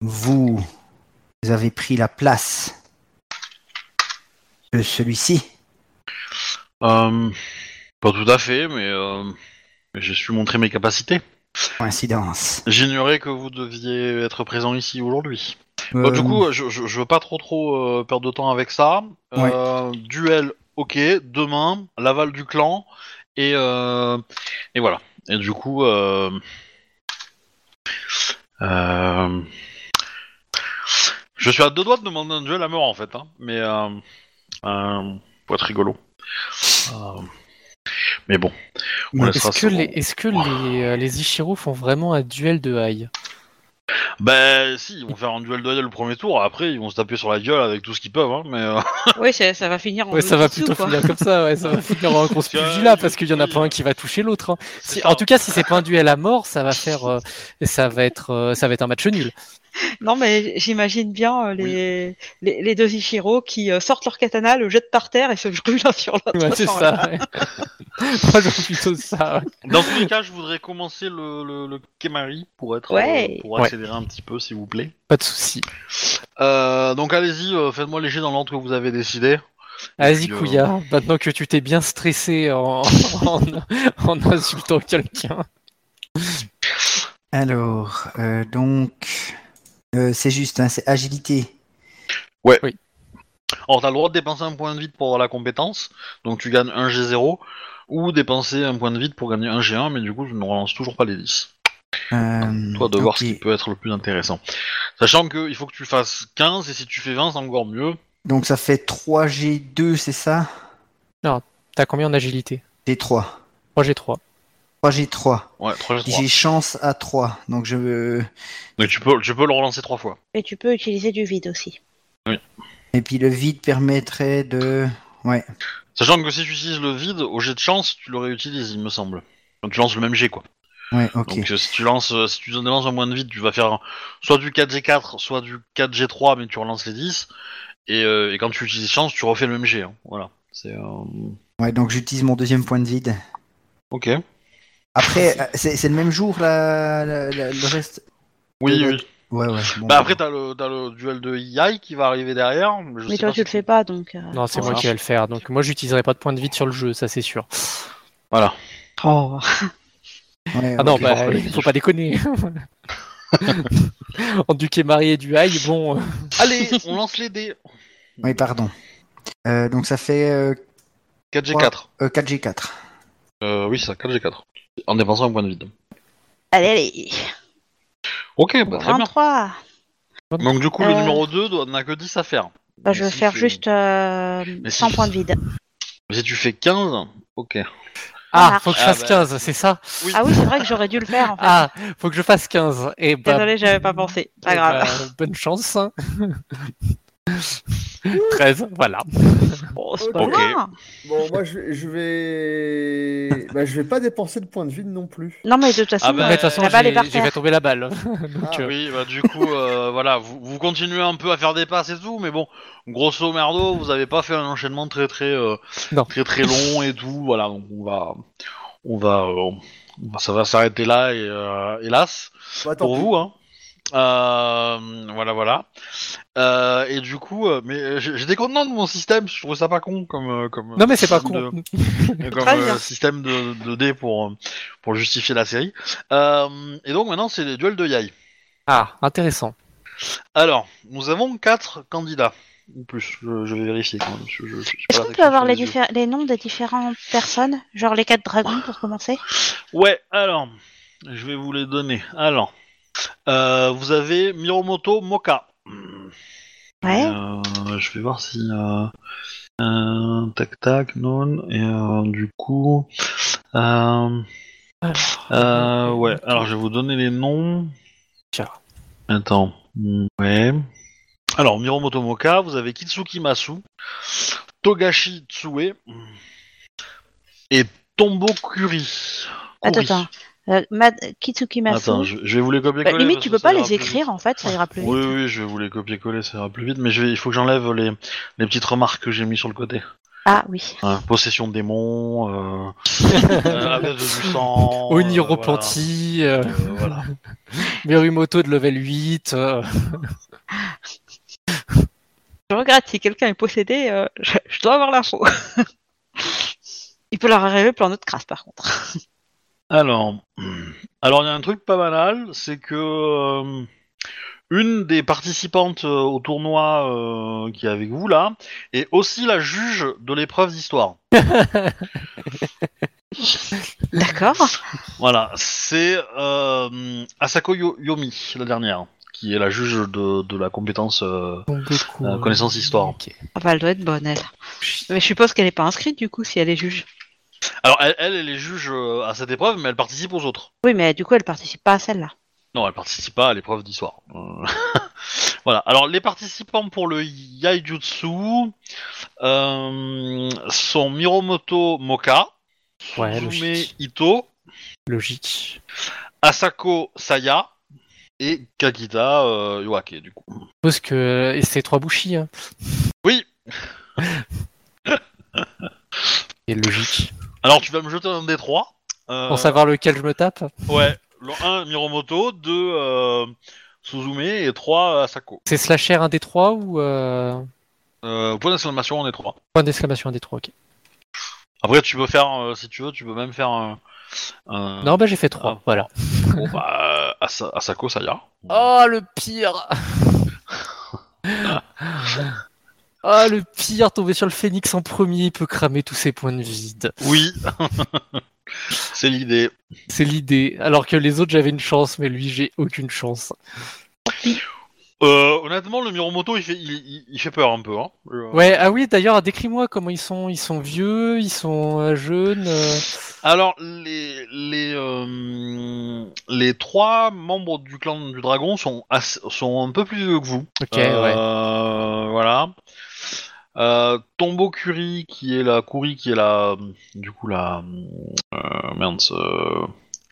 Speaker 5: vous, vous avez pris la place de celui-ci.
Speaker 1: Euh, pas tout à fait, mais, euh, mais j'ai su montrer mes capacités.
Speaker 5: Coïncidence.
Speaker 1: J'ignorais que vous deviez être présent ici aujourd'hui.
Speaker 5: Euh,
Speaker 1: Bon, du coup, je, je, je veux pas trop trop euh, perdre de temps avec ça. Euh, Duel, ok. Demain, l'aval du clan et euh, et voilà. Et du coup, euh, euh, je suis à deux doigts de demander un duel à mort en fait, hein, mais euh, euh, pour être rigolo. Euh, mais bon, on
Speaker 5: Mais
Speaker 1: laissera
Speaker 3: Est-ce
Speaker 1: ça-
Speaker 3: que, les, est-ce que les, euh, les Ichiro font vraiment un duel de haï
Speaker 1: Ben si, ils vont faire un duel de gueule le premier tour, après ils vont se taper sur la gueule avec tout ce qu'ils peuvent, hein, mais... euh,
Speaker 6: *laughs*
Speaker 1: *laughs*
Speaker 6: Oui, ça, ça va finir en
Speaker 3: Ouais, ça va
Speaker 6: dessous,
Speaker 3: plutôt
Speaker 6: quoi.
Speaker 3: finir comme ça, ouais, ça
Speaker 1: *laughs*
Speaker 3: va finir en grosse
Speaker 1: Tiens,
Speaker 3: pugilat là
Speaker 1: je
Speaker 3: parce qu'il y en a
Speaker 1: suis,
Speaker 3: pas
Speaker 1: euh,
Speaker 3: un qui va toucher l'autre. hein.
Speaker 1: c'est
Speaker 3: Si-
Speaker 1: ça.
Speaker 3: en tout cas, si c'est pas un duel à mort, ça va faire, euh, ça va être, euh, ça va être un match nul.
Speaker 6: *laughs* Non, mais j'imagine bien euh, les, les, les deux Ichiro qui euh, sortent leur katana, le jettent par terre et se *laughs* brûlent l'un sur l'autre.
Speaker 3: Ouais, c'est
Speaker 6: Enfin,
Speaker 3: ça. ouais. *laughs* Moi, je vois plutôt ça. ouais.
Speaker 1: Dans tous les cas, je voudrais commencer le, le, le Kemari pour être
Speaker 6: Ouais.
Speaker 1: euh, pour accélérer un petit peu, s'il vous plaît.
Speaker 3: Pas de souci.
Speaker 1: Euh, donc allez-y, euh, faites-moi léger dans l'ordre que vous avez décidé.
Speaker 3: Vas-y,
Speaker 1: Puis, euh,
Speaker 3: Kouya. Maintenant que tu t'es bien stressé en, *laughs* en, en insultant quelqu'un.
Speaker 5: Alors, euh, donc, euh, c'est juste, hein, c'est agilité.
Speaker 1: Alors, t'as le droit de dépenser un point de vide pour avoir la compétence, donc tu gagnes 1 G0, ou dépenser un point de vide pour gagner 1 G1, mais du coup, je ne relance toujours pas les 10.
Speaker 5: Euh,
Speaker 1: Toi, de voir ce
Speaker 5: ok.
Speaker 1: qui peut être le plus intéressant. Sachant que il faut que tu fasses 15, et si tu fais 20, c'est encore mieux.
Speaker 5: Donc ça fait 3G2, c'est ça
Speaker 3: T'as combien en agilité
Speaker 5: G3.
Speaker 3: Moi, j'ai 3.
Speaker 5: 3G3.
Speaker 1: Ouais, 3 G3.
Speaker 5: J'ai chance à 3. Donc je.
Speaker 1: Donc tu peux, tu peux le relancer 3 fois.
Speaker 2: Et tu peux utiliser du vide aussi.
Speaker 5: Et puis le vide permettrait de. Ouais.
Speaker 1: Sachant que si tu utilises le vide, au jet de chance, tu le réutilises, il me semble. Quand tu lances le même jet, quoi.
Speaker 5: Ouais, ok.
Speaker 1: Donc euh, si tu lances, euh, si tu lances un point de vide, tu vas faire soit du 4G4, soit du 4G3, mais tu relances les 10. Et, euh, et quand tu utilises chance, tu refais le même G. hein. Voilà. C'est euh,
Speaker 5: Ouais, donc j'utilise mon deuxième point de vide.
Speaker 1: ok.
Speaker 5: Après, euh, c'est c'est le même jour la, la- la- le reste
Speaker 1: Oui,
Speaker 5: Et
Speaker 1: oui.
Speaker 5: Ouais, ouais. bon,
Speaker 1: Bah
Speaker 5: bon.
Speaker 1: après t'as le t'as le duel de EI qui va arriver derrière. je
Speaker 2: Mais
Speaker 1: sais
Speaker 2: toi,
Speaker 1: pas
Speaker 2: tu
Speaker 1: si-
Speaker 2: le fais pas, donc. euh,
Speaker 3: Non, c'est
Speaker 1: Ça
Speaker 3: moi qui vais le faire. Donc, moi, j'utiliserai pas de point de vide sur le jeu, ça, c'est sûr.
Speaker 1: Voilà.
Speaker 6: Oh.
Speaker 5: Ouais,
Speaker 3: Ah non,
Speaker 5: ok.
Speaker 3: bah,
Speaker 1: bon,
Speaker 3: il faut pas *laughs* déconner. en du Kemari et du Haï, bon. euh,
Speaker 1: *laughs* Allez, on lance les dés.
Speaker 5: Oui, pardon. Euh, donc ça fait euh,
Speaker 1: 4G4.
Speaker 5: euh, 4G4.
Speaker 1: Euh, oui, c'est ça, 4G4. En dépensant un point de vide.
Speaker 2: Allez, allez.
Speaker 1: Ok, bah très bien.
Speaker 2: 23.
Speaker 1: Donc du coup,
Speaker 2: Euh.
Speaker 1: le numéro 2 doit- n'a que 10 à faire.
Speaker 2: Bah, je
Speaker 1: Mais
Speaker 2: vais
Speaker 1: si
Speaker 2: faire
Speaker 1: tu-
Speaker 2: juste euh,
Speaker 1: si
Speaker 2: 100
Speaker 1: tu-
Speaker 2: points de vide.
Speaker 1: Si tu fais 15, ok.
Speaker 3: Ah, faut que je
Speaker 1: Ah,
Speaker 3: fasse
Speaker 1: bah.
Speaker 3: 15, c'est ça
Speaker 2: Ah oui, c'est vrai que j'aurais dû le faire, en fait.
Speaker 3: Ah, faut que je fasse 15. Et bah,
Speaker 6: Désolé, j'avais pas pensé. Pas
Speaker 3: eh
Speaker 6: grave.
Speaker 3: bah, bonne chance. *laughs* 13, voilà.
Speaker 6: Bon, c'est
Speaker 1: Ok.
Speaker 6: grave.
Speaker 4: Bon, moi, je, je vais. Bah, je vais pas dépenser de points de vide non plus.
Speaker 2: Non, mais de toute façon,
Speaker 1: Ah bah,
Speaker 3: Mais de toute façon,
Speaker 2: la balle est par
Speaker 3: j'ai j'ai
Speaker 2: terre.
Speaker 3: fait tomber la balle. *laughs* Donc,
Speaker 4: Ah,
Speaker 3: euh,
Speaker 1: Oui, bah du coup, *laughs* euh, voilà, vous, vous continuez un peu à faire des passes et tout, mais bon, grosso merdo, vous avez pas fait un enchaînement très très euh,
Speaker 3: Non.
Speaker 1: très très long et tout, voilà, donc on va, on va, euh, on va- ça va s'arrêter là et euh, hélas
Speaker 4: Bah, tant
Speaker 1: pour
Speaker 4: pis.
Speaker 1: vous, hein. Euh, voilà, voilà. Euh, et du coup, euh, mais euh, j'- j'étais content de mon système, je trouve ça pas con comme euh, comme.
Speaker 3: Non, mais c'est pas
Speaker 1: comme
Speaker 3: con.
Speaker 1: et comme
Speaker 6: Très
Speaker 1: euh,
Speaker 6: bien.
Speaker 1: système de, de dés pour, euh, pour justifier la série. Euh, et donc maintenant, c'est les duels de Yai.
Speaker 3: Ah, intéressant.
Speaker 1: Alors, nous avons quatre candidats. Ou plus, je, je vais vérifier quand même. Je, je- je- j'ai pas la
Speaker 2: Est-ce qu'on peut
Speaker 1: section
Speaker 2: avoir
Speaker 1: sous
Speaker 2: les,
Speaker 1: yeux.
Speaker 2: diffé- les noms des différentes personnes Genre les quatre dragons pour commencer
Speaker 1: Ouais, alors, je vais vous les donner. Alors, euh, vous avez Miromoto Moka.
Speaker 2: Ouais.
Speaker 1: Euh, je vais voir si. euh, euh, tac tac, non. Et euh, du coup. euh, euh, ouais, alors je vais vous donner les noms.
Speaker 3: Tiens.
Speaker 1: Attends. Mm, Ouais. Alors, Miromoto Moka, vous avez Kitsuki Masu, Togashi Tsue et Tombo Kuri.
Speaker 2: Attends,
Speaker 1: Kuri.
Speaker 2: attends. Euh, Mad... Kitsuki Masu.
Speaker 1: Attends, je, je vais vous les copier-coller.
Speaker 2: Bah, limite,
Speaker 1: parce
Speaker 2: tu
Speaker 1: que
Speaker 2: peux
Speaker 1: ça
Speaker 2: pas
Speaker 1: ira
Speaker 2: les
Speaker 1: plus
Speaker 2: écrire en fait, ça ira plus
Speaker 1: vite.
Speaker 2: vite.
Speaker 1: Oui, oui, je vais vous les copier-coller, ça ira plus vite. Mais je vais, il faut que j'enlève les, les petites remarques que j'ai mis sur le côté.
Speaker 2: Ah oui.
Speaker 1: Hein, possession de démons, euh, euh, averse du sang.
Speaker 3: Oni
Speaker 1: euh,
Speaker 3: repenti,
Speaker 1: voilà.
Speaker 3: euh,
Speaker 1: Euh, voilà.
Speaker 3: Mirumoto de level 8. euh,
Speaker 6: Je regrette, si quelqu'un est possédé, euh, je, je dois avoir l'info.
Speaker 2: Il peut leur arriver plein d'autres crasses
Speaker 6: *laughs*
Speaker 2: par contre.
Speaker 1: Alors, *clears throat* alors il y a un truc pas banal, c'est que euh, une des participantes euh, au tournoi euh, qui est avec vous là est aussi la juge de l'épreuve d'histoire.
Speaker 2: D'accord.
Speaker 1: Voilà, c'est euh, Asako Yo- Yomi, la dernière, qui est la juge de, de la compétence. euh,
Speaker 3: Goku,
Speaker 1: Euh, connaissance histoire.
Speaker 3: ok.
Speaker 2: Ah bah, elle doit être bonne elle.
Speaker 6: Mais je suppose qu'elle est pas inscrite du coup si elle est juge.
Speaker 1: Alors, elle, elle, elle est juge euh, à cette épreuve, mais elle participe aux autres.
Speaker 2: Oui, mais du coup, elle participe pas à celle-là.
Speaker 1: Non, elle participe pas à l'épreuve d'histoire. Euh, *laughs* voilà. Alors, les participants pour le Yaijutsu euh, sont Miromoto Moka,
Speaker 3: Ouais,
Speaker 1: Suzume
Speaker 3: logique.
Speaker 1: Ito,
Speaker 3: Logique.
Speaker 1: Asako Saya et Kagita euh, Iwake, du coup.
Speaker 3: Je suppose que et c'est trois bouchis. Hein. *laughs*
Speaker 1: Oui.
Speaker 3: Et logique.
Speaker 1: Alors, tu vas me jeter un des trois. Euh,
Speaker 3: Pour savoir lequel je me tape,
Speaker 1: Ouais. Le 1, Miromoto, 2, euh, Suzume et 3, Asako.
Speaker 3: c'est slasher un des trois ou euh...
Speaker 1: Euh, point d'exclamation, on est 3.
Speaker 3: point d'exclamation un des trois. ok.
Speaker 1: Après, tu peux faire, euh, si tu veux, tu peux même faire un. un-
Speaker 3: Non, bah j'ai fait trois. Voilà.
Speaker 1: Bon, bah, Asa- Asako Saya.
Speaker 3: Oh le pire Oh le pire, tomber sur le phénix en premier peut cramer tous ses points de vide.
Speaker 1: Oui, *laughs* c'est l'idée.
Speaker 3: C'est l'idée. Alors que les autres j'avais une chance, mais lui j'ai aucune chance.
Speaker 1: Euh, honnêtement, le Miromoto, il fait, il, il- il fait peur un peu. Hein. Euh,
Speaker 3: Ouais, ah oui d'ailleurs décris-moi comment ils sont. Ils sont vieux, ils sont euh, jeunes. euh.
Speaker 1: Alors, les, les, euh, les trois membres du clan du dragon sont, assez- sont un peu plus vieux que vous.
Speaker 3: Ok, ouais.
Speaker 1: Euh, Voilà. Euh, Tombo Curie, qui est la Curie, qui est la. Du coup, la. euh, merde, euh,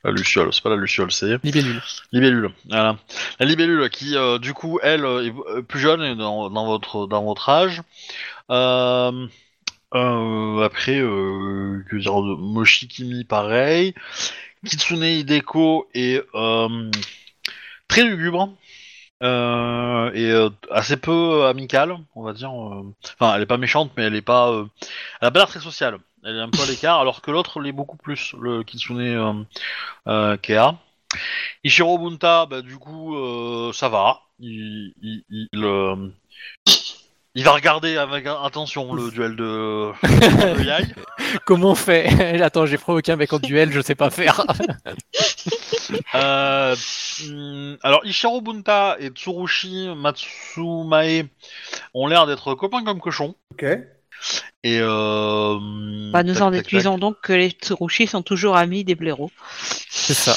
Speaker 1: la Luciole. C'est pas la Luciole, c'est.
Speaker 3: Libellule.
Speaker 1: Libellule, voilà. La libellule qui, euh, du coup, elle, euh, est euh, plus jeune et dans, dans votre, dans votre âge. Euh, euh, après, euh, que dire de Moshikimi, pareil. Kitsune Hideko est euh, très lugubre. euh, et euh, assez peu amicale, on va dire. euh. Enfin, elle est pas méchante, mais elle est pas. euh, Elle a pas l'air très sociale. Elle est un peu à l'écart, alors que l'autre l'est beaucoup plus, le Kitsune euh, euh, Kea. Ishiro Bunta, bah, du coup, euh, ça va. Il, il, il, euh, il va regarder avec attention le duel de, de Yai.
Speaker 3: *laughs* Comment on fait *laughs* Attends, j'ai provoqué un mec en duel, je sais pas faire.
Speaker 1: Euh, hum, alors, Ishiro Bunta et Tsurushi Matsumae ont l'air d'être copains comme cochons.
Speaker 4: Ok.
Speaker 1: Et euh,
Speaker 3: Mm,
Speaker 1: hum,
Speaker 6: Bah, nous
Speaker 1: tac,
Speaker 6: en
Speaker 1: tac, tac.
Speaker 6: déduisons donc que les Tsurushi sont toujours amis des blaireaux.
Speaker 3: *laughs* c'est ça.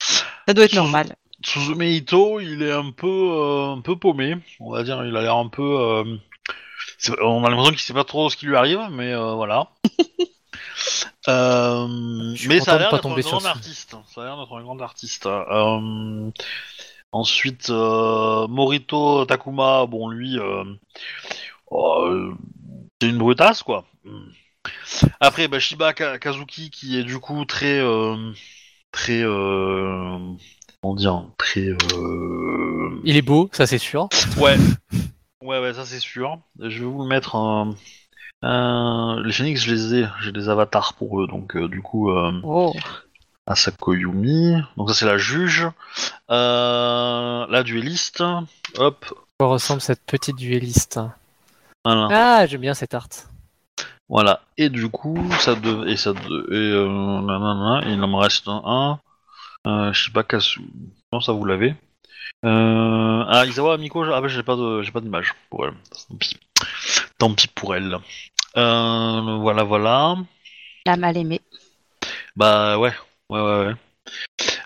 Speaker 6: Ça doit être
Speaker 1: Toujours.
Speaker 6: normal.
Speaker 1: Suzume Ito, il est un peu, euh, un peu paumé, on va dire. Il a l'air un peu. euh, c'est- on a l'impression qu'il sait pas trop ce qui lui arrive, mais euh,
Speaker 3: *laughs*
Speaker 1: voilà. Euh,
Speaker 3: suis
Speaker 1: mais
Speaker 3: content
Speaker 1: ça a
Speaker 3: de
Speaker 1: l'air
Speaker 3: pas
Speaker 1: d'être un
Speaker 3: tomber sur
Speaker 1: grand
Speaker 3: ça.
Speaker 1: artiste. Ça a l'air d'être un grand artiste. Euh, ensuite, euh, Morito Takuma, bon lui, euh, oh, euh, c'est une brutasse quoi. Après, bah, Shiba Ka- Kazuki qui est du coup très euh, très euh, comment dire très euh,
Speaker 3: Il est beau, ça c'est sûr.
Speaker 1: ouais ouais ouais ça c'est sûr. Je vais vous le mettre. un- un- les Phoenix, je les ai, j'ai des avatars pour eux, donc euh, du coup euh,
Speaker 6: Oh.
Speaker 1: Asako Yumi. Donc ça c'est la juge, Euh, la duelliste. Hop,
Speaker 3: quoi ressemble cette petite duelliste
Speaker 1: voilà.
Speaker 3: Ah, j'aime bien cette art.
Speaker 1: Voilà. Et du coup, ça de... et ça de... et euh, nanana, il en me reste un. un. Euh, je sais pas Kasu. Non, ça vous l'avez. Euh... Ah, Isawa Amiko, je- ah bah, j'ai pas de, j'ai pas d'image pour elle. Tant pis. Tant pis pour elle. Euh, voilà, voilà.
Speaker 2: La mal aimée.
Speaker 1: Bah ouais, ouais, ouais. ouais.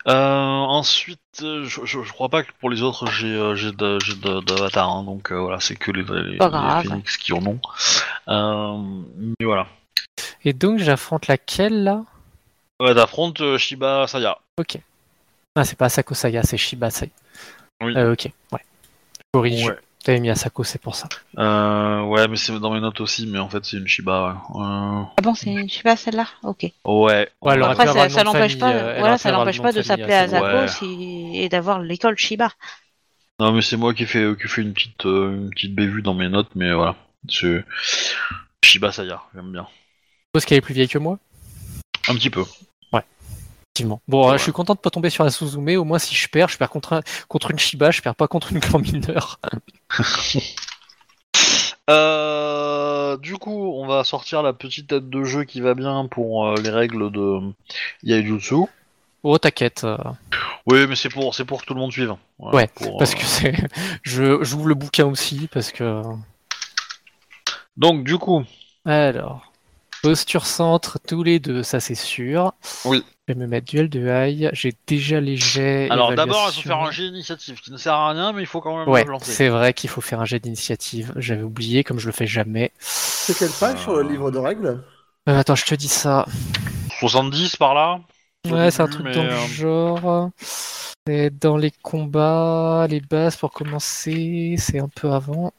Speaker 1: Euh, ensuite, euh, je, je, je crois pas que pour les autres j'ai euh, j'ai de- j'ai de- d'avatar, hein, donc euh, voilà, c'est que les, les,
Speaker 2: Pas grave.
Speaker 1: les phoenix qui en ont. Euh, mais voilà.
Speaker 3: Et donc j'affronte laquelle là
Speaker 1: Ouais, t'affrontes euh, Shiba Saya.
Speaker 3: Ok. Ah, c'est pas Asako Saya, c'est Shiba Saya.
Speaker 1: Oui.
Speaker 3: Euh, ok, ouais. Corrige.
Speaker 1: Ouais.
Speaker 3: T'avais mis Asako, c'est pour ça.
Speaker 1: Euh, ouais, mais c'est dans mes notes aussi, mais en fait c'est une Shiba. ouais. Euh,
Speaker 2: Ah bon, c'est, je sais pas, celle-là Ok.
Speaker 1: ouais.
Speaker 3: Ouais, elle aurait
Speaker 2: Après, ça,
Speaker 3: pu avoir
Speaker 2: ça
Speaker 3: le nom de
Speaker 2: l'empêche
Speaker 3: famille,
Speaker 2: pas,
Speaker 3: euh, elle aurait
Speaker 2: voilà,
Speaker 3: pu
Speaker 2: ça
Speaker 3: avoir le
Speaker 2: l'empêche
Speaker 3: nom
Speaker 2: pas de
Speaker 3: famille,
Speaker 2: s'appeler
Speaker 3: Asako.
Speaker 2: Asako
Speaker 1: Ouais.
Speaker 2: si- et d'avoir l'école Shiba.
Speaker 1: Non, mais c'est moi qui fais, qui fais une petite, euh, une petite bévue dans mes notes, mais voilà. C'est Shiba Saya, j'aime bien.
Speaker 3: Je suppose qu'elle est plus vieille que moi.
Speaker 1: Un petit peu.
Speaker 3: Effectivement. Bon, euh,
Speaker 1: Ouais.
Speaker 3: je suis content de pas tomber sur la Suzume. Au moins, si je perds, je perds contre, un- contre une Shiba, je perds pas contre une clan mineure.
Speaker 1: Euh, du coup, on va sortir la petite tête de jeu qui va bien pour euh, les règles de Yaijutsu.
Speaker 3: *laughs* Oh, t'inquiète. euh,
Speaker 1: Oui, mais c'est pour, c'est pour que tout le monde suive. Voilà,
Speaker 3: Ouais,
Speaker 1: pour,
Speaker 3: Parce
Speaker 1: euh,
Speaker 3: que c'est. *laughs* Je, j'ouvre le bouquin aussi, parce que.
Speaker 1: Donc, du coup,
Speaker 3: Alors, posture centre, tous les deux, ça c'est sûr.
Speaker 1: Oui.
Speaker 3: Je vais me mettre duel de high. J'ai déjà les jets.
Speaker 1: Alors d'abord, il faut
Speaker 3: évaluation.
Speaker 1: faire un jet d'initiative qui ne sert à rien, mais il faut quand même
Speaker 3: Ouais,
Speaker 1: le lancer.
Speaker 3: c'est vrai qu'il faut faire un jet d'initiative. J'avais oublié, comme je le fais jamais.
Speaker 4: C'est quelle page sur
Speaker 1: Ah.
Speaker 4: le livre de règles
Speaker 3: Euh, attends, je te dis ça.
Speaker 1: 70 par là Au
Speaker 3: Ouais, c'est un
Speaker 1: début,
Speaker 3: truc
Speaker 1: mais,
Speaker 3: dans le
Speaker 1: euh,
Speaker 3: genre. Et dans les combats, les bases pour commencer, c'est un peu avant.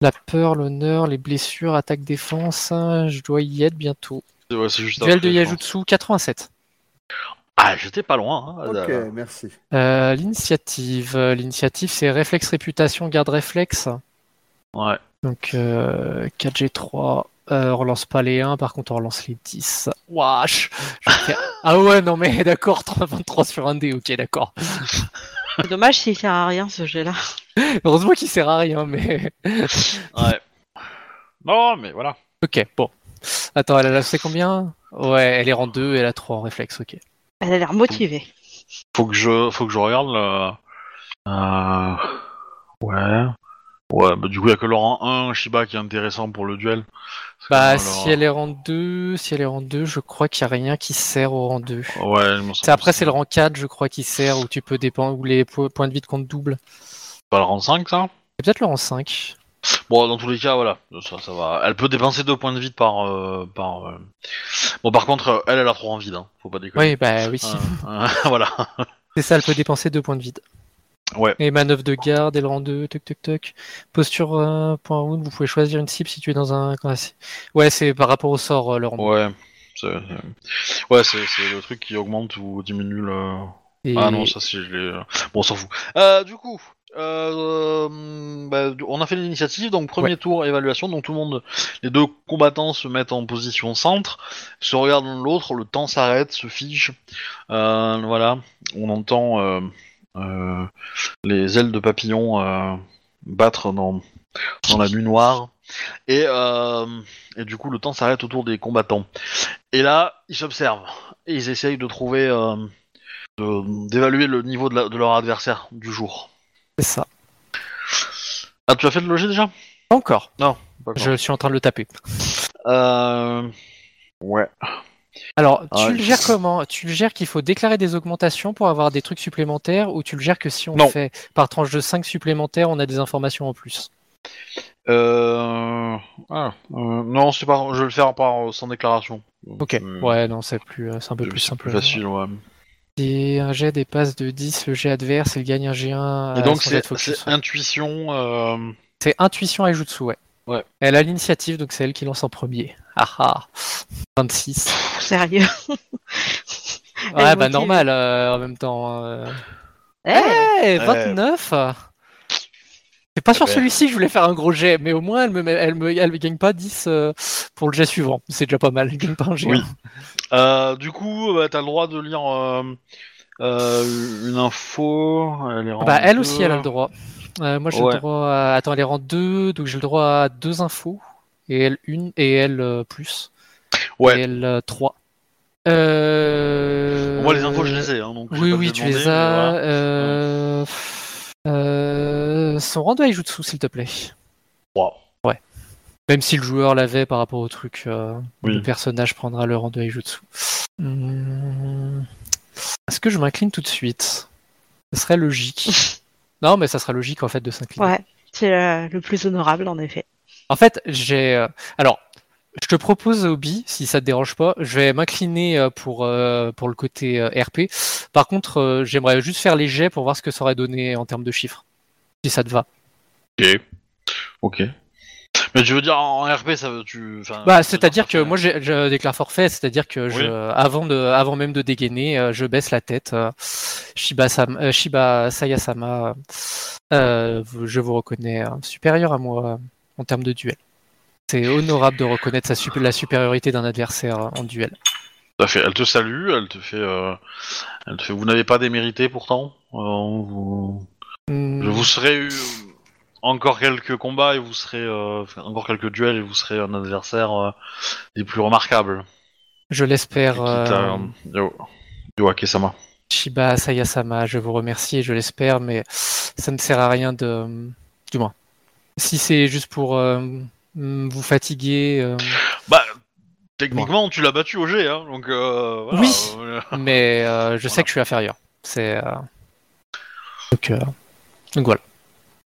Speaker 3: La peur, l'honneur, les blessures, attaque, défense, hein, je dois y être bientôt.
Speaker 1: c'est- euh, ouais, c'est juste
Speaker 3: Duel
Speaker 1: après,
Speaker 3: de
Speaker 1: je pense.
Speaker 3: Yajutsu, 87.
Speaker 1: Ah, j'étais pas loin. hein,
Speaker 4: Ok,
Speaker 1: là.
Speaker 4: merci.
Speaker 3: Euh, l'initiative, euh, l'initiative c'est réflexe, réputation, garde réflexe.
Speaker 1: Ouais.
Speaker 3: Donc euh, 4G3, euh, on relance pas les 1, par contre on relance les 10. Wesh Je fais- Ah ouais, non mais *laughs* d'accord, 3, 23 sur 1 D, ok d'accord.
Speaker 6: C'est dommage s'il sert à rien ce jet-là.
Speaker 3: Heureusement qu'il sert à rien, mais... *laughs*
Speaker 1: ouais. Non, mais voilà.
Speaker 3: Ok, bon. Attends, elle a lancé combien Ouais, elle est en 2, elle a 3 en réflexe, ok.
Speaker 6: Elle a l'air motivée.
Speaker 1: Faut que je, faut que je regarde le. Euh, Ouais. Ouais, bah du coup, il y a que Laurent 1, Shiba qui est intéressant pour le duel. Parce que,
Speaker 3: Bah,
Speaker 1: euh,
Speaker 3: si
Speaker 1: Laurent-
Speaker 3: elle est en 2, si elle est en 2, je crois qu'il n'y a rien qui sert au rang 2.
Speaker 1: Ouais, il me
Speaker 3: C'est
Speaker 1: semble
Speaker 3: après
Speaker 1: que
Speaker 3: c'est le rang 4 je crois qui sert où tu peux dépendre où les po- points de vie te comptent double.
Speaker 1: pas le rang 5, ça
Speaker 3: C'est peut-être le rang 5.
Speaker 1: Bon, dans tous les cas, voilà, ça, ça va. Elle peut dépenser deux points de vide par. euh, par euh. Bon, par contre, euh, elle, elle a trop en vide, hein. faut pas déconner.
Speaker 3: Oui bah oui.
Speaker 1: Euh, euh, *laughs* voilà.
Speaker 3: C'est ça, elle peut dépenser deux points de vide.
Speaker 1: Ouais.
Speaker 3: Et manœuvre de garde, elle rend 2, toc toc toc. Posture euh, point round, vous pouvez choisir une cible si tu es dans un. quand- si- Ouais, c'est par rapport au sort, euh, le rang.
Speaker 1: Ouais. C'est, c'est- Ouais, c'est, c'est le truc qui augmente ou diminue le.
Speaker 3: Et-
Speaker 1: Ah non, ça c'est. je l'ai- Bon, on s'en fout. Euh, du coup, euh, euh, bah, du- on a fait l'initiative, donc premier tour évaluation, donc tout le monde, les deux combattants se mettent en position centre, se regardent l'un l'autre, le temps s'arrête, se fiche. Euh, voilà, on entend euh, euh, les ailes de papillon euh, battre dans, dans la nuit noire. Et, euh, et du coup, le temps s'arrête autour des combattants. Et là, ils s'observent. Et ils essayent de trouver euh, de- d'évaluer le niveau de, la- de leur adversaire du jour.
Speaker 3: C'est ça.
Speaker 1: Ah, tu as fait le loger déjà
Speaker 3: Pas encore.
Speaker 1: D'accord.
Speaker 3: Je suis en train de le taper.
Speaker 1: Euh... Ouais.
Speaker 3: Alors, tu
Speaker 1: Ah,
Speaker 3: le
Speaker 1: je-
Speaker 3: gères comment Tu le gères qu'il faut déclarer des augmentations pour avoir des trucs supplémentaires ou tu le gères que si on
Speaker 1: Non.
Speaker 3: fait par tranche de 5 supplémentaires, on a des informations en plus
Speaker 1: Euh... Ah, euh, non, c'est pas... je vais le faire par... sans déclaration.
Speaker 3: Ok.
Speaker 1: Euh,
Speaker 3: Ouais, non, c'est plus, euh, c'est un peu
Speaker 1: c'est-
Speaker 3: plus
Speaker 1: c'est
Speaker 3: simple.
Speaker 1: plus facile, ouais.
Speaker 3: Si un jet dépasse de 10 le jet adverse, il gagne un G1
Speaker 1: Et
Speaker 3: euh,
Speaker 1: donc,
Speaker 3: sans
Speaker 1: c'est
Speaker 3: être focus,
Speaker 1: c'est
Speaker 3: ouais.
Speaker 1: intuition. euh,
Speaker 3: C'est intuition et jutsu, ouais.
Speaker 1: Ouais.
Speaker 3: Elle a l'initiative, donc c'est elle qui lance en premier. Ah ah 26.
Speaker 6: Pff, Sérieux.
Speaker 3: Ouais, bah
Speaker 6: motive.
Speaker 3: normal, euh, en même temps. euh.
Speaker 2: Eh,
Speaker 3: Eh, 29 C'est pas sur
Speaker 1: ben.
Speaker 3: celui-ci que je voulais faire un gros jet, mais au moins elle me, met- elle me, elle me gagne pas 10 euh, pour le jet suivant. C'est déjà pas mal, elle gagne pas un jet.
Speaker 1: Oui. euh, du coup, bah, t'as le droit de lire euh, euh, une info. Elle, est
Speaker 3: Ah Bah,
Speaker 1: rang
Speaker 3: elle aussi,
Speaker 1: deux.
Speaker 3: elle a le droit. Euh, moi j'ai
Speaker 1: Ouais.
Speaker 3: le droit à... Attends, elle est rang 2, donc j'ai le droit à deux infos. Et elle une, et elle euh, plus.
Speaker 1: Ouais.
Speaker 3: Et elle euh, trois. Euh...
Speaker 1: Moi, les infos, je les ai. Hein, donc je vais
Speaker 3: Oui,
Speaker 1: pas
Speaker 3: oui,
Speaker 1: te
Speaker 3: tu
Speaker 1: demander,
Speaker 3: les
Speaker 1: mais
Speaker 3: as.
Speaker 1: voilà.
Speaker 3: Euh... euh, Son rang de Aijutsu, s'il te plaît.
Speaker 1: Wow.
Speaker 3: Même si le joueur l'avait par rapport au truc, euh,
Speaker 1: Oui.
Speaker 3: le personnage prendra le rang de Aijutsu. Hum, Est-ce que je m'incline tout de suite Ce serait logique. non, mais ça serait logique en fait de s'incliner.
Speaker 6: Ouais. C'est euh, le plus honorable en effet.
Speaker 3: En fait, j'ai. euh, Alors, je te propose, Obi, si ça te dérange pas, je vais m'incliner euh, pour, euh, pour le côté euh, RP. Par contre, euh, j'aimerais juste faire les jets pour voir ce que ça aurait donné en termes de chiffres. Si ça te va.
Speaker 1: Ok. Ok. Mais tu veux dire en RP, ça veut tu. enfin,
Speaker 3: Bah,
Speaker 1: ça veut
Speaker 3: c'est-à-dire
Speaker 1: ça
Speaker 3: que
Speaker 1: fait-
Speaker 3: moi, j'ai- je déclare forfait, c'est-à-dire que je,
Speaker 1: Oui.
Speaker 3: avant, de, avant même de dégainer, euh, je baisse la tête. euh, Shiba, Sam, euh, Shiba Sayasama, euh, vous- je vous reconnais euh, supérieur à moi euh, en termes de duel. C'est honorable de reconnaître sa sup- la supériorité d'un adversaire euh, en duel.
Speaker 1: Tout à fait. Elle te salue, elle te fait. euh, Elle te fait. Vous n'avez pas démérité pourtant. Euh, vous-
Speaker 3: Hmm.
Speaker 1: Je vous serai eu encore quelques combats et vous serez euh, enfin, encore quelques duels et vous serez un adversaire euh, des plus remarquables.
Speaker 3: Je l'espère, euh,
Speaker 1: Yo, Yo Akesama.
Speaker 3: Shiba Sayasama, je vous remercie, je l'espère, mais ça ne sert à rien de... Du moins.
Speaker 1: *laughs*
Speaker 3: Si c'est juste pour euh, mm, vous fatiguer... euh,
Speaker 1: Bah, Techniquement, tu l'as battu au G, hein, donc. euh, voilà,
Speaker 3: Oui.
Speaker 1: euh,
Speaker 3: mais euh, je sais
Speaker 1: Voilà.
Speaker 3: que je suis inférieur. C'est euh, donc, euh, donc voilà.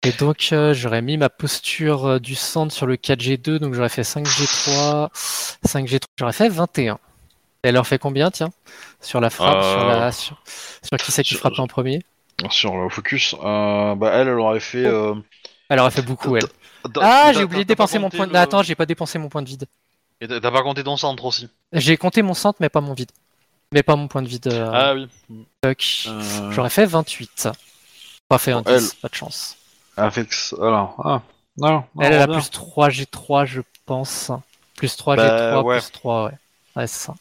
Speaker 3: Et donc euh, j'aurais mis ma posture euh, du centre sur le 4G2, donc j'aurais fait 5G3, 5G3, j'aurais fait 21. Elle leur fait combien, tiens Sur la frappe,
Speaker 1: Euh,
Speaker 3: sur, la, sur, sur qui c'est qui
Speaker 1: sur-
Speaker 3: frappe en premier
Speaker 1: sur le focus, euh, bah, elle, elle aurait fait. euh,
Speaker 3: Elle aurait fait beaucoup, elle.
Speaker 1: t'as-
Speaker 3: Oh. Ah,
Speaker 1: t'as-
Speaker 3: j'ai oublié de
Speaker 1: t'as pas
Speaker 3: dépenser mon
Speaker 1: compté
Speaker 3: point de...
Speaker 1: le-
Speaker 3: Attends, j'ai pas dépensé mon point de vide.
Speaker 1: Et t'as t'as pas compté ton centre aussi.
Speaker 3: J'ai compté mon centre, mais pas mon vide. Mais pas mon point de vide. euh,
Speaker 1: Ah oui.
Speaker 3: fuck.
Speaker 1: Euh,
Speaker 3: J'aurais fait 28. Pas fait un
Speaker 1: Bon,
Speaker 3: 10, pas de chance.
Speaker 1: avec... Alors, ah. Non, non,
Speaker 3: Elle, elle a
Speaker 1: bien.
Speaker 3: plus 3 G3, je pense. Plus 3
Speaker 1: Bah,
Speaker 3: G3,
Speaker 1: ouais.
Speaker 3: plus 3, ouais. Ouais, c'est ça.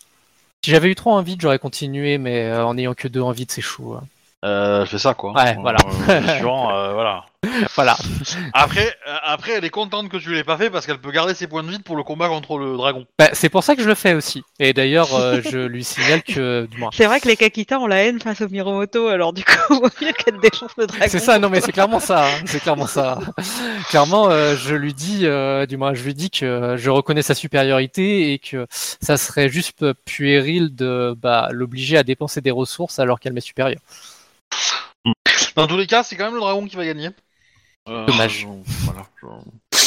Speaker 3: Si j'avais eu 3 en vide, j'aurais continué, mais euh, en ayant que 2 en vide, c'est chaud. hein.
Speaker 1: Euh, je fais ça quoi.
Speaker 3: Ouais, voilà.
Speaker 1: Euh, le suivant, euh, voilà.
Speaker 3: Voilà.
Speaker 1: Après, euh, après, elle est contente que tu l'aies pas fait parce qu'elle peut garder ses points de vide pour le combat contre le dragon.
Speaker 3: Bah, c'est pour ça que je le fais aussi. Et d'ailleurs, euh, je lui signale que, du moins.
Speaker 6: C'est vrai que les Kakita ont la haine face au Miromoto, alors du coup, *laughs* vaut mieux qu'elle défonce le
Speaker 2: Ah,
Speaker 6: dragon.
Speaker 3: C'est ça, non mais c'est clairement ça, hein, c'est clairement ça. clairement, euh, je lui dis, euh, du moins, je lui dis que euh, je reconnais sa supériorité et que ça serait juste euh, puéril de bah, l'obliger à dépenser des ressources alors qu'elle m'est supérieure.
Speaker 1: Dans tous les cas, c'est quand même le dragon qui va gagner. Euh,
Speaker 3: Dommage.
Speaker 1: je- voilà, je-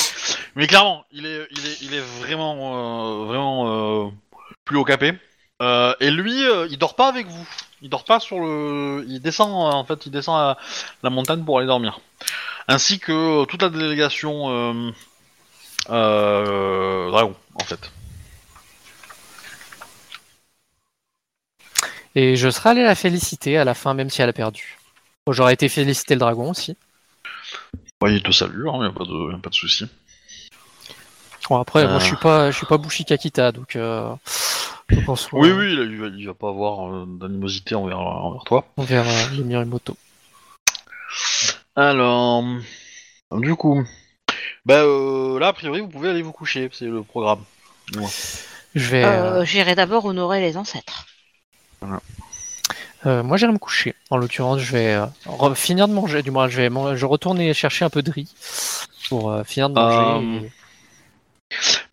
Speaker 1: Mais clairement, il est, il est, il est vraiment, euh, vraiment euh, plus au capé. Euh, et lui, euh, il dort pas avec vous. Il dort pas sur le. Il descend euh, en fait, il descend à la montagne pour aller dormir. Ainsi que euh, toute la délégation euh, euh, dragon, en fait.
Speaker 3: Et je serais allé la féliciter à la fin, même si elle a perdu. Bon, J'aurais été féliciter le dragon aussi.
Speaker 1: Ouais, il te salue, hein, y a pas de, y a pas de souci.
Speaker 3: Bon, après, moi,
Speaker 1: Ah.
Speaker 3: je suis pas, je suis pas Bushi Kakita, donc euh, je pense. qu'on-
Speaker 1: Oui, oui, il, il va, il va pas avoir euh, d'animosité envers, envers toi.
Speaker 3: On verra le Mirimoto.
Speaker 1: Alors, du coup, bah euh, là a priori vous pouvez aller vous coucher, c'est le programme.
Speaker 3: Je vais. euh,
Speaker 2: Euh, J'irai d'abord honorer les ancêtres.
Speaker 3: Euh, moi, j'irai me coucher. En l'occurrence, je vais euh, re- finir de manger. Du moins, je vais man- je retourne et chercher un peu de riz pour euh, finir de
Speaker 1: Euh.
Speaker 3: manger. et-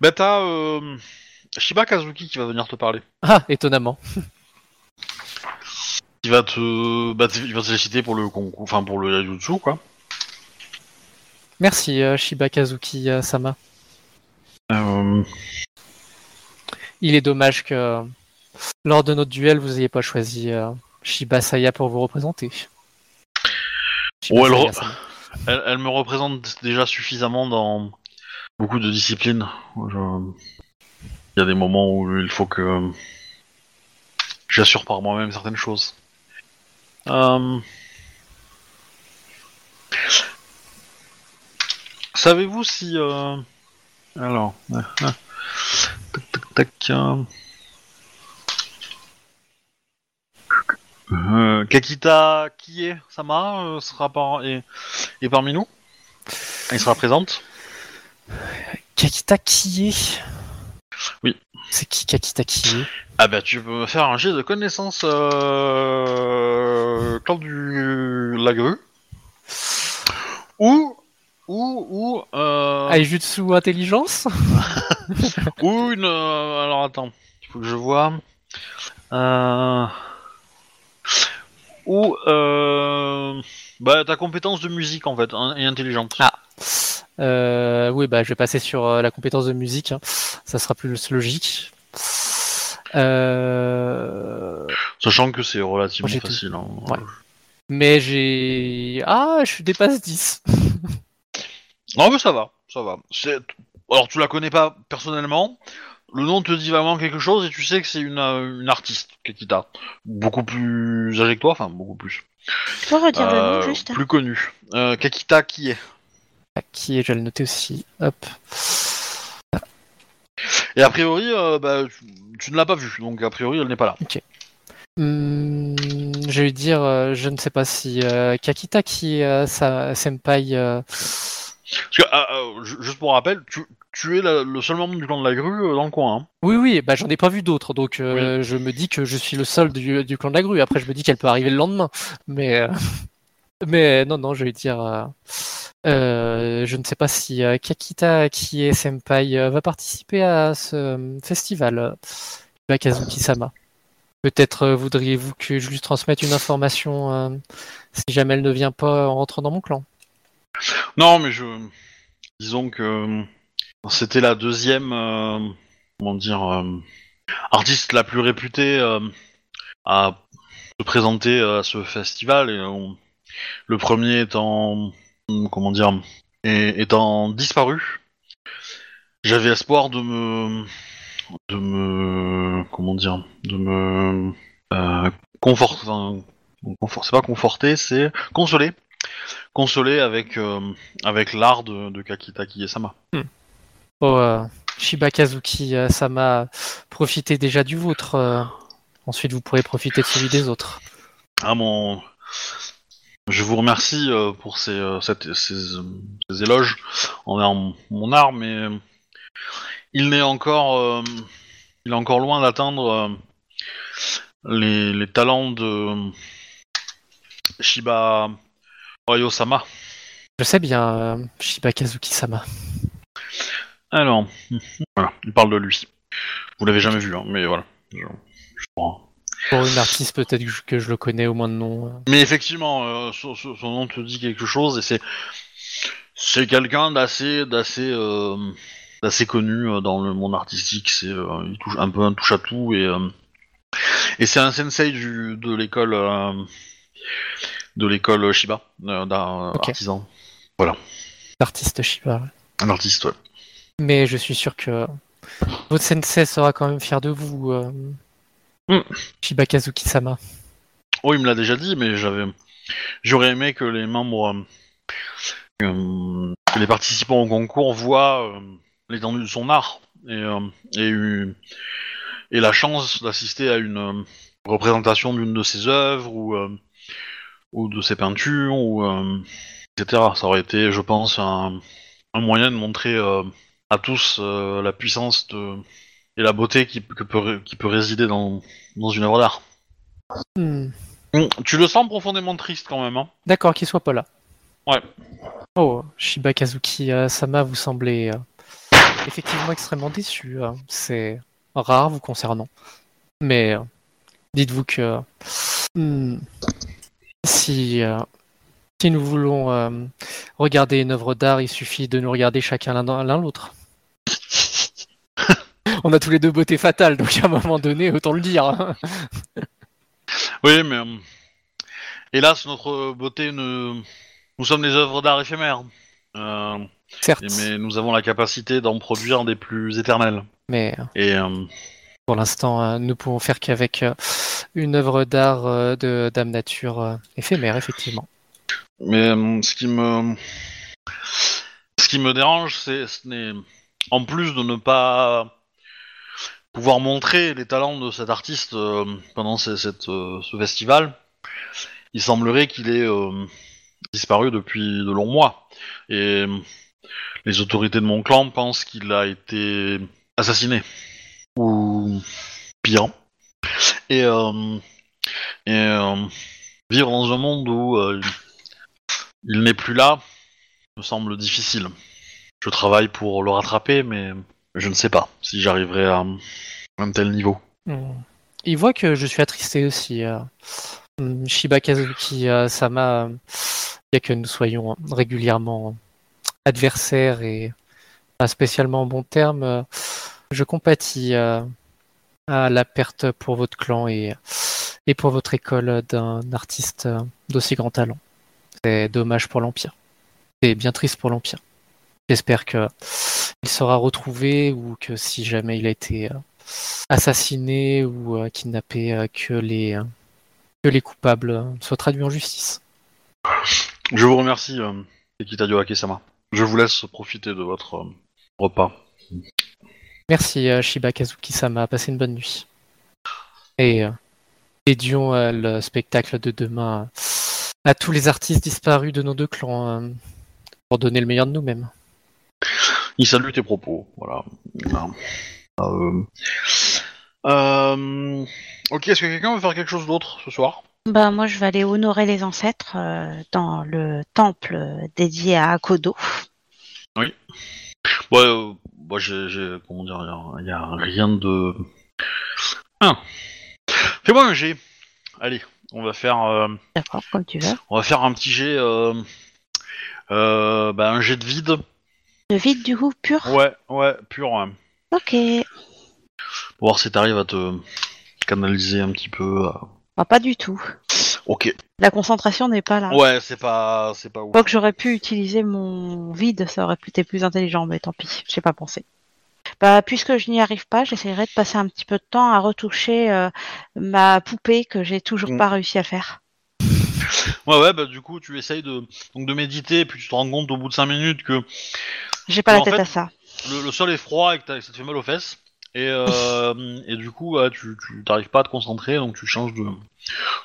Speaker 1: Bah t'as euh, Shiba Kazuki qui va venir te parler.
Speaker 3: Ah, étonnamment.
Speaker 1: Il va te, bah, t- il va te féliciter pour le concours, enfin pour le Yajutsu quoi.
Speaker 3: Merci, euh, Shiba Kazuki euh, Sama.
Speaker 1: Euh,
Speaker 3: Il est dommage que euh, lors de notre duel, vous n'ayez pas choisi euh, Shiba Saya pour vous représenter. Shiba
Speaker 1: Oh, elle
Speaker 3: Saya
Speaker 1: re-
Speaker 3: Sama.
Speaker 1: elle, elle me représente déjà suffisamment dans beaucoup de disciplines. Je- Il y a des moments où il faut que j'assure par moi-même certaines choses. Euh, Savez-vous si... euh, Alors... euh, euh, Tac, tac, tac. euh, euh, Kakita Kie Sama euh, sera par... et et parmi nous Elle sera présente
Speaker 3: Kakita Kiye.
Speaker 1: Oui.
Speaker 3: C'est qui Kakita Kiye
Speaker 1: Ah bah tu peux me faire un jet de connaissance euh... clan du la grue ou ou ou euh,
Speaker 3: Aijutsu Intelligence
Speaker 1: ou une euh, alors attends il faut que je vois euh... ou euh... bah ta compétence de musique en fait hein, et intelligente
Speaker 3: Ah. Euh, oui, bah, je vais passer sur euh, la compétence de musique. hein. Ça sera plus logique. Euh,
Speaker 1: sachant que c'est relativement
Speaker 3: Moi, j'ai tout.
Speaker 1: facile hein.
Speaker 3: Ouais. Mais j'ai. Ah, je dépasse 10.
Speaker 1: Non, mais ça va, ça va. C'est- Alors, tu la connais pas personnellement. Le nom te dit vraiment quelque chose et tu sais que c'est une, euh, une artiste, Kekita. Beaucoup plus âgée que toi, enfin, beaucoup plus.
Speaker 2: Tu peux redire le nom
Speaker 1: Euh,
Speaker 2: juste
Speaker 1: Plus connue. Euh, Kakita qui est.
Speaker 3: Ah, Qui est Je vais le noter aussi. Hop.
Speaker 1: Et a priori, euh, bah, tu, tu ne l'as pas vue, donc a priori, elle n'est pas là.
Speaker 3: Hum, je vais dire, euh, je ne sais pas si euh, Kakita qui est euh, sa senpai. euh,
Speaker 1: Parce que, euh, euh, ju- juste pour rappel, tu, tu es la- le seul membre du clan de la grue euh, dans le coin. hein.
Speaker 3: Oui, oui, bah, j'en ai pas vu d'autres, donc euh, je me dis que je suis le seul du, du clan de la grue. *laughs* Après, je me dis qu'elle peut arriver le lendemain. Mais, euh, mais euh, non, non, je vais dire Euh, je ne sais pas si euh, Kakita, qui est senpai, euh, va participer à ce euh, festival, euh, Bakazuki-sama. Peut-être euh, voudriez-vous que je lui transmette une information euh, si jamais elle ne vient pas en rentrant dans mon clan.
Speaker 1: Non, mais je. Disons que euh, c'était la deuxième. euh, comment dire. euh, artiste la plus réputée euh, à se présenter euh, à ce festival. Et, euh, le premier étant. euh, Comment dire. et- étant disparu. J'avais espoir de me. de me. comment dire. de me. euh, confort- enfin, confort- c'est pas conforter, c'est consoler consoler avec, euh, avec l'art de, de Kakitaki et Sama.
Speaker 3: Oh, euh, Shibakazuki euh, Sama, profitez déjà du vôtre. euh, ensuite, vous pourrez profiter de celui des autres.
Speaker 1: Ah mon. Je vous remercie euh, pour ces, euh, cette- ces, euh, ces éloges envers mon, mon art, mais euh, il n'est encore, euh, il est encore loin d'atteindre euh, les, les talents de euh, Shiba Ryo-sama.
Speaker 3: Je sais bien, euh, Shibakazuki Sama.
Speaker 1: Alors, voilà, il parle de lui. Vous l'avez jamais vu, hein, mais voilà. Je- je crois.
Speaker 3: Pour une artiste, peut-être que je- que je le connais au moins de nom. euh.
Speaker 1: Mais effectivement, euh, son, son- son nom te dit quelque chose et c'est c'est quelqu'un d'assez d'assez euh, d'assez connu euh, dans le monde artistique. C'est euh, il touche un peu un touche à tout et euh, et c'est un sensei du, de l'école euh, de l'école Shiba euh, d'un euh,
Speaker 3: Ok.
Speaker 1: artisan,
Speaker 3: L'artiste Shiba.
Speaker 1: un artiste. ouais.
Speaker 3: Mais je suis sûr que votre sensei sera quand même fier de vous, euh,
Speaker 1: Mm.
Speaker 3: Shibakazuki Sama.
Speaker 1: Oh, il me l'a déjà dit, mais j'avais j'aurais aimé que les membres euh, que, que les participants au concours voient euh, l'étendue de son art et euh, et eu- et la chance d'assister à une euh, représentation d'une de ses œuvres ou, euh, ou de ses peintures, ou, euh, etc. Ça aurait été, je pense, un, un moyen de montrer euh, à tous euh, la puissance de- et la beauté qui, que peut, ré- qui peut résider dans, dans une œuvre d'art.
Speaker 3: Hmm.
Speaker 1: Mm, Tu le sens profondément triste quand même. Hein *laughs*
Speaker 3: D'accord, qu'il soit pas là.
Speaker 1: Ouais.
Speaker 3: Oh, Shibakazuki euh, Sama, vous semblez euh, effectivement extrêmement déçu. euh. C'est rare vous concernant. Mais euh, dites-vous que hmm, si, euh, si nous voulons euh, regarder une œuvre d'art, il suffit de nous regarder chacun l'un dans- l'un l'autre. On a tous les deux beauté fatale, donc à un moment donné, autant le dire. hein.
Speaker 1: oui, mais euh, hélas, notre beauté ne. Nous sommes des œuvres d'art éphémères. Euh,
Speaker 3: Certes,
Speaker 1: et- mais nous avons la capacité d'en produire des plus éternelles.
Speaker 3: mais
Speaker 1: Et euh,
Speaker 3: Pour l'instant, euh, nous pouvons faire qu'avec euh, une œuvre d'art euh, de Dame Nature euh, éphémère, effectivement.
Speaker 1: Mais euh, ce qui me ce qui me dérange, c'est ce n'est en plus de ne pas pouvoir montrer les talents de cet artiste euh, pendant ce- cette, euh, ce festival, il semblerait qu'il ait euh, disparu depuis de longs mois. Et euh, les autorités de mon clan pensent qu'il a été assassiné ou pire. Et, euh, et euh, vivre dans un monde où euh, il n'est plus là me semble difficile. Je travaille pour le rattraper, mais je ne sais pas si j'arriverai à un tel niveau.
Speaker 3: Hmm. Il voit que je suis attristé aussi. euh. Hmm, Shiba Kazuki euh, Sama, euh, bien que nous soyons régulièrement adversaires et pas spécialement en bons termes, euh, je compatis euh, à la perte pour votre clan et, et pour votre école d'un artiste euh, d'aussi grand talent. C'est dommage pour l'Empire. C'est bien triste pour l'Empire. J'espère que il sera retrouvé ou que si jamais il a été euh, assassiné ou euh, kidnappé, euh, que, les, euh, que les coupables euh, soient traduits en justice.
Speaker 1: Je vous remercie, euh, Ekitadio Akesama. Je vous laisse profiter de votre euh, repas.
Speaker 3: Merci euh, Shiba Kazuki-sama, passez une bonne nuit. Et euh, dédions euh, le spectacle de demain euh, à tous les artistes disparus de nos deux clans euh, pour donner le meilleur de nous-mêmes.
Speaker 1: Il salue tes propos. Voilà. Voilà. Euh, euh, Ok, est-ce que quelqu'un veut faire quelque chose d'autre ce soir
Speaker 2: Bah, moi, je vais aller honorer les ancêtres euh, dans le temple dédié à Akodo.
Speaker 1: Ouais, euh, moi, j'ai, j'ai- comment dire, il y, a rien de. Ah. Fais-moi un G. Allez, on va faire, euh,
Speaker 2: D'accord, comme tu veux.
Speaker 1: on va faire un petit G. Euh, euh, bah, un jet de vide.
Speaker 2: De vide du coup pur.
Speaker 1: Ouais, ouais, pur. ouais.
Speaker 2: Ok. Bah,
Speaker 1: Pour voir si t'arrives à te canaliser un petit peu. à-
Speaker 2: Bah, pas du tout.
Speaker 1: Ok.
Speaker 2: La concentration n'est pas là.
Speaker 1: Ouais, c'est pas, c'est pas ouf.
Speaker 2: Quoique j'aurais pu utiliser mon vide, ça aurait pu être plus intelligent, mais tant pis, j'ai pas pensé. Bah, puisque je n'y arrive pas, j'essaierai de passer un petit peu de temps à retoucher euh, ma poupée que j'ai toujours
Speaker 1: Mm.
Speaker 2: pas réussi à faire.
Speaker 1: Ouais, ouais, bah du coup, tu essayes de, donc de méditer, puis tu te rends compte au bout de 5 minutes que
Speaker 2: J'ai pas
Speaker 1: Mais
Speaker 2: la
Speaker 1: en
Speaker 2: tête
Speaker 1: fait-
Speaker 2: à ça.
Speaker 1: le, le sol est froid et que, t'as- que ça te fait mal aux fesses. Et, euh, et du coup, ouais, tu tu- t'arrives pas à te concentrer, donc tu changes de,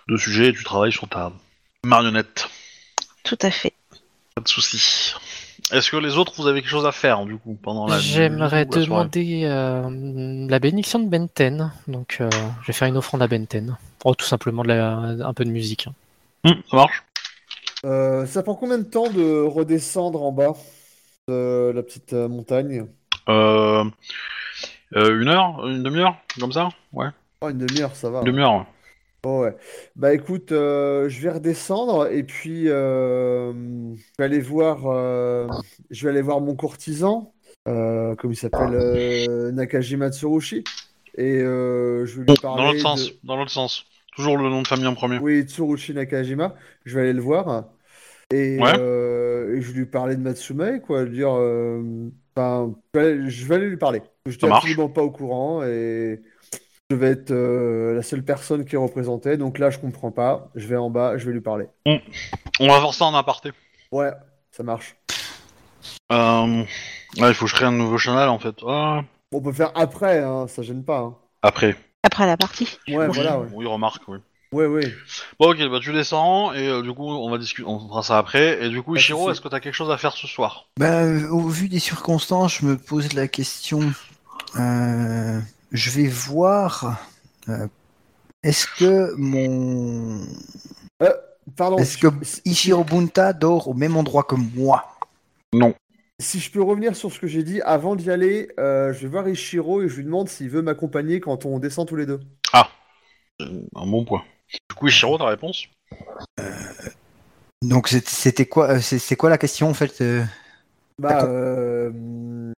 Speaker 1: de sujet et tu travailles sur ta marionnette.
Speaker 2: Tout à fait.
Speaker 1: Pas de soucis. Est-ce que les autres, vous avez quelque chose à faire du coup pendant la nuit
Speaker 3: J'aimerais
Speaker 1: ou la soirée
Speaker 3: demander euh, la bénédiction de Benten. Donc, euh, je vais faire une offrande à Benten. Oh, tout simplement de la- un peu de musique. hein.
Speaker 1: Hmm, ça marche
Speaker 4: Euh, ça prend combien de temps de redescendre en bas de la petite euh, montagne
Speaker 1: euh, euh, Une heure Une demi-heure Comme ça Ouais.
Speaker 4: Oh, une demi-heure, ça va.
Speaker 1: Une demi-heure, ouais.
Speaker 4: Oh, ouais. Bah écoute, euh, je vais redescendre et puis euh, je vais aller voir, euh, je vais aller voir mon courtisan, euh, comme il s'appelle euh, Nakajima Tsurushi, et euh, je vais lui
Speaker 1: Dans l'autre
Speaker 4: parler.
Speaker 1: sens,
Speaker 4: de-
Speaker 1: dans l'autre sens. Toujours le nom de famille en premier.
Speaker 4: Oui, Tsurushi Nakajima, je vais aller le voir. Et,
Speaker 1: Ouais.
Speaker 4: euh, et je vais lui parler de Matsume, quoi. Lui dire, euh, ben, je vais aller- je vais aller lui parler. Je n'étais
Speaker 1: marche.
Speaker 4: absolument pas au courant et je vais être euh, la seule personne qui est représentée. Donc là, je comprends pas. Je vais en bas, je vais lui parler.
Speaker 1: On va voir ça en aparté.
Speaker 4: Ouais, ça marche.
Speaker 1: Euh, ouais, il faut que je crée un nouveau channel en fait. Ah,
Speaker 4: On peut faire après, hein, ça gêne pas. hein.
Speaker 1: après.
Speaker 2: Après la partie.
Speaker 4: Ouais,
Speaker 1: Oui,
Speaker 4: voilà, ouais.
Speaker 1: Oui, remarque, oui.
Speaker 4: Ouais, ouais.
Speaker 1: Bon, ok, bah tu descends et euh, du coup on va discuter, on fera ça après. Et du coup,
Speaker 4: Pas de
Speaker 1: Ishiro,
Speaker 4: souci.
Speaker 1: est-ce que t'as quelque chose à faire ce soir
Speaker 5: Bah, euh, au vu des circonstances, je me pose la question. euh, je vais voir. euh, Est-ce que mon.
Speaker 3: Oh,
Speaker 4: Pardon,
Speaker 5: Est-ce
Speaker 4: si-
Speaker 5: que
Speaker 4: si,
Speaker 5: Ichiro Bunta dort au même endroit que moi
Speaker 4: si je peux revenir sur ce que j'ai dit, avant d'y aller, euh, je vais voir Ishiro et je lui demande s'il veut m'accompagner quand on descend tous les deux.
Speaker 1: Un bon point. Du coup, Ishiro, ta réponse
Speaker 5: Donc, c'est- c'était quoi, euh, c'est c'est quoi la question en fait euh,
Speaker 4: Bah, euh,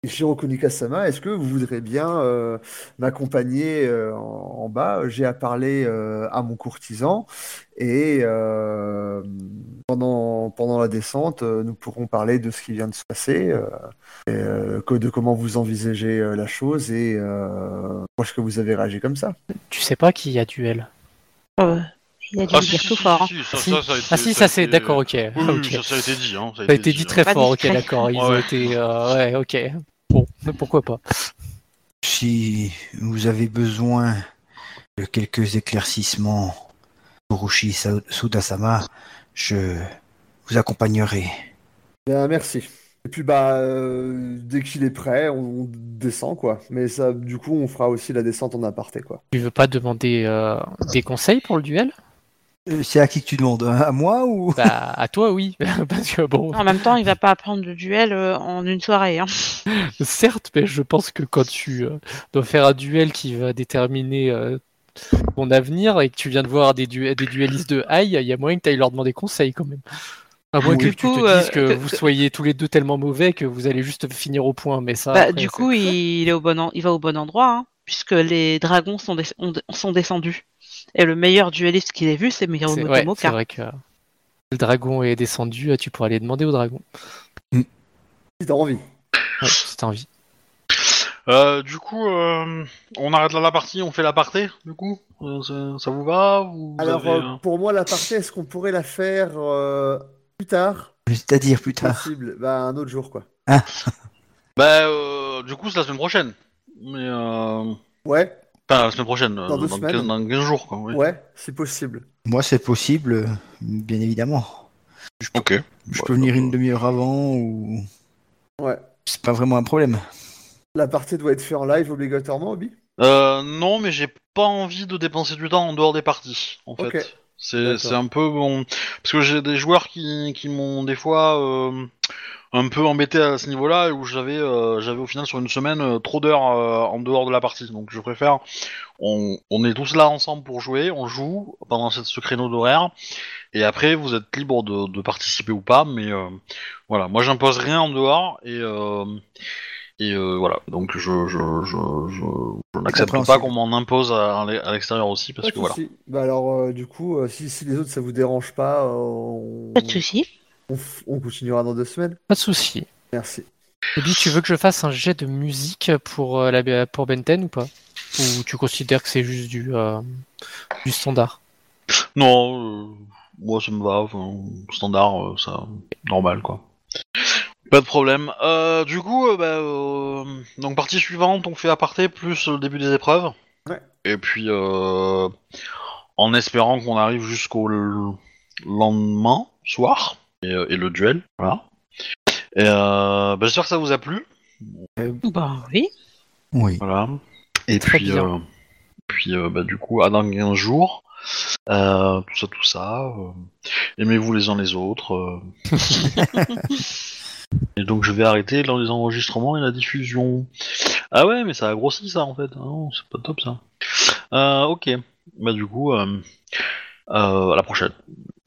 Speaker 4: Ishiro Konika-sama, est-ce que vous voudrez bien euh, m'accompagner euh, en, en bas? J'ai à parler euh, à mon courtisan et euh, pendant, pendant la descente, euh, nous pourrons parler de ce qui vient de se passer, euh, et, euh, que- de comment vous envisagez euh, la chose et euh, pourquoi est-ce que vous avez réagi comme ça.
Speaker 3: Tu sais pas qui a duel
Speaker 2: Euh, il a dû le dire tout fort. hein.
Speaker 1: si, ça,
Speaker 3: Ah si,
Speaker 1: ça, ça a été-
Speaker 3: ah, si, ça
Speaker 1: a
Speaker 3: c'est
Speaker 1: été-
Speaker 3: d'accord, ok. Ah,
Speaker 1: Oui, oui,
Speaker 3: ok.
Speaker 1: ça, ça a été dit. Hein,
Speaker 3: Ça a été dit
Speaker 1: hein.
Speaker 3: très
Speaker 2: Pas
Speaker 3: fort, ok,
Speaker 2: discret.
Speaker 3: d'accord. Ils
Speaker 1: Ouais,
Speaker 3: ont
Speaker 1: ouais.
Speaker 3: été. euh, ouais, ok. Bon, mais pourquoi pas
Speaker 5: Si vous avez besoin de quelques éclaircissements, Orochi Sa- Sudasama, je vous accompagnerai.
Speaker 4: Bien, merci. Et puis, bah, euh, dès qu'il est prêt, on, on descend, quoi. Mais ça, du coup, on fera aussi la descente en aparté, quoi.
Speaker 3: Tu veux pas demander euh, des conseils pour le duel
Speaker 5: Euh, C'est à qui que tu demandes hein, À moi ou
Speaker 3: Bah, à toi, oui. *laughs* Parce que bon,
Speaker 2: En même temps, il va pas apprendre le duel euh, en une soirée. hein.
Speaker 3: certes, mais je pense que quand tu euh, dois faire un duel qui va déterminer euh, ton avenir et que tu viens de voir des, du- des duellistes de high, il y a moyen que tu ailles leur demander conseil quand même. À moins
Speaker 5: Oui.
Speaker 3: que
Speaker 5: Du
Speaker 3: tu
Speaker 6: coup,
Speaker 3: te dises
Speaker 6: euh,
Speaker 3: que
Speaker 6: que-
Speaker 3: vous
Speaker 6: que-
Speaker 3: soyez tous les deux tellement mauvais que vous allez juste finir au point, mais ça.
Speaker 2: Bah,
Speaker 3: Ah, après,
Speaker 2: du
Speaker 3: c'est-
Speaker 2: coup, il, est au bon en- il va au bon endroit, hein, puisque les dragons sont, des- ont- sont descendus. Et le meilleur dueliste qu'il ait vu, c'est Miromo
Speaker 3: C'est ouais, c'est
Speaker 2: Tomoka.
Speaker 3: vrai que euh, le dragon est descendu, euh, tu pourras aller demander au dragon.
Speaker 4: Si t'as envie.
Speaker 3: Ouais, si t'as envie.
Speaker 1: Euh, du coup, euh, on arrête là la partie, on fait l'aparté, du coup Euh, ça, ça vous va vous
Speaker 4: Alors,
Speaker 1: avez,
Speaker 4: euh,
Speaker 1: euh,
Speaker 4: pour moi, la partie, est-ce qu'on pourrait la faire euh, plus tard
Speaker 5: *laughs* C'est-à-dire plus *laughs* tard.
Speaker 4: Possible. Bah, un autre jour, quoi.
Speaker 1: Bah, euh, du coup, c'est la semaine prochaine. Mais. Euh...
Speaker 4: Ouais,
Speaker 1: Enfin, la semaine prochaine, euh,
Speaker 4: Dans
Speaker 1: dans,
Speaker 4: deux semaines.
Speaker 1: 15, dans 15 jours, quoi. Oui.
Speaker 4: ouais, c'est possible.
Speaker 5: Moi, c'est possible, euh, bien évidemment.
Speaker 1: Ok.
Speaker 5: Je
Speaker 1: Ouais,
Speaker 5: peux venir
Speaker 1: donc,
Speaker 5: une demi-heure avant ou
Speaker 4: Ouais.
Speaker 5: c'est pas vraiment un problème.
Speaker 4: La partie doit être faite en live obligatoirement, Obi
Speaker 1: Euh, non, mais j'ai pas envie de dépenser du temps en dehors des parties, en fait.
Speaker 4: Ok.
Speaker 1: C'est
Speaker 4: D'accord.
Speaker 1: c'est un peu bon. Parce que j'ai des joueurs qui, qui m'ont des fois euh, un peu embêté à ce niveau-là, et où j'avais euh, j'avais au final sur une semaine euh, trop d'heures euh, en dehors de la partie. Donc je préfère, on, on est tous là ensemble pour jouer, on joue pendant cette- ce créneau d'horaire, et après vous êtes libre de, de participer ou pas, mais euh, voilà, moi j'impose rien en dehors, et, euh, et euh, voilà, donc je, je, je, je, je n'accepte pas
Speaker 5: Compréhensible.
Speaker 1: qu'on m'en impose à, à l'extérieur aussi, parce
Speaker 4: Pas
Speaker 1: que
Speaker 4: de
Speaker 1: voilà.
Speaker 4: souci. Bah alors, euh, du coup, euh, si, si les autres ça vous dérange pas, euh, on,
Speaker 2: Pas de souci.
Speaker 4: on f- on continuera dans deux semaines.
Speaker 3: Pas de souci.
Speaker 4: Merci.
Speaker 3: Eddie, tu veux que je fasse un jet de musique pour, euh, la, pour Benten ou pas Ou tu considères que c'est juste du, euh, du standard
Speaker 1: Non, euh, moi ça me va, enfin, standard, euh, ça, normal quoi. Pas de problème. Euh, du coup, euh, bah, euh, donc partie suivante, on fait aparté plus euh, le début des épreuves.
Speaker 4: Ouais.
Speaker 1: Et puis, euh, en espérant qu'on arrive jusqu'au l- lendemain soir et, euh, et le duel, voilà. Et euh, bah, j'espère que ça vous a plu.
Speaker 6: Bah oui.
Speaker 5: Oui.
Speaker 1: Voilà. Et
Speaker 3: Très
Speaker 1: puis,
Speaker 3: bien.
Speaker 1: euh, puis euh, bah, du coup, à dans 15 jours, euh, tout ça, tout ça. euh, Aimez-vous les uns les autres. euh. et donc, je vais arrêter dans les enregistrements et la diffusion. Ah ouais, mais ça a grossi ça en fait. Ah Non, c'est pas top ça. Euh, ok. Bah, du coup, euh, euh, à la prochaine.